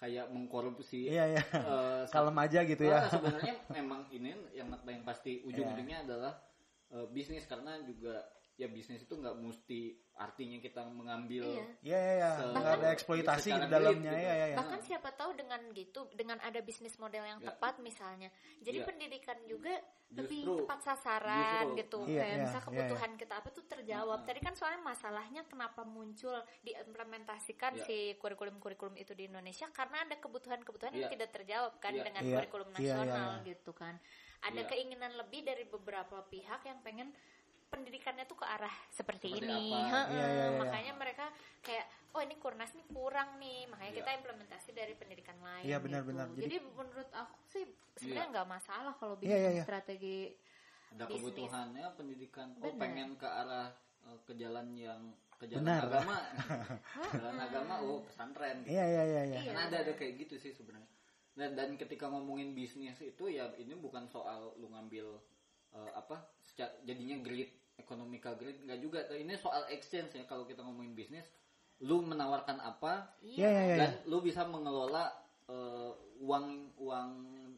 kayak mengkorupsi iya iya eh, (laughs) kalem aja gitu se- ya Ah, (laughs) sebenarnya memang ini yang yang pasti Iya. ujung-ujungnya adalah eh, bisnis karena juga ya bisnis itu nggak mesti artinya kita mengambil Iya. iya iya iya se- nggak ada eksploitasi di secara dalamnya duit gitu. iya iya iya Bahkan siapa tahu dengan gitu, dengan ada bisnis model yang Ya. tepat misalnya. Jadi Ya. pendidikan juga lebih Justru. tepat sasaran Justru. gitu. Iya, Kayak iya, misal iya, kebutuhan kita apa tuh terjawab. Mm-mm. Tadi kan soalnya masalahnya kenapa muncul diimplementasikan Iya. si kurikulum-kurikulum itu di Indonesia karena ada kebutuhan-kebutuhan yang Iya. tidak terjawab kan Iya. dengan Iya, kurikulum iya, iya, nasional iya. gitu kan. Ada Iya. keinginan lebih dari beberapa pihak yang pengen pendidikannya tuh ke arah seperti, Seperti ini. apa? Heeh, Iya, iya, iya. Makanya mereka kayak oh ini kurnas nih kurang nih, makanya Iya. kita implementasi dari pendidikan lain Iya, gitu. benar-benar. Jadi, Jadi- menurut aku sih sebenarnya Iya. nggak masalah kalau bikin Iya, iya, iya. strategi. ada Bisnis. kebutuhannya pendidikan oh Benar. pengen ke arah eh, ke jalan yang ke jalan Benar. (laughs) agama jalan agama oh pesantren gitu. iya iya iya iya Iya. Karena ada ada kayak gitu sih sebenarnya. Dan dan ketika ngomongin bisnis itu ya ini bukan soal lu ngambil eh, apa seca- jadinya grid economical grid nggak juga. Ini soal exchange ya kalau kita ngomongin bisnis lu menawarkan apa iya iya iya dan lu bisa mengelola eh, uang uang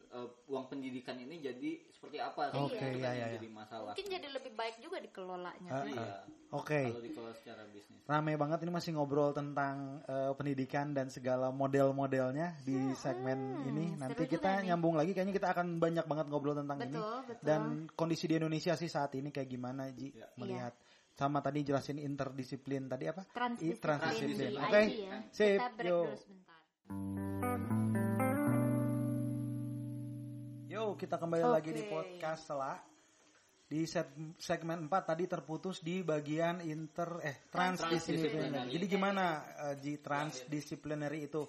eh, uang pendidikan ini jadi seperti apa Oke, Itu kan iya, iya, yang iya. jadi masalah. Mungkin jadi lebih baik juga dikelolanya. Ah, Iya. oke Kalau dikelola secara bisnis. rame banget ini masih ngobrol tentang eh, pendidikan dan segala model-modelnya di segmen hmm, ini nanti seru juga kita nih. nyambung lagi kayaknya kita akan banyak banget ngobrol tentang ini Betul, betul. dan kondisi di Indonesia sih saat ini kayak gimana Ji Iya. melihat sama tadi jelasin interdisiplin tadi apa transisi I- transdisiplin Iya. di oke IT ya. sip kita break yo. dulu sebentar Yo, kita kembali Oke. lagi di podcast selah. Di seg- segmen 4 tadi terputus di bagian inter eh transdisipliner. Transdisipliner. Jadi gimana eh, di transdisciplinary itu?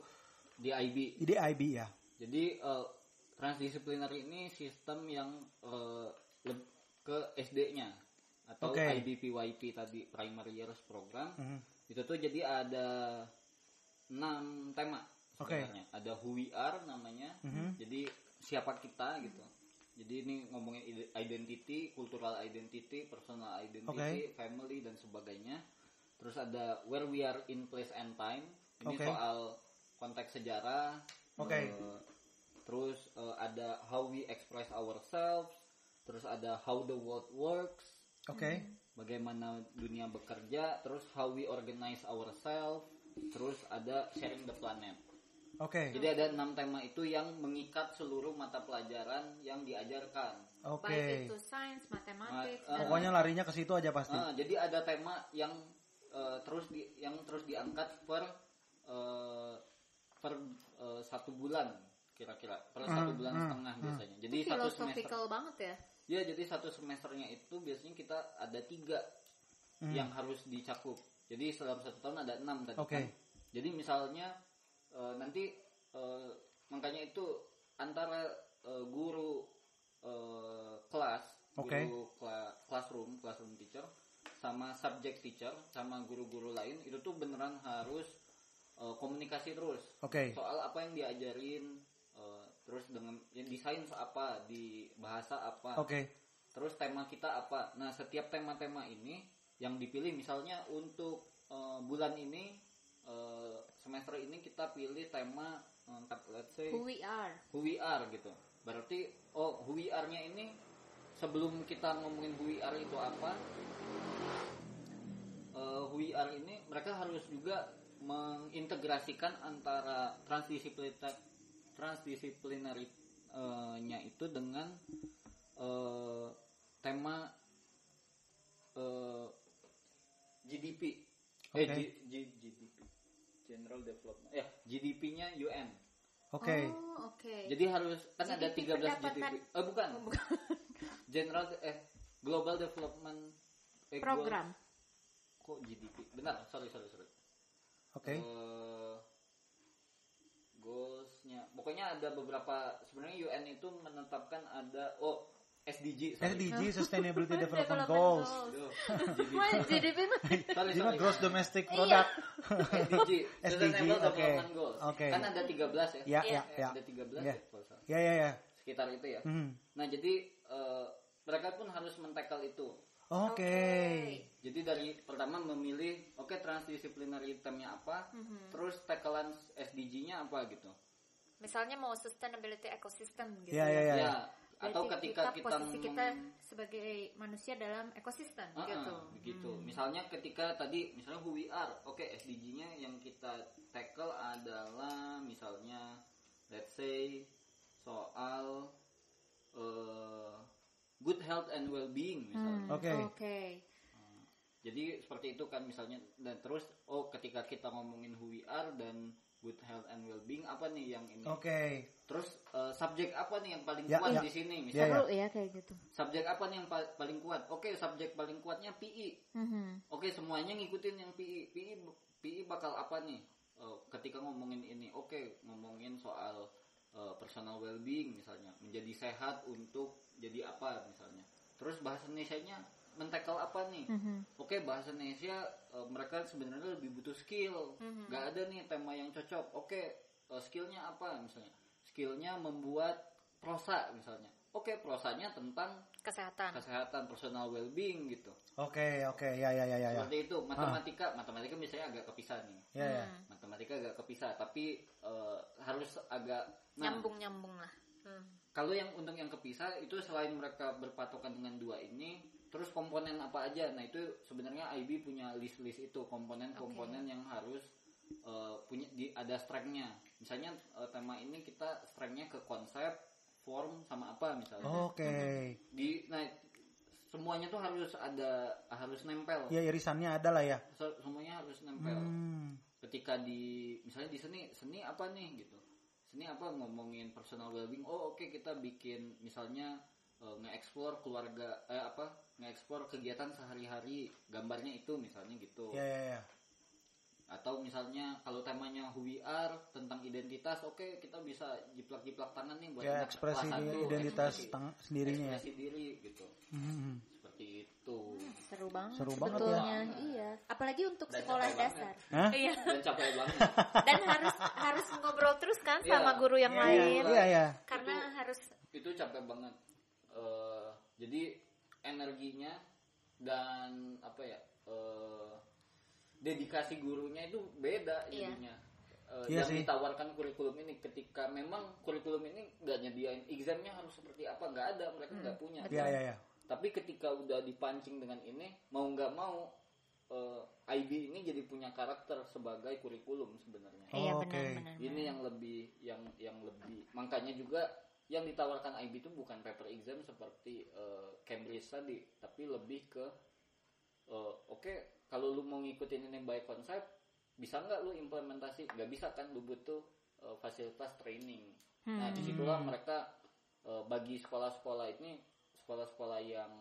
Di IB Ide IB ya. Jadi eh, transdisipliner ini sistem yang eh, leb- ke SD-nya atau Oke. IBPYP tadi Primary Years Program. Mhm. Itu tuh jadi ada 6 tema Oke. Mhm. sebenarnya. Ada who we are namanya. Jadi siapa kita gitu. Jadi ini ngomongin ide- identity, cultural identity, personal identity, family dan sebagainya. Terus ada where we are in place and time. Ini Oke. soal konteks sejarah. Oke. eh, terus eh, ada how we express ourselves. terus ada how the world works Oke. bagaimana dunia bekerja terus how we organize ourselves terus ada sharing the planet Oke. jadi ada enam tema itu yang mengikat seluruh mata pelajaran yang diajarkan Oke. Ah, Baik itu sains, matematik, Ma- dan Pokoknya larinya ke situ aja pasti. Ah, jadi ada tema yang eh, terus di, yang terus diangkat per eh, per eh, satu bulan kira-kira per satu bulan setengah biasanya jadi itu satu semester philosophical banget ya. ya jadi satu semesternya itu biasanya kita ada tiga Hmm. yang harus dicakup jadi dalam satu tahun ada enam tadi Oke. kan. jadi misalnya eh, nanti eh, makanya itu antara eh, guru eh, kelas Oke. guru kla- classroom classroom teacher sama subject teacher sama guru-guru lain itu tuh beneran harus eh, komunikasi terus Oke. soal apa yang diajarin eh, terus dengan ya, di sains apa di bahasa apa Oke. terus tema kita apa nah setiap tema-tema ini yang dipilih misalnya untuk eh, bulan ini eh, semester ini kita pilih tema eh, let's say Who we are. who we are gitu. Berarti oh who we are-nya ini sebelum kita ngomongin who we are itu apa? eh, who we are ini mereka harus juga mengintegrasikan antara transdisipliner transdisiplinerinya itu dengan eh, tema eh, GDP. Eh, Oke. G- G- GDP. General Development. Ya, GDP-nya UN. Oke. Oh, oke. Jadi harus kan ada GDP 13 pendapatan. GDP. Eh bukan. (laughs) General eh Global Development eh, Program. gua- kok GDP? Benar, sorry sorry sorry. Oke. Eh, goalsnya pokoknya ada beberapa sebenarnya UN itu menetapkan ada oh SDG sorry. SDG Sustainability Development Development Goals. goals. Aduh, (laughs) Wah, GDP mah. sorry, Jadi mah sorry. gross domestic product. (laughs) SDG, SDG, Sustainable oke. Development Goals. Oke. Kan ada 13 ya? Ya, ya, Eh, ya. Ada Ya. 13 ya, kalau salah. Ya ya ya. Sekitar itu ya. Hmm. Nah, jadi eh, mereka pun harus mentekel itu. Oke. Jadi dari pertama memilih oke transdisiplinary itemnya apa, Hmm. Mm-hmm. terus tacklean SDG-nya apa gitu. Misalnya mau sustainability ecosystem gitu. Ya ya ya. Ya, atau Berarti ketika kita, posisi kita gitu. meng- sebagai manusia dalam ekosistem Ah, ah, gitu. begitu. Misalnya ketika tadi misalnya who we are, oke SDG-nya yang kita tackle adalah misalnya let's say soal eh, good health and well-being Hmm, misalnya. Oke. Oke. Jadi seperti itu kan misalnya dan terus oh ketika kita ngomongin who we are dan good health and well-being apa nih yang ini? Oke. Terus eh, subjek apa nih yang paling Oh. Ya, kuat ya. di sini? Ya, Misalnya ya. Seru ya kayak gitu. subjek apa nih yang pa- paling kuat? Oke, subjek paling kuatnya PI. Mhm. Oke, semuanya ngikutin yang PI. PI b- PI bakal apa nih? Eh, ketika ngomongin ini, oke ngomongin soal eh, personal well-being misalnya, menjadi sehat untuk jadi apa misalnya. Terus bahasa Indonesia-nya mentekel apa nih? Mhm. Oke bahasa Indonesia eh, mereka sebenarnya lebih butuh skill. Gak ada nih tema yang cocok. Oke eh, skillnya apa misalnya? Skillnya membuat prosa misalnya. Oke prosanya tentang Kesehatan. kesehatan personal well-being gitu. Oke oke. Ya ya ya ya ya. Seperti itu matematika matematika misalnya agak kepisah nih. Ya ya. Hmm. Matematika agak kepisah tapi eh, harus agak nah, Nyambung-nyambung lah. Hmm. kalau yang untuk yang kepisah itu selain mereka berpatokan dengan dua ini terus komponen apa aja nah itu sebenarnya IB punya list-list itu komponen-komponen yang harus eh, punya di, ada strength-nya misalnya eh, tema ini kita strength-nya ke konsep form sama apa misalnya Oke. di nah semuanya tuh harus ada harus nempel Ya irisannya ada lah ya. So- semuanya harus nempel Hmm. ketika di misalnya di seni seni apa nih gitu seni apa ngomongin personal well-being oh oke kita bikin misalnya eh, nge-explore keluarga eh apa nge-explore kegiatan sehari-hari gambarnya itu misalnya gitu Ya ya ya. atau misalnya kalau temanya who we are tentang identitas oke kita bisa jiplak-jiplak tangan nih buat Ya anak ekspresi kelas nah, satu, identitas ekspresi- teng- sendirinya ya. ekspresi diri gitu Hmm. seperti itu Seru banget. Seru banget ya. sebetulnya. Hmm. Iya. Apalagi untuk Dan sekolah capek dasar. Hah? (laughs) Iya. dan capek banget Dan harus harus ngobrol terus kan Iya. sama guru yang Iya, lain. Iya ya. Karena Itu- harus itu capek banget Eh, jadi energinya dan apa ya eh, dedikasi gurunya itu beda Iya. jadinya eh, Iya yang sih. ditawarkan kurikulum ini ketika memang kurikulum ini nggak nyediain examnya harus seperti apa nggak ada mereka nggak punya Iya, iya, iya. tapi ketika udah dipancing dengan ini mau nggak mau eh, IB ini jadi punya karakter sebagai kurikulum sebenarnya Oh, iya oke. benar benar. ini yang lebih yang yang lebih makanya juga yang ditawarkan IB itu bukan paper exam seperti eh, Cambridge tadi tapi lebih ke eh, oke kalau lu mau ngikutin ini by konsep bisa nggak lu implementasi nggak bisa kan lu butuh eh, fasilitas training nah disitulah mereka eh, bagi sekolah-sekolah ini sekolah-sekolah yang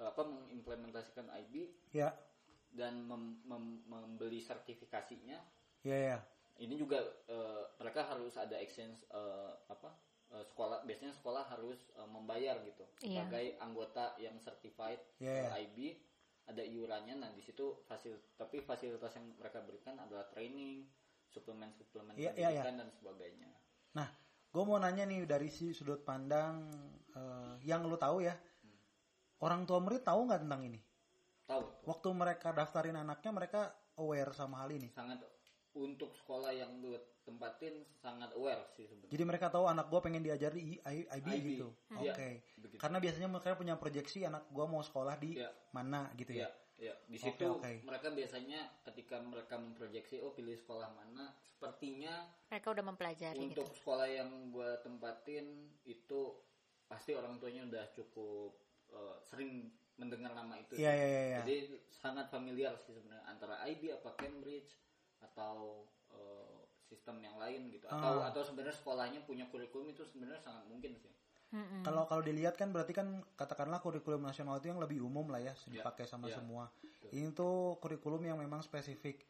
eh, apa mengimplementasikan IB Iya, dan mem- mem- membeli sertifikasinya iya, iya. ini juga eh, mereka harus ada exchange eh, apa eh, sekolah biasanya sekolah harus eh, membayar gitu Iya. sebagai anggota yang certified Iya, eh, IB ada iurannya nah di situ fasil tapi fasilitas yang mereka berikan adalah training suplemen suplemen Iya, iya, iya. pendidikan dan sebagainya Nah, gue mau nanya nih dari si sudut pandang eh, yang lu tahu ya, orang tua murid tahu nggak tentang ini? tahu tuh, Waktu mereka daftarin anaknya, mereka aware sama hal ini. sangat untuk sekolah yang lu tempatin sangat aware sih sebenarnya Jadi mereka tahu anak gue pengen diajar di I- I- IB, IB. gitu. Oke. Iya, begitu. Karena biasanya mereka punya proyeksi anak gue mau sekolah di Iya. mana gitu ya. Iya, iya. Di situ oke. mereka biasanya ketika mereka memproyeksi oh pilih sekolah mana, sepertinya Mereka udah mempelajari untuk gitu. sekolah yang gue tempatin itu pasti orang tuanya udah cukup eh, sering mendengar nama itu. Iya, iya, iya. iya. Jadi sangat familiar sih sebenarnya antara IB apa Cambridge atau eh, sistem yang lain gitu. Atau Ah. atau sebenarnya sekolahnya punya kurikulum itu sebenarnya sangat mungkin sih. Hmm, Mm-mm. Kalau kalau dilihat kan berarti kan katakanlah kurikulum nasional itu yang lebih umum lah ya, dipakai sama iya. semua. Ini tuh kurikulum yang memang spesifik.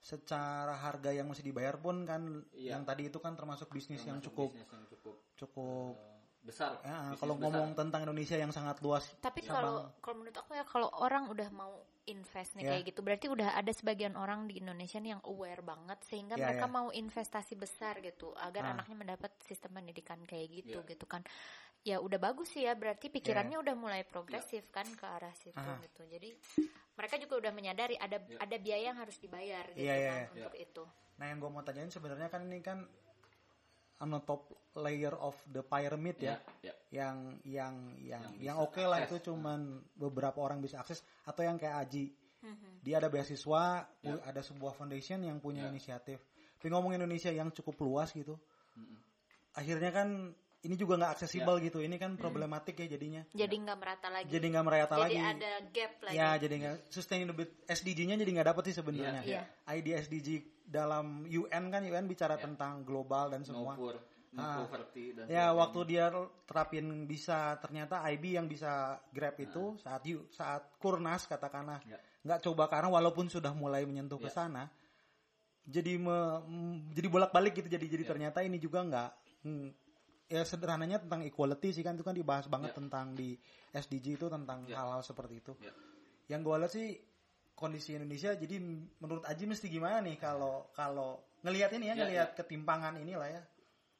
Secara harga yang mesti dibayar pun kan Iya. yang tadi itu kan termasuk bisnis yang Termasuk cukup bisnis yang cukup cukup eh, besar. ya, Bisnis kalau besar. ngomong tentang Indonesia yang sangat luas. Tapi sama- kalau kalau menurut aku ya kalau orang udah mau invest nih Ya. kayak gitu, berarti udah ada sebagian orang di Indonesia nih yang aware banget sehingga Ya, mereka ya. mau investasi besar gitu agar Ah. anaknya mendapat sistem pendidikan kayak gitu Ya. gitu kan. Ya udah bagus sih ya, berarti pikirannya udah mulai progresif Ya. kan ke arah situ Aha. gitu. Jadi mereka juga udah menyadari ada Ya. ada biaya yang harus dibayar gitu Ya, ya, kan ya. untuk itu. Nah yang gue mau tanyain sebenarnya kan ini kan on the top layer of the pyramid ya. Iya, iya. yang yang yang Yang yang bisa oke lah itu akses. cuman beberapa orang bisa akses atau yang kayak Aji Mm-hmm. dia ada beasiswa pu- ada sebuah foundation yang punya Ya. inisiatif tapi ngomong Indonesia yang cukup luas gitu Mm-mm. akhirnya kan ini juga Ya. nggak aksesibel gitu ini kan problematik ya jadinya Mm-hmm. Jadi nggak merata lagi. jadi nggak merata Jadi lagi ada gap lagi. ya jadi nggak sustainability SDG-nya jadi nggak dapet sih sebenarnya Iya. ID SDG dalam UN kan UN bicara tentang global dan no semua poor, no Ah. poverty dan Ya sebagainya. waktu dia terapin bisa ternyata IB yang bisa grab itu saat you- saat Kurnas katakanlah Ya. nggak coba karena walaupun sudah mulai menyentuh ke Ya. sana jadi me- m- jadi bolak-balik gitu jadi jadi Ya. ternyata ini juga nggak hmm, ya sederhananya tentang equality sih kan itu kan dibahas banget Ya. tentang di SDG itu tentang Ya. hal-hal seperti itu. Ya. Yang gue lihat sih kondisi Indonesia jadi menurut Aji mesti gimana nih kalau kalau ngelihat ini ya Ya, ngelihat ketimpangan inilah ya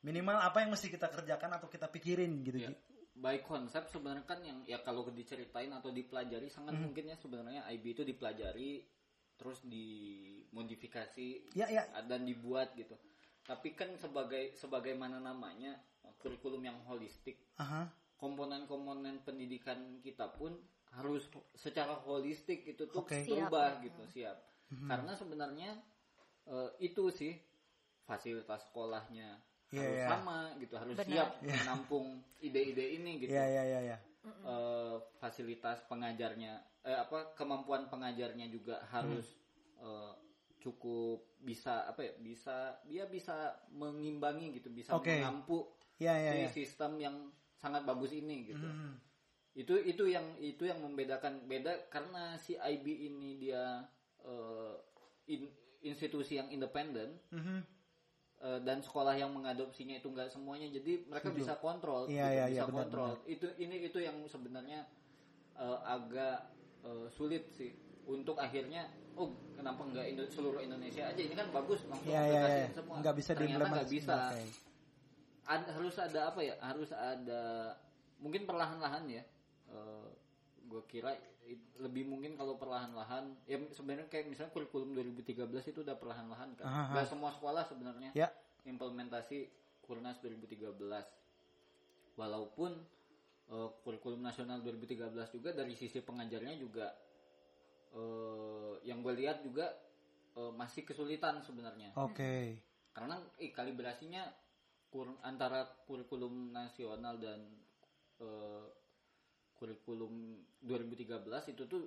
minimal apa yang mesti kita kerjakan atau kita pikirin gitu Ya. Ji. By konsep sebenarnya kan yang ya kalau diceritain atau dipelajari sangat mungkinnya sebenarnya IB itu dipelajari terus dimodifikasi ya ya dan dibuat gitu. Tapi kan sebagai sebagaimana namanya kurikulum yang holistik, aha komponen-komponen pendidikan kita pun harus secara holistik itu tuh Siap, Oke. Hmm. Hmm. berubah gitu, siap. Karena sebenarnya eh, itu sih fasilitas sekolahnya Iya, harus iya. sama gitu, harus Benar. siap menampung ide-ide ini gitu. ya ya ya ya Eh, fasilitas pengajarnya eh, apa kemampuan pengajarnya juga harus Hmm. eh, cukup bisa apa ya bisa dia bisa mengimbangi gitu bisa Oke. mengampu ya ya si ya sistem yang sangat bagus ini gitu Hmm. itu itu yang itu yang membedakan beda karena si IB ini dia eh, in- institusi yang independen Mhm. eh, dan sekolah yang mengadopsinya itu nggak semuanya jadi mereka Setuju. bisa kontrol Iya, gitu, iya, iya, bisa benar, kontrol itu ini itu yang sebenarnya eh, agak eh, sulit sih untuk akhirnya oh kenapa nggak Indo- seluruh Indonesia aja ini kan bagus langsung ya ya ya aplikasiin semua nggak bisa ternyata nggak bisa diimplementasikan Ad- harus ada apa ya harus ada mungkin perlahan-lahan ya gue Eh, kira it- lebih mungkin kalau perlahan-lahan ya sebenarnya kayak misalnya kurikulum 2013 itu udah perlahan-lahan kan Aha. nggak semua sekolah sebenarnya Ya. implementasi Kurnas 2013 walaupun eh, kurikulum nasional 2013 juga dari sisi pengajarnya juga eh, yang gue lihat juga eh, masih kesulitan sebenarnya Oke. karena eh, kalibrasinya kur- antara kurikulum nasional dan eh, kurikulum 2013 itu tuh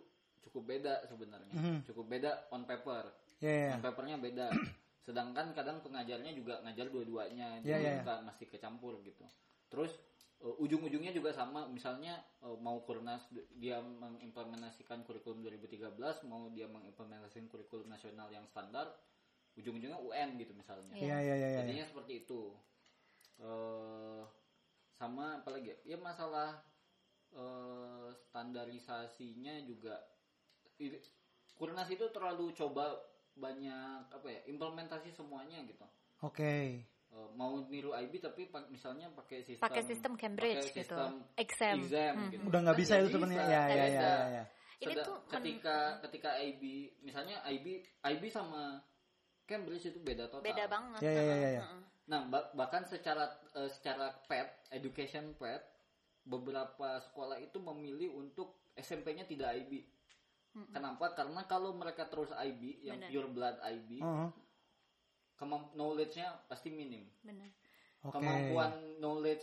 cukup beda sebenarnya Mhm. cukup beda on paper Ya, ya, ya. on papernya beda sedangkan kadang pengajarnya juga ngajar dua-duanya Iya, jadi iya, iya. bukan masih kecampur gitu terus eh, ujung-ujungnya juga sama misalnya eh, mau Kurnas d- dia mengimplementasikan kurikulum 2013 mau dia mengimplementasikan kurikulum nasional yang standar ujung-ujungnya UN gitu misalnya Ya, ya, Iya, ya, ya, ya. jadinya seperti itu eh sama apalagi ya masalah eh, standarisasinya juga I- Kurnas itu terlalu coba banyak apa ya implementasi semuanya gitu Oke. Eh, mau niru IB tapi pa- misalnya pakai sistem pakai sistem Cambridge pakai gitu sistem exam, exam Hmm. gitu. Udah nggak Kan bisa itu sebenarnya. Ya, nggak ya, ya, bisa. ya, ya. Ini Seda- tuh men- ketika ketika IB misalnya IB IB sama Cambridge itu beda total beda banget Ya, ya, ya, ya, ya. Heeh. Nah, ba- bahkan secara eh, secara PET, education PET, beberapa sekolah itu memilih untuk SMP-nya tidak IB. Kenapa? Karena kalau mereka terus IB, yang Benar. pure blood IB, Oh, kemamp- knowledge-nya pasti minim. benar Oke. Kemampuan knowledge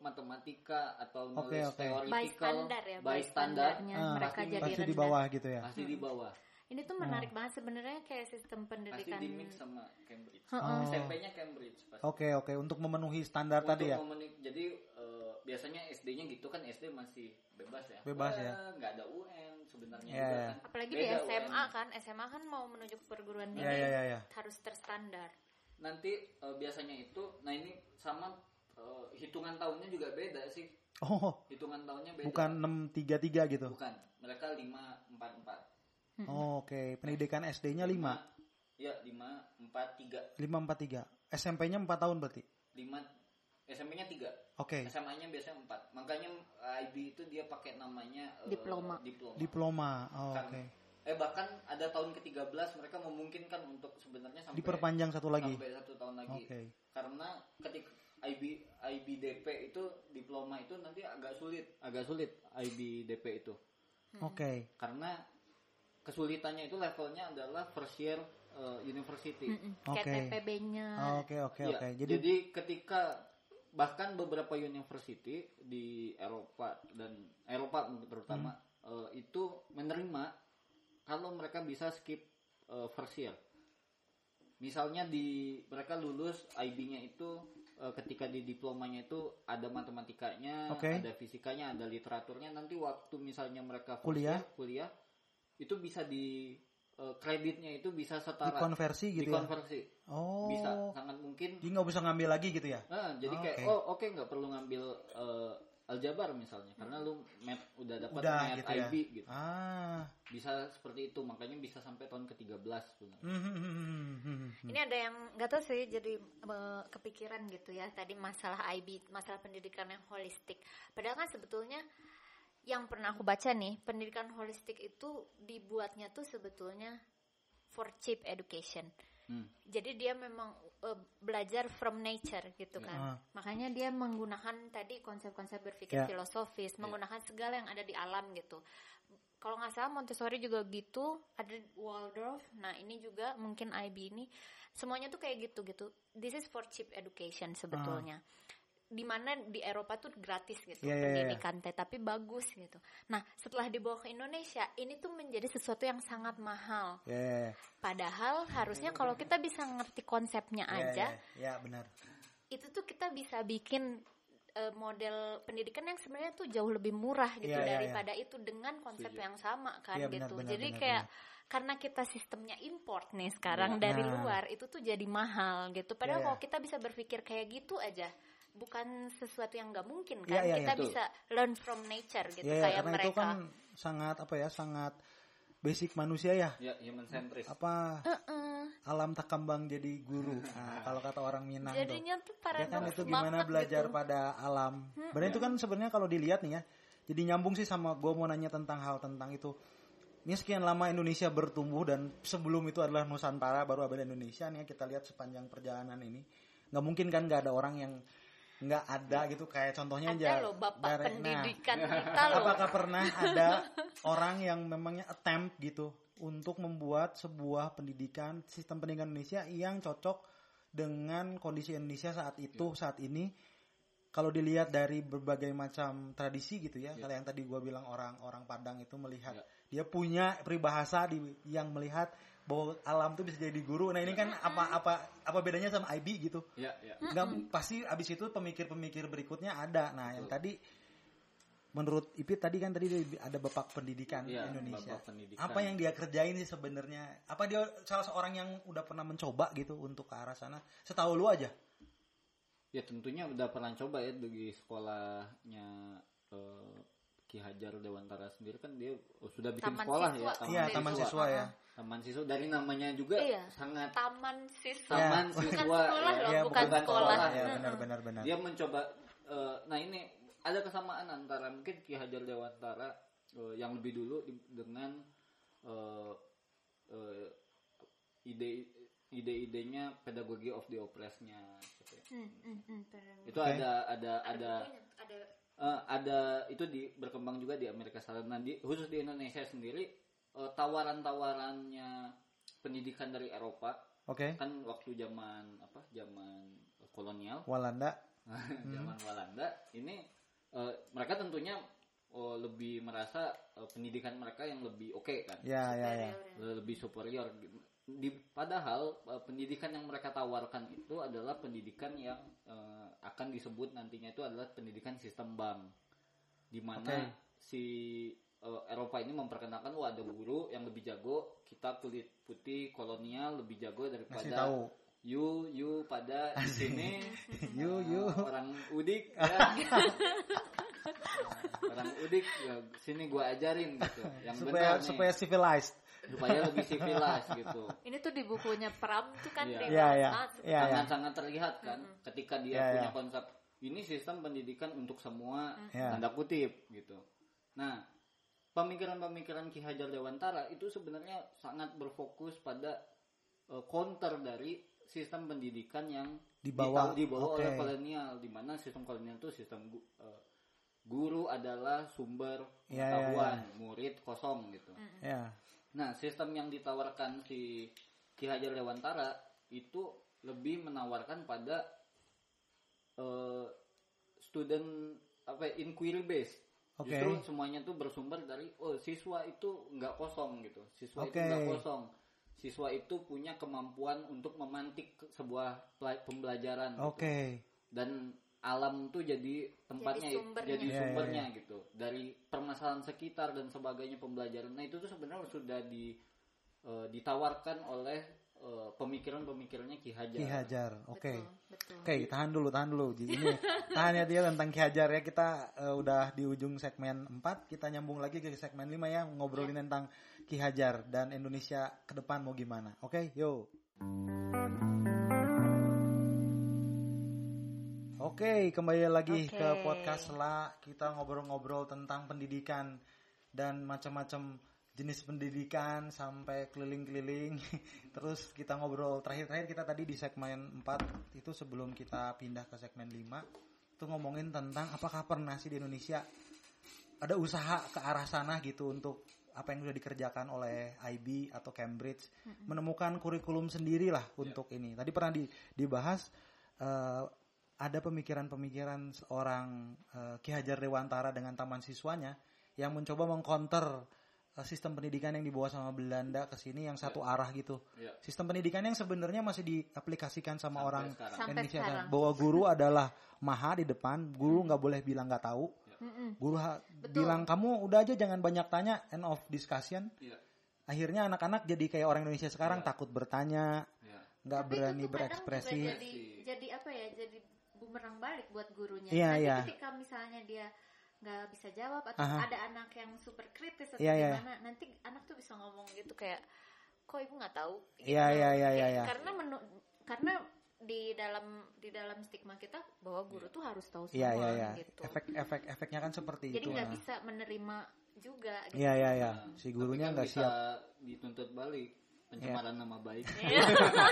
matematika Oke, atau knowledge oke. theoretical, by standar ya by by standar, standarnya Ah, mereka pasti- jadi Pasti di rendah bawah Ah. gitu ya. pasti di bawah. Ini tuh menarik banget sebenarnya kayak sistem Pasti pendidikan. kan di mix sama Cambridge. Oh. SMP-nya Cambridge pasti. Oke, oke. Untuk memenuhi standar Untuk tadi ya. memenuhi- jadi eh, biasanya SD-nya gitu kan SD masih bebas ya. Bebas Wah, ya. Nggak ada UN sebenarnya. Iya, juga iya. kan. apalagi di Beda SMA UN. kan SMA kan mau menuju ke perguruan tinggi Ya, ya, ya, ya. harus terstandar Nanti eh, biasanya itu, nah ini sama eh, hitungan tahunnya juga beda sih. Oh, Hitungan tahunnya beda. bukan 633 gitu. Bukan. Mereka lima empat empat. Oh, Oke, pendidikan SD-nya 5. Ya lima empat tiga 543. SMP-nya 4 tahun berarti. lima SMP-nya tiga. Oke. SMA-nya biasanya empat. Makanya IB itu dia pakai namanya eh, Diploma. Diploma. Diploma. Oh, Kan. Oke. Eh bahkan ada tahun ke-13 mereka memungkinkan untuk sebenarnya sampai Diperpanjang satu lagi. sampai satu tahun lagi. Oke. Karena ketika IB IBDP itu diploma itu nanti agak sulit, agak sulit IBDP itu. Oke. Karena kesulitannya itu levelnya adalah first year eh, university. Hmm. Kayak Oke. Oh. TPB-nya. Oke, oke, Iya, oke. Jadi, Jadi ketika bahkan beberapa university di Eropa dan Eropa terutama Hmm. eh, itu menerima kalau mereka bisa skip eh, first year. Misalnya di mereka lulus IB-nya itu eh, ketika di diplomanya itu ada matematikanya, Oke. ada fisikanya, ada literaturnya. Nanti waktu misalnya mereka first Kuliah. year, kuliah itu bisa di eh, kreditnya itu bisa setara dikonversi gitu ya. dikonversi. Oh. Bisa sangat mungkin Jadi nggak bisa ngambil lagi gitu ya? Nah, jadi Oh, kayak oke. oh oke nggak perlu ngambil eh, aljabar misalnya karena lu map udah dapat Udah map gitu ya. IB gitu. Ah. Bisa seperti itu makanya bisa sampai tahun ke-13 sebenarnya. Hmm. ini ada yang nggak tahu sih jadi eh, kepikiran gitu ya tadi masalah IB masalah pendidikan yang holistik padahal kan sebetulnya yang pernah aku baca nih pendidikan holistik itu dibuatnya tuh sebetulnya for cheap education Hmm. jadi dia memang eh, belajar from nature gitu kan Ah. makanya dia menggunakan tadi konsep-konsep berpikir Ya. filosofis menggunakan segala yang ada di alam gitu kalau nggak salah Montessori juga gitu ada Waldorf nah ini juga mungkin IB ini semuanya tuh kayak gitu gitu this is for cheap education Ah. sebetulnya dimana di Eropa tuh gratis gitu Iya, iya, iya. pendidikan teh tapi bagus gitu nah setelah dibawa ke Indonesia ini tuh menjadi sesuatu yang sangat mahal Ya. padahal harusnya kalau kita bisa ngerti konsepnya ya, aja Ya, ya, benar. itu tuh kita bisa bikin eh, model pendidikan yang sebenarnya tuh jauh lebih murah gitu Iya, iya, daripada itu dengan konsep yang sama kan Iya, benar, gitu. benar, Jadi benar, kayak karena kita sistemnya import nih sekarang dari Nah. luar itu tuh jadi mahal gitu. Padahal Iya, kalau iya. kita bisa berpikir kayak gitu aja bukan sesuatu yang nggak mungkin Iya, kan. iya, kita iya. bisa learn from nature gitu Ya, ya, kayak karena mereka. itu kan sangat apa ya? Sangat basic manusia ya. Ya, human centris. Apa Heeh. alam tak kembang jadi guru. Nah, kalau kata orang Minang tuh. Jadinya tuh Ya paradoks kan itu gimana banget belajar gitu. pada alam. Berarti itu kan sebenarnya kalau dilihat nih ya, jadi nyambung sih sama gue mau nanya tentang hal tentang itu ini sekian lama Indonesia bertumbuh dan sebelum itu adalah Nusantara baru abad Indonesia nih ya, kita lihat sepanjang perjalanan ini nggak mungkin kan nggak ada orang yang nggak ada gitu kayak contohnya Ada aja loh dari- bapak nah, (laughs) pendidikan kita loh. apakah pernah ada orang yang memangnya attempt gitu untuk membuat sebuah pendidikan sistem pendidikan Indonesia yang cocok dengan kondisi Indonesia saat itu saat ini kalau dilihat dari berbagai macam tradisi gitu ya kalau yang tadi gua bilang orang-orang Padang itu melihat dia punya peribahasa di, yang melihat bahwa alam tuh bisa jadi guru nah ini kan apa apa apa bedanya sama IB gitu ya ya nggak pasti abis itu pemikir-pemikir berikutnya ada nah yang tadi menurut Ipit tadi kan tadi dia ada bapak pendidikan Iya, Indonesia Bapak Pendidikan. apa yang dia kerjain sih sebenarnya apa dia salah seorang yang udah pernah mencoba gitu untuk ke arah sana setahu lu aja ya tentunya udah pernah coba ya di sekolahnya eh, Ki Hajar Dewantara sendiri kan dia oh, sudah bikin Taman sekolah siswa. ya iya taman siswa ya taman siswa dari namanya juga Iya. sangat Taman siswa. Iya. taman Bukan siswa sekolah ya. loh, Iya, bukan sekolah. ya Mm-mm. benar-benar benar dia mencoba eh, nah ini ada kesamaan antara mungkin Ki Hajar Dewantara eh, yang lebih dulu di- dengan eh, eh, ide ide-idenya pedagogi of the oppressed-nya gitu ya. Hmm, hmm, hmm, bener. itu Oke. ada ada ada Ini ada eh, ada itu di berkembang juga di Amerika Selatan Nah, di- khusus di Indonesia sendiri eh, tawaran-tawarannya pendidikan dari Eropa oke kan waktu zaman apa zaman kolonial Walanda (laughs) Hmm. zaman Walanda ini eh, mereka tentunya eh, lebih merasa eh, pendidikan mereka yang lebih oke kan Iya, ya ya ya lebih superior di padahal eh, pendidikan yang mereka tawarkan itu adalah pendidikan yang eh, akan disebut nantinya itu adalah pendidikan sistem bank di mana si eh, Eropa ini memperkenalkan wah ada guru yang lebih jago kita kulit putih kolonial lebih jago ngasih daripada tahu you you pada di (laughs) sini You, eh, you. orang (laughs) udik ya. orang udik ya, sini gua ajarin gitu yang supaya benar nih supaya civilized supaya lebih civilized (laughs) gitu Ini tuh di bukunya Pram tuh kan dia Iya. Iya, bahas iya. banget Iya, iya. sangat-sangat terlihat kan ketika dia Iya, punya iya. konsep ini sistem pendidikan untuk semua Iya. tanda kutip gitu nah pemikiran-pemikiran Ki Hajar Dewantara itu sebenarnya sangat berfokus pada eh, counter dari sistem pendidikan yang Dibawa, dita- dibawa oleh oke. kolonial di mana sistem kolonial itu sistem gu- eh, guru adalah sumber Iya, iya, iya. pengetahuan murid kosong gitu ya Nah, sistem yang ditawarkan si Ki Hajar Dewantara itu lebih menawarkan pada eh, student apa ya, inquiry based. Oke. Justru semuanya tuh bersumber dari oh siswa itu nggak kosong gitu. Siswa itu Oke. nggak kosong. Siswa itu punya kemampuan untuk memantik ke- sebuah pela- pembelajaran. gitu. oke Dan alam tuh jadi Jadi tempatnya sumbernya. jadi Iya, iya, sumbernya gitu dari permasalahan sekitar dan sebagainya pembelajaran nah itu tuh sebenarnya sudah di eh, ditawarkan oleh eh, pemikiran-pemikirannya Ki Hajar. Ki Hajar oke Betul. Oke, tahan dulu, tahan dulu. Ji. Ini tahan ya dia tentang Ki Hajar ya. Kita eh, udah di ujung segmen 4, kita nyambung lagi ke segmen 5 ya, ngobrolin tentang Ki Hajar dan Indonesia ke depan mau gimana. Oke, yo. Oke, kembali lagi Oke. ke podcast lah. Kita ngobrol-ngobrol tentang pendidikan dan macam-macam jenis pendidikan sampai keliling-keliling. (laughs) Terus kita ngobrol terakhir-terakhir kita tadi di segmen 4 itu sebelum kita pindah ke segmen 5 itu ngomongin tentang apakah pernah sih di Indonesia ada usaha ke arah sana gitu untuk apa yang sudah dikerjakan oleh IB atau Cambridge menemukan kurikulum sendiri lah untuk Ya. ini. Tadi pernah di- dibahas eh, ada pemikiran-pemikiran seorang eh, Ki Hajar Dewantara dengan taman siswanya yang mencoba mengkonter eh, sistem pendidikan yang dibawa sama Belanda ke sini yang satu arah gitu. Ya. Sistem pendidikan yang sebenarnya masih diaplikasikan sama Sampai orang sekarang. Sampai Indonesia kan? sekarang. bahwa guru adalah maha di depan, guru nggak boleh bilang nggak tahu Hmm, guru ha- bilang kamu udah aja jangan banyak tanya end of discussion Iya, akhirnya anak-anak jadi kayak orang Indonesia sekarang takut bertanya iya. nggak Tapi itu tuh berani kadang juga berekspresi Jadi, jadi apa ya? Jadi bumerang balik buat gurunya. Iya, Nanti iya. ketika misalnya dia nggak bisa jawab atau Aha. ada anak yang super kritis atau Iya, iya. gimana, nanti anak tuh bisa ngomong gitu. Itu kayak kok ibu nggak tahu? Iya, iya, iya, iya, iya. Karena menu- karena di dalam di dalam stigma kita bahwa guru tuh harus tahu Iya semua iya iya. gitu. Efek-efek efeknya kan seperti Jadi itu. nggak nah. bisa menerima juga gitu. Iya iya iya. Nah, Si tapi gurunya kan nggak bisa siap. Iya. dituntut balik pencemaran nama baik. Iya. (laughs)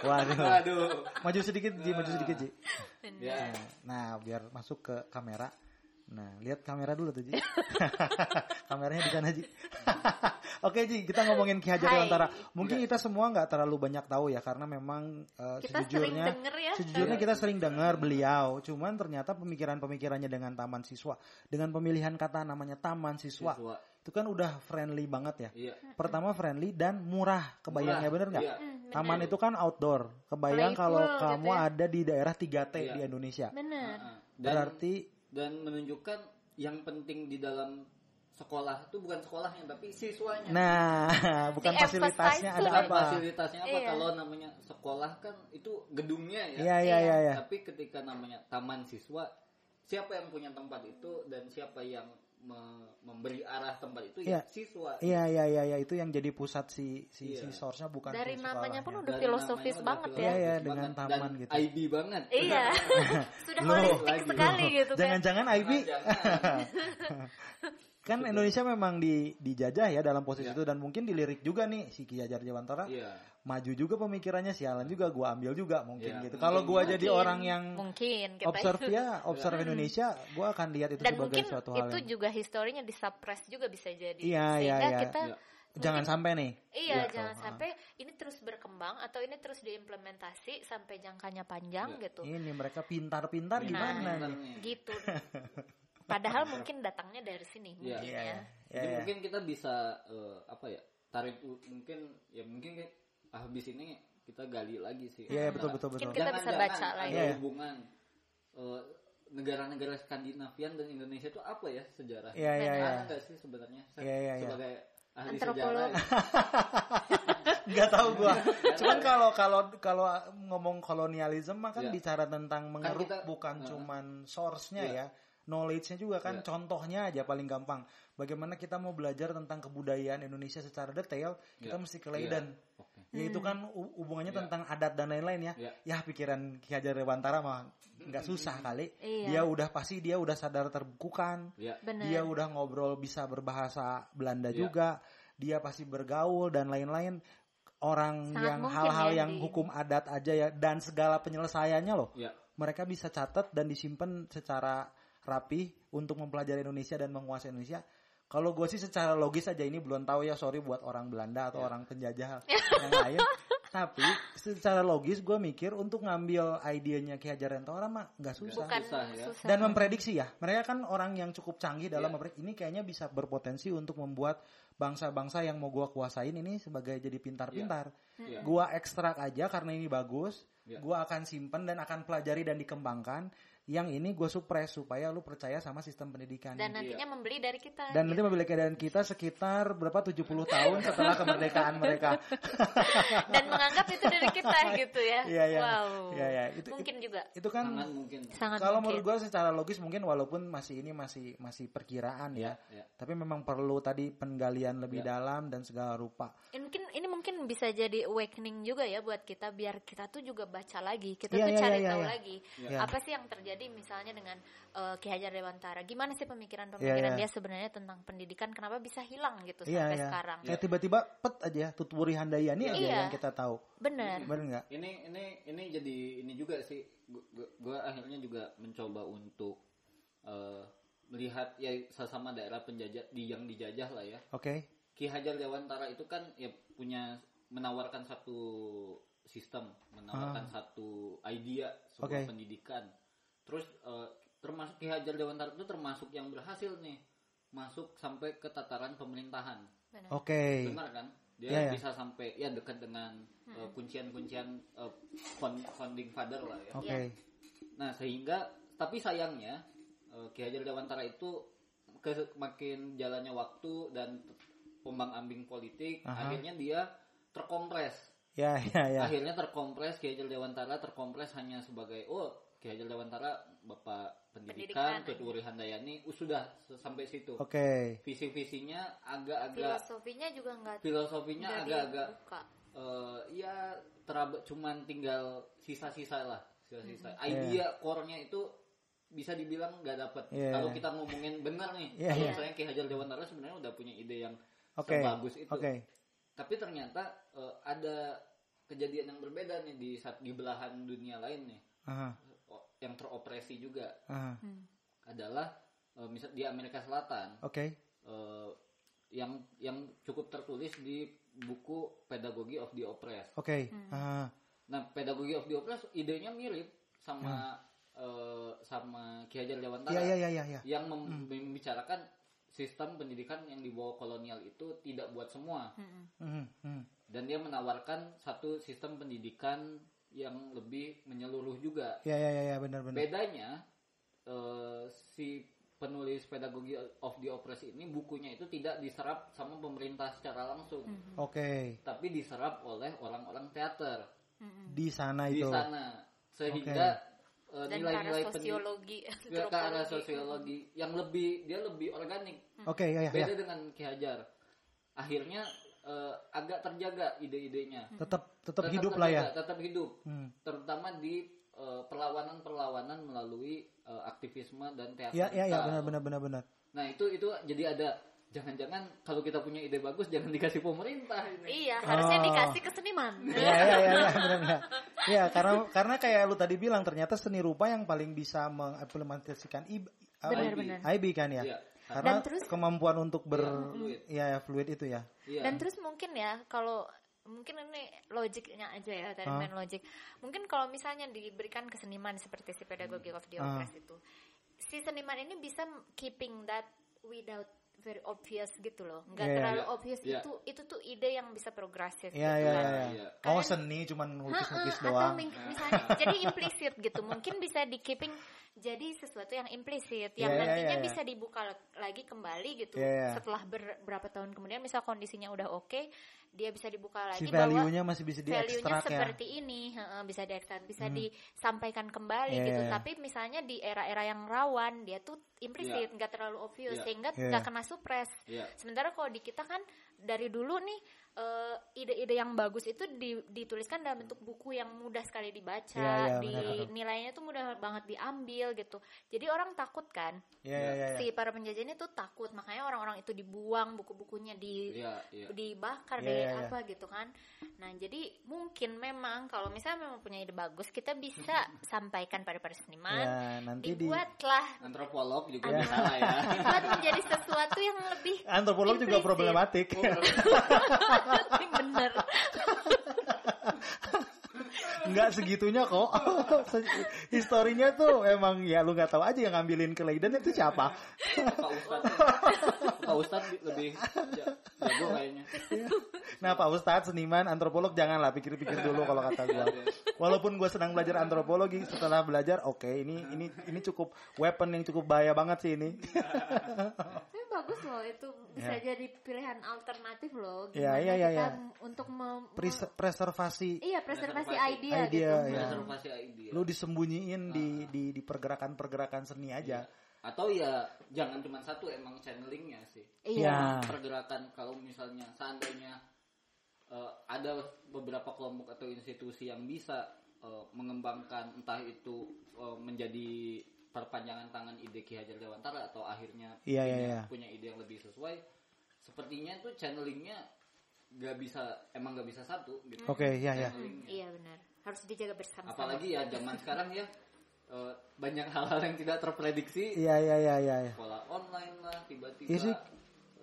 Waduh. Aduh. Maju sedikit Ji, maju sedikit Ji. gitu. Ya. Nah, biar masuk ke kamera. Nah, lihat kamera dulu (laughs) tuh Ji. Kameranya di sana Ji. (laughs) Oke Ji, kita ngomongin Ki Hajar Hai. Dewantara. Mungkin kita semua nggak terlalu banyak tahu ya karena memang eh, Kita sering sejujurnya denger ya. Sejujurnya kita sering dengar beliau, cuman ternyata pemikiran-pemikirannya dengan taman siswa, dengan pemilihan kata namanya taman siswa, Siswa. itu kan udah friendly banget ya. Iya. Pertama friendly dan murah, kebayangnya Murah, bener nggak? iya. Mm, bener. Taman itu kan outdoor, kebayang Playful kalau gitu kamu ya. ada di daerah 3T Iya. di Indonesia. Bener. Iya. Nah, Dan, Berarti dan menunjukkan yang penting di dalam sekolah itu bukan sekolahnya tapi siswanya. nah, (laughs) bukan Di-emphasize fasilitasnya tuh ada Bukan apa? Nah, fasilitasnya apa Iya. kalau namanya sekolah kan itu gedungnya ya. Iya, iya, iya, iya. Tapi ketika namanya taman siswa, siapa yang punya tempat itu dan siapa yang me- memberi arah tempat itu Iya. ya siswa. Iya, iya, iya, iya, itu yang jadi pusat si si, Iya. si source-nya bukan si Dari sekolahnya. namanya pun udah Dari filosofis namanya banget udah ya. Iya, iya, filosofis dengan banget. taman Dan gitu. IB banget. Iya. (laughs) Sudah Loh, holistik lagi. sekali gitu kan. Jangan-jangan IB Iya. Jangan-jangan. kan Indonesia memang di dijajah ya dalam posisi Iya. itu dan mungkin dilirik juga nih si Ki Hajar Dewantara Iya. maju juga pemikirannya sialan juga gua ambil juga mungkin Iya, gitu. mungkin. Kalau gua Mungkin, jadi orang yang mungkin kita observe ya, observe Indonesia, gua akan lihat itu dan sebagai mungkin suatu hal itu yang juga historinya disuppress juga bisa jadi Iya, iya, sehingga iya. kita Iya. jangan sampai nih. Iya, Gitu. jangan sampai ini terus berkembang atau ini terus diimplementasi sampai jangkanya panjang gitu. Ini mereka Nah, pintar-pintar gimana nih? (laughs) Gitu. Padahal mungkin datangnya dari sini mungkin Iya. Iya, ya. iya. Jadi Iya, mungkin kita bisa eh, apa ya tarik u- mungkin ya mungkin kayak habis ini kita gali lagi sih. Iya, iya, betul betul Mungkin betul. kita bisa baca ada lagi. Iya, iya. hubungan eh, negara-negara Skandinavian dan Indonesia itu apa ya sejarah? Iya, iya, (laughs) iya. Ada nggak sih sebenarnya? Se- Iya, iya, iya. Sebagai ahli Antropolog. sejarah. nggak tahu gua. Cuman kalau kalau kalau ngomong kolonialisme mah kan Iya. bicara tentang mengeruk kita- bukan Heeh. cuman source-nya Iya. ya. Knowledge-nya juga kan Iya. contohnya aja paling gampang. Bagaimana kita mau belajar tentang kebudayaan Indonesia secara detail, kita Iya. mesti ke Iya. Leiden. Oke. Ya Hmm. itu kan hu- hubungannya Iya. tentang adat dan lain-lain ya. Iya. Ya pikiran Ki Hajar Dewantara mah nggak susah kali. Iya. Dia udah pasti dia udah sadar terbukukan. Iya. Benar. Dia udah ngobrol bisa berbahasa Belanda Iya. juga. Dia pasti bergaul dan lain-lain. Orang Sangat yang mungkin hal-hal ya, yang Di. hukum adat aja ya dan segala penyelesaiannya loh. Iya. Mereka bisa catat dan disimpan secara rapi untuk mempelajari Indonesia dan menguasai Indonesia. Kalau gue sih secara logis aja ini belum tahu ya sorry buat orang Belanda atau orang penjajah yang lain. Tapi secara logis gue mikir untuk ngambil idenya Ki Hajar Dewantara mah nggak susah Bukan Susah susah. ya. dan memprediksi ya mereka kan orang yang cukup canggih dalam memprediksi ini kayaknya bisa berpotensi untuk membuat bangsa-bangsa yang mau gua kuasain ini sebagai jadi pintar-pintar Iya. gua ekstrak aja karena ini bagus Iya. gua akan simpen dan akan pelajari dan dikembangkan yang ini gue supres supaya lu percaya sama sistem pendidikan Dan nantinya membeli dari kita. dan nanti membeli keadaan kita sekitar berapa 70 tahun setelah kemerdekaan mereka (laughs) Dan menganggap itu dari kita gitu ya. Iya, iya. Wow. Iya, iya. Itu- mungkin juga. itu kan Sangat mungkin. Sangat kalau menurut mungkin. gue secara logis mungkin walaupun masih ini masih masih perkiraan ya, Iya. tapi memang perlu tadi penggalian lebih dalam dan segala rupa. Ini mungkin ini mungkin bisa jadi awakening juga ya buat kita biar kita tuh juga baca lagi kita Iya, tuh iya, cari iya, tahu iya. lagi Iya. apa sih yang terjadi misalnya dengan eh, Ki Hajar Dewantara gimana sih pemikiran Iya, pemikiran iya. dia sebenarnya tentang pendidikan kenapa bisa hilang gitu Iya sampai ya. sekarang Kayak tiba-tiba pet aja Tutwuri Handayani aja Iya. yang kita tahu. bener Iya, Benar nggak? Ini ini ini jadi ini juga sih gue akhirnya juga mencoba untuk eh, melihat ya sesama daerah penjajah di yang dijajah lah ya. Oke. Iya. Ki Hajar Dewantara itu kan ya punya menawarkan satu sistem, menawarkan satu idea sebuah Oke. pendidikan. Terus eh, termasuk Ki Hajar Dewantara itu termasuk yang berhasil nih masuk sampai ke tataran pemerintahan. bener. Oke. Benar kan? Dia Iya, iya. bisa sampai ya dekat dengan eh, kuncian-kuncian eh, fon- founding father lah ya. Oke. Iya. Nah, sehingga tapi sayangnya eh, Ki Hajar Dewantara itu ke, makin jalannya waktu dan pembang-ambing politik, Aha. akhirnya dia terkompres. Ya ya ya. Akhirnya terkompres Ki Hajar Dewantara terkompres hanya sebagai oh Ki Hajar Dewantara Bapak Pendidikan, Pendidikan. Tuturi Handayani, uh, sudah se- sampai situ. Oke. Visi-visinya agak-agak filosofinya juga nggak filosofinya nggak agak-agak dibuka. eh, ya teraba cuman tinggal sisa-sisa lah sisa-sisa Mm-hmm. idea core-nya itu bisa dibilang nggak dapet Iya. kalau kita ngomongin benar nih Iya, kalau iya. misalnya Ki Hajar Dewantara sebenarnya udah punya ide yang Oke. sebagus itu Oke. tapi ternyata eh, ada kejadian yang berbeda nih di saat di belahan dunia lain nih Aha, o- yang teropresi juga aha. Hmm. adalah eh, misal di Amerika Selatan Oke. eh, yang yang cukup tertulis di buku Pedagogy of the Oppressed. Oke. Hmm. Aha. Nah, Pedagogy of the Oppressed idenya mirip sama eh, sama Ki Hajar Dewantara Hmm. Iya, iya, iya, iya, iya. yang mem- membicarakan sistem pendidikan yang di bawah kolonial itu tidak buat semua Hmm, Mhm, mhm. dan dia menawarkan satu sistem pendidikan yang lebih menyeluruh juga. Iya, iya, iya, iya, benar, benar. bedanya eh, si penulis pedagogi of the oppressed ini bukunya itu tidak diserap sama pemerintah secara langsung Hmm. Oke. Hmm. tapi diserap oleh orang-orang teater hmm, Di sana Nah, di itu. sana sehingga eh, dan ke arah nilai-nilai Iya. pendidikan sosiologi ke arah antropologi. sosiologi yang lebih dia lebih organik Oke, iya, iya, iya. beda dengan Ki Hajar akhirnya eh, agak terjaga ide-idenya Hmm. Tetap tetap hidup lah ya. terjaga, tetap hidup Hmm. terutama di eh, perlawanan-perlawanan melalui eh, aktivisme dan teater. Iya, iya, iya, kita. benar, benar, benar, benar. Nah, itu itu jadi ada jangan-jangan kalau kita punya ide bagus (laughs) jangan dikasih pemerintah ini. iya harusnya Oh. dikasih ke seniman Iya, iya, iya, iya, benar, benar. Iya, karena karena kayak lu tadi bilang ternyata seni rupa yang paling bisa mengimplementasikan IB, Benar, IB. benar. IB kan ya. Iya. Karena Dan terus- kemampuan untuk ber Iya, fluid. ya, ya, fluid itu ya. Iya. Dan terus mungkin ya kalau mungkin ini logiknya aja ya dari Hah? main logik. Mungkin kalau misalnya diberikan ke seniman seperti si Hmm. pedagogi of the oppressed Ah. itu, si seniman ini bisa keeping that without very obvious gitu loh. Enggak Iya, iya, terlalu iya. obvious Iya. itu itu tuh ide yang bisa progresif Iya, gitu iya, kan. iya. Iya. iya. Oh, seni cuman Heeh, ngelukis-ngelukis atau doang. ming- misalnya jadi implisit gitu mungkin bisa di keeping jadi sesuatu yang implisit yang Iya, iya, nantinya iya, iya. bisa dibuka l- lagi kembali gitu Iya, iya. setelah beberapa tahun kemudian misal kondisinya udah oke dia bisa dibuka lagi Si bahwa value-nya masih bisa value-nya diekstrak ya. seperti ini heeh, bisa diekstrak bisa disampaikan kembali Iya, gitu iya. tapi misalnya di era-era yang rawan dia tuh implisit Iya. nggak terlalu obvious Iya. sehingga Iya. nggak kena supres Iya. Sementara kalau di kita kan dari dulu nih eh, ide-ide yang bagus itu di- dituliskan dalam bentuk buku yang mudah sekali dibaca, Iya, iya, di benar. nilainya tuh mudah banget diambil gitu. Jadi orang takut kan, Iya, iya, iya, iya. si para penjajah ini tuh takut, makanya orang-orang itu dibuang buku-bukunya di Iya, iya. dibakar Iya, deh iya, iya. apa gitu kan. Nah jadi mungkin memang kalau misalnya memang punya ide bagus kita (laughs) bisa sampaikan pada para seniman, Ya, nanti di dibuatlah Antropolog juga salah ya. (laughs) dibuat menjadi sesuatu yang lebih antropolog juga ah. implisit. problematik. Oh, bener (laughs) nggak segitunya kok (laughs) Se- historinya tuh emang ya lu nggak tahu aja yang ngambilin ke Leiden itu siapa (laughs) Pak Ustad. Pak Ustad lebih ja- jago kayaknya. nah pak Ustadz seniman antropolog janganlah pikir-pikir dulu kalau kata gua Iya, walaupun gua senang belajar antropologi setelah belajar oke ini ini ini cukup weapon yang cukup bahaya banget sih ini (laughs) Tapi bagus loh itu bisa Ya. jadi pilihan alternatif loh. Iya, Gimana iya, iya, kita iya. m- untuk mem- Pres- preservasi iya preservasi Preservasi. idea, Idea, gitu. iya. Konservasi idea. lu disembunyiin di di di pergerakan-pergerakan seni aja Atau ya jangan cuma satu emang channelingnya sih. Iya. Ah. pergerakan kalau misalnya seandainya eh, ada beberapa kelompok atau institusi yang bisa eh, mengembangkan entah itu eh, menjadi perpanjangan tangan ide Ki Hajar Dewantara atau akhirnya Iya, punya, iya, iya. punya ide yang lebih sesuai sepertinya itu channelingnya nggak bisa emang nggak bisa satu gitu oke ya ya Channelingnya. iya benar harus dijaga bersama apalagi ya zaman sekarang ya eh, banyak hal-hal yang tidak terprediksi iya ya ya ya ya. sekolah online lah tiba-tiba Iya sih.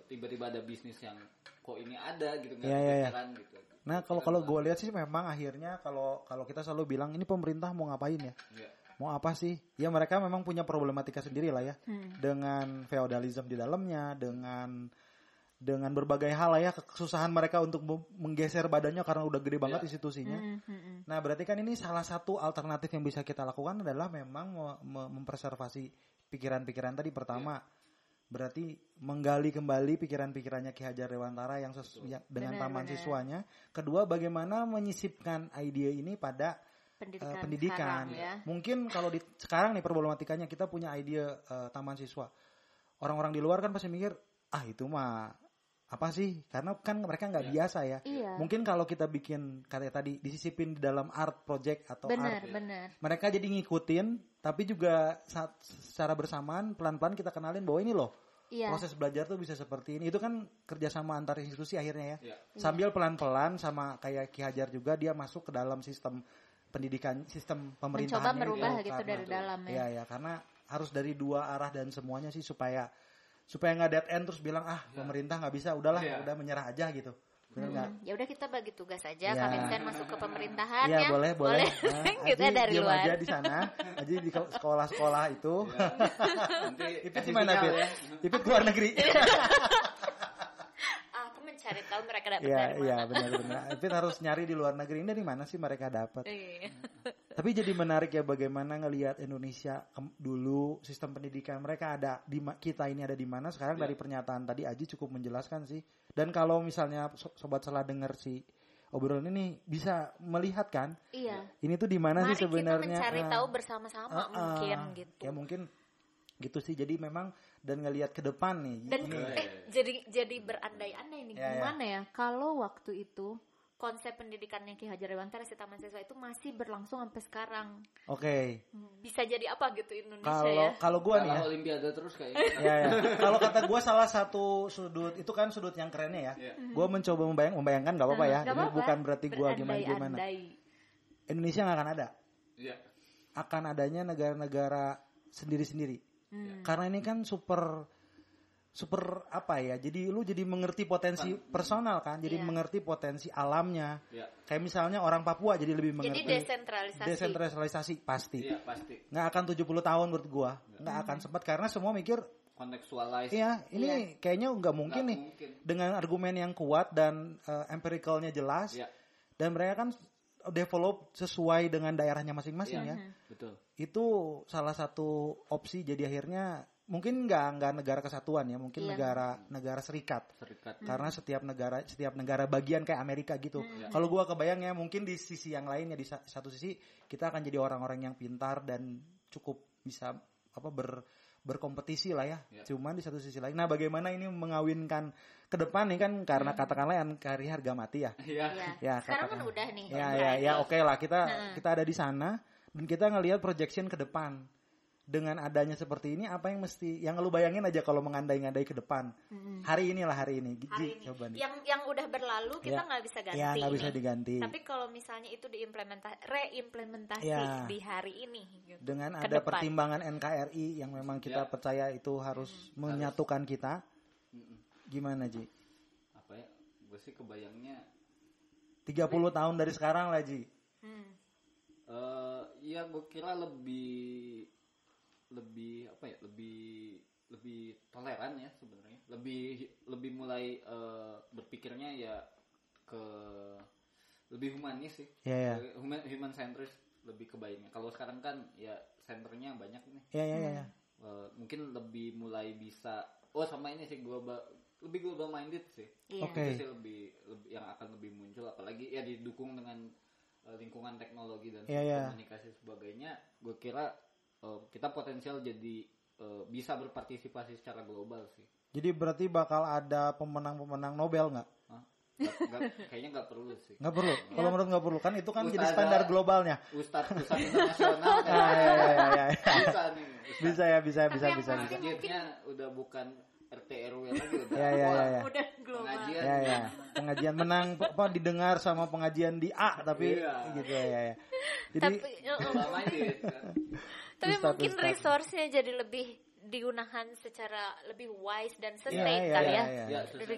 tiba-tiba ada bisnis yang kok ini ada gitu nggak Iya, iya, iya. kepikiran gitu nah kalau kalau gue lihat sih memang akhirnya kalau kalau kita selalu bilang ini pemerintah mau ngapain ya Iya. mau apa sih? Ya mereka memang punya problematika sendiri lah ya, dengan feodalisme di dalamnya, dengan dengan berbagai hal lah ya kesusahan mereka untuk mem- menggeser badannya karena udah gede banget institusinya. Mm-hmm. Nah berarti kan ini salah satu alternatif yang bisa kita lakukan adalah memang me- me- mempreservasi pikiran-pikiran tadi Iya. pertama. Berarti menggali kembali pikiran-pikirannya Ki Hajar Dewantara yang, sesu- yang- dengan Benar, taman benar. siswanya. Kedua, bagaimana menyisipkan ide ini pada Pendidikan, eh, sekarang pendidikan. ya. Mungkin kalau di sekarang nih problematikanya kita punya ide eh, taman siswa. Orang-orang di luar kan pasti mikir, ah itu mah apa sih? Karena kan mereka nggak biasa ya. Iya. Mungkin kalau kita bikin karya tadi disisipin di dalam art project atau Benar, art, ya. benar. mereka jadi ngikutin, tapi juga saat secara bersamaan pelan-pelan kita kenalin bahwa ini loh Iya. proses belajar tuh bisa seperti ini. Itu kan kerjasama antar institusi akhirnya ya. Iya. Sambil pelan-pelan sama kayak Ki Hajar juga dia masuk ke dalam sistem pendidikan, sistem Mencoba pemerintahan. merubah gitu karena- dari dalam ya. Iya ya, karena harus dari dua arah dan semuanya sih supaya supaya nggak dead end terus bilang ah pemerintah nggak bisa, udahlah, Iya. udah menyerah aja gitu. Bener Hmm. nggak? Ya udah kita bagi tugas Ya. aja, Kak Vincent masuk ke pemerintahan Iya ya. boleh boleh. (laughs) Nah, (laughs) Gitu kita Aji dari diem luar. aja di sana. Aji di ko- sekolah-sekolah itu. Iya. Nanti (laughs) Ipit kasih di mana sinyal Pit? ya. Ipit keluar (laughs) negeri. Aku mencari tahu mereka dapat Iya dari mana. iya benar-benar. Ipit harus nyari di luar negeri ini dari mana sih mereka dapat. Iya. Tapi jadi menarik ya bagaimana ngelihat Indonesia kem- dulu sistem pendidikan mereka ada di ma- kita ini ada di mana sekarang dari pernyataan tadi Aji cukup menjelaskan sih. Dan kalau misalnya so- sobat salah dengar si obrolan ini bisa melihat kan Iya. ini tuh di mana Mari sih sebenarnya? kita mencari Ah, tahu ah, bersama-sama ah. mungkin gitu. Ya mungkin gitu sih. Jadi memang dan ngelihat ke depan nih. Dan ini. Boleh. eh, jadi jadi berandai-andai nih Ya, ya. gimana Gimana ya? Kalau waktu itu konsep pendidikannya Ki Hajar Dewantara si Taman Siswa itu masih berlangsung sampai sekarang. Oke. Bisa jadi apa gitu Indonesia Kalau ya? kalau gua nih ya. Kalau olimpiade terus (laughs) gitu. kayaknya. Ya, ya. Kalau kata gue salah satu sudut itu kan sudut yang kerennya ya. Iya. Gue mencoba membayang, membayangkan nggak apa-apa ya. Nggak Ini apa-apa. bukan berarti gue gimana gimana. Berandai-andai. Indonesia nggak akan ada. Iya. Akan adanya negara-negara sendiri-sendiri. Karena ini kan super super apa ya. Jadi lu jadi mengerti potensi personal kan. Jadi mengerti potensi alamnya. Iya. Kayak misalnya orang Papua jadi lebih Jadi mengerti desentralisasi. desentralisasi pasti. Iya pasti Nggak akan 70 tahun menurut gua. Nggak akan sempat karena semua mikir kontekstualize. Iya, ini kayaknya nggak mungkin Nggak nih mungkin. dengan argumen yang kuat dan eh, empiricalnya jelas. Iya. Dan mereka kan develop sesuai dengan daerahnya masing-masing ya. Betul. Itu salah satu opsi. Jadi akhirnya mungkin nggak nggak negara kesatuan ya, mungkin negara negara serikat. Serikat. Karena setiap negara setiap negara bagian kayak Amerika gitu. Kalau gua kebayang Hmm. ya mungkin di sisi yang lainnya di sa- satu sisi kita akan jadi orang-orang yang pintar dan cukup bisa apa ber berkompetisi lah ya. Cuman di satu sisi lain nah bagaimana ini mengawinkan ke depan nih kan karena katakanlah yang kari harga mati ya. Iya. Ya. Ya, Sekarang kan katakan. udah nih. Ya ya ya oke lah kita kita ada di sana dan kita ngelihat projection ke depan. Dengan adanya seperti ini apa yang mesti yang lu bayangin aja kalau mengandai-ngandai ke depan. Hari inilah Hmm. hari ini. Ji, Hari ini. coba nih. Yang yang udah berlalu Ya. kita nggak bisa ganti. Ya nggak bisa nih. diganti. Tapi kalau misalnya itu diimplementasi reimplementasi Ya. di hari ini gitu. Dengan ke ada depan. pertimbangan NKRI yang memang kita Ya. percaya itu harus Mm-hmm. menyatukan kita. Gimana Ji? Apa ya? Gue sih kebayangnya 30 tahun dari sekarang lah Ji. Hmm. eh ya gue kira lebih lebih apa ya lebih lebih toleran ya sebenarnya lebih lebih mulai eh, berpikirnya ya ke lebih humanis sih Ya, ya. Eh, human human centris lebih kebaiknya kalau sekarang kan ya senternya banyak nih Ya ya ya. ya. Mm-hmm. Eh, mungkin lebih mulai bisa oh sama ini sih global lebih global minded sih Iya. Oke. itu sih lebih, lebih- yang akan lebih muncul apalagi ya didukung dengan eh, lingkungan teknologi dan Iya, iya. komunikasi sebagainya gue kira eh, kita potensial jadi eh, bisa berpartisipasi secara global sih Jadi berarti bakal ada pemenang-pemenang Nobel nggak? Hah? Nggak- nggak- kayaknya nggak perlu sih Nggak perlu. Iya. Kalau menurut nggak perlu kan itu kan jadi Ustazah. standar globalnya. Ustadz Ustadz internasional (laughs) Ya, kayak ya, ya, ya, ya. bisa nih Ustadz. Bisa ya bisa bisa yang bisa. bisa. pasti- masjidnya udah bukan RT RW lagi udah Ya ya ya ya. Udah global. pengajian Ya ya. Pengajian menang apa didengar sama pengajian di A tapi Iya. gitu ya ya. ya. Jadi Tapi eh, Global minded, kan. Iya, Tapi Ustadz, mungkin ustadz. resource-nya jadi lebih digunakan secara lebih wise dan ya, sustain ya, kali ya, ya. ya. ya Resource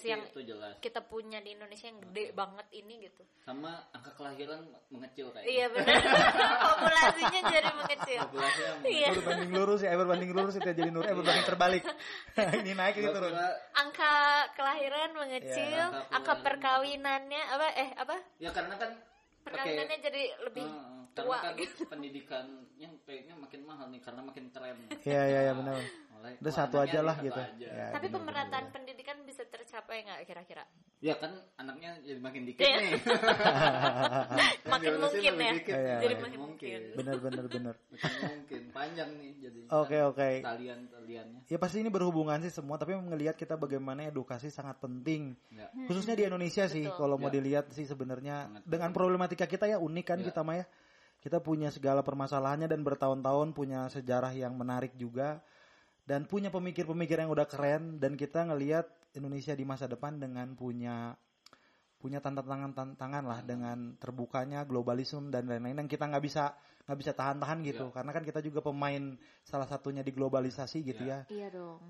sustainability yang itu jelas Kita punya di Indonesia yang Nah. gede banget ini gitu. sama angka kelahiran mengecil kayak Iya (laughs) benar. Populasinya jadi mengecil. populasinya Iya. berbanding lurus ya, eh, berbanding lurus itu ya jadi nur, eh berbanding terbalik. (laughs) ini naik gitu, ini turun. mengecil Angka kelahiran mengecil, Ya, angka angka kelahiran. perkawinannya apa eh apa? ya karena kan Perkawinannya jadi pakai- lebih Heeh, tua karena kan gitu. (laughs) pendidikannya kayaknya makin mahal nih karena makin tren Iya iya iya benar. Mulai- Udah wah, satu anaknya aja lah satu gitu. aja. Ya, Tapi bener, bener, pemerataan bener. pendidikan bisa tercapai nggak kira-kira? Ya kan anaknya jadi makin dikit Iya. nih. (laughs) Makin Yang mungkin diurusin ya. lebih dikit. Iya, Jadi iya. makin mungkin. bener bener bener Makin mungkin panjang nih jadi. (laughs) oke oke Talian-taliannya. ya pasti ini berhubungan sih semua tapi melihat kita bagaimana edukasi sangat penting Ya. Hmm. khususnya di Indonesia sih Betul. kalau mau Ya. dilihat sih sebenarnya Sangat. dengan problematika kita ya unik kan Ya. kita mah ya kita punya segala permasalahannya dan bertahun-tahun punya sejarah yang menarik juga dan punya pemikir-pemikir yang udah keren dan kita ngelihat Indonesia di masa depan dengan punya punya tantangan-tantangan lah Hmm. dengan terbukanya globalisme dan lain-lain yang kita nggak bisa nggak bisa tahan-tahan gitu Ya. karena kan kita juga pemain salah satunya di globalisasi gitu Ya. Iya ya dong.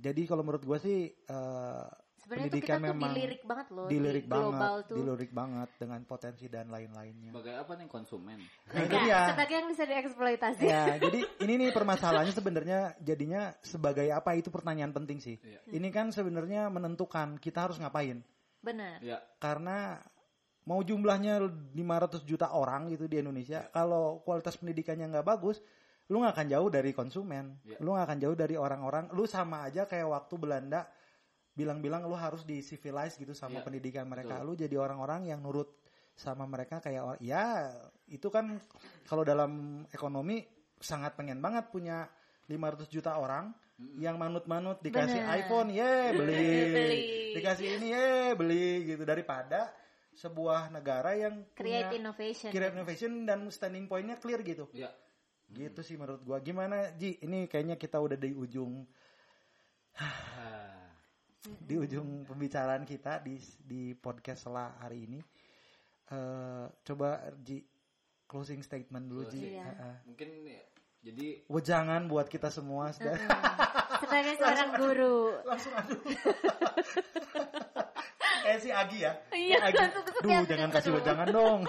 jadi kalau menurut gue sih eh, Sebenarnya tuh kita Pendidikan tuh memang dilirik banget loh dilirik di global banget, tuh. Iya. dilirik banget dengan potensi dan lain-lainnya. Sebagai apa nih konsumen? Nah, itu Enggak, dia. sebagai yang bisa dieksploitasi. Ya, jadi ini nih permasalahannya sebenarnya jadinya sebagai apa itu pertanyaan penting sih. Iya. Ini kan sebenarnya menentukan kita harus ngapain. Benar. Ya. Karena mau jumlahnya 500 juta orang gitu di Indonesia, Iya. kalau kualitas pendidikannya nggak bagus, lu nggak akan jauh dari konsumen, Iya. lu nggak akan jauh dari orang-orang, lu sama aja kayak waktu Belanda bilang-bilang lu harus di civilize gitu sama Iya, pendidikan mereka, betul. lu jadi orang-orang yang nurut sama mereka kayak or- ya itu kan kalau dalam ekonomi sangat pengen banget punya 500 juta orang yang manut-manut dikasih Bener. iPhone, ye beli. Beli. dikasih ini, ye beli gitu daripada sebuah negara yang punya Create innovation. create innovation dan standing pointnya clear gitu. Ya. Gitu sih menurut gua. Gimana Ji? Ini kayaknya kita udah di ujung Ah. di ujung pembicaraan kita di di podcast setelah hari ini. Eh, coba Ji closing statement dulu Ji. Iya. Heeh. Mungkin ya. Jadi Wejangan buat kita semua. sedang- (laughs) Sebagai seorang guru. langsung aduh kayak si Agi ya Iya, (laughs) Kayak Agi. langsung ke duh setiap jangan itu, kasih aduh. wejangan (laughs) dong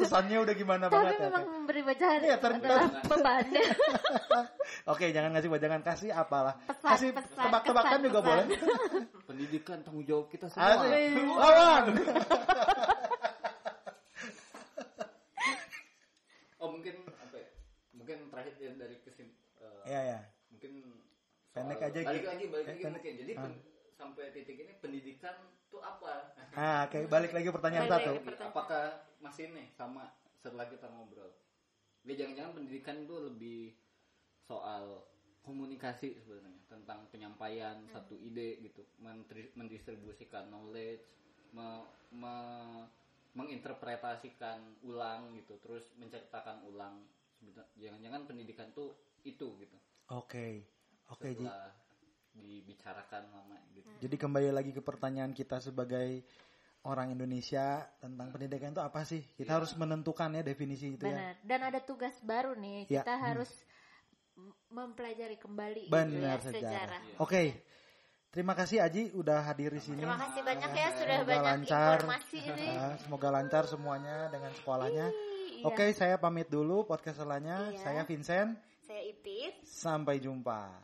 pesannya udah gimana Tapi banget ya. memang memberi bacahan Iya, ter- adalah ter- bebannya. oke jangan ngasih wejangan kasih apalah Pesan, kasih pesan, tebak-tebakan pesan, juga pesan. boleh pendidikan tanggung jawab kita semua. Asik. lawan Oh mungkin apa ya? Mungkin terakhir ya, dari kesim eh, ya ya mungkin Pendek soal- aja, balik Ki. lagi balik Eh, lagi pendek. mungkin jadi Ah. pen- sampai titik ini pendidikan tuh apa Nah, ah oke balik lagi pertanyaan Balik satu lagi. pertanyaan. apakah masih nih sama setelah kita ngobrol dia jangan-jangan pendidikan itu lebih soal komunikasi sebenarnya tentang penyampaian satu ide gitu mentri- mendistribusikan knowledge me- me- menginterpretasikan ulang gitu terus menceritakan ulang Sebenar- jangan-jangan pendidikan tuh itu gitu oke oke Ji setelah dibicarakan lama gitu. jadi kembali lagi ke pertanyaan kita sebagai orang Indonesia tentang pendidikan itu apa sih kita harus menentukan ya definisi itu ya Iya. Benar. Dan ada tugas baru nih. Ya, Kita hmm. harus m- mempelajari kembali gitu Benar ya, sejarah. sejarah. Oke. Terima kasih Aji udah hadir di sini. Terima kasih banyak ya sudah Semoga banyak lancar. informasi (laughs) ini. Ah, semoga lancar semuanya dengan sekolahnya. Iya. Oke, saya pamit dulu podcast selanjutnya. Iya. Saya Vincent. Saya Ipit. Sampai jumpa.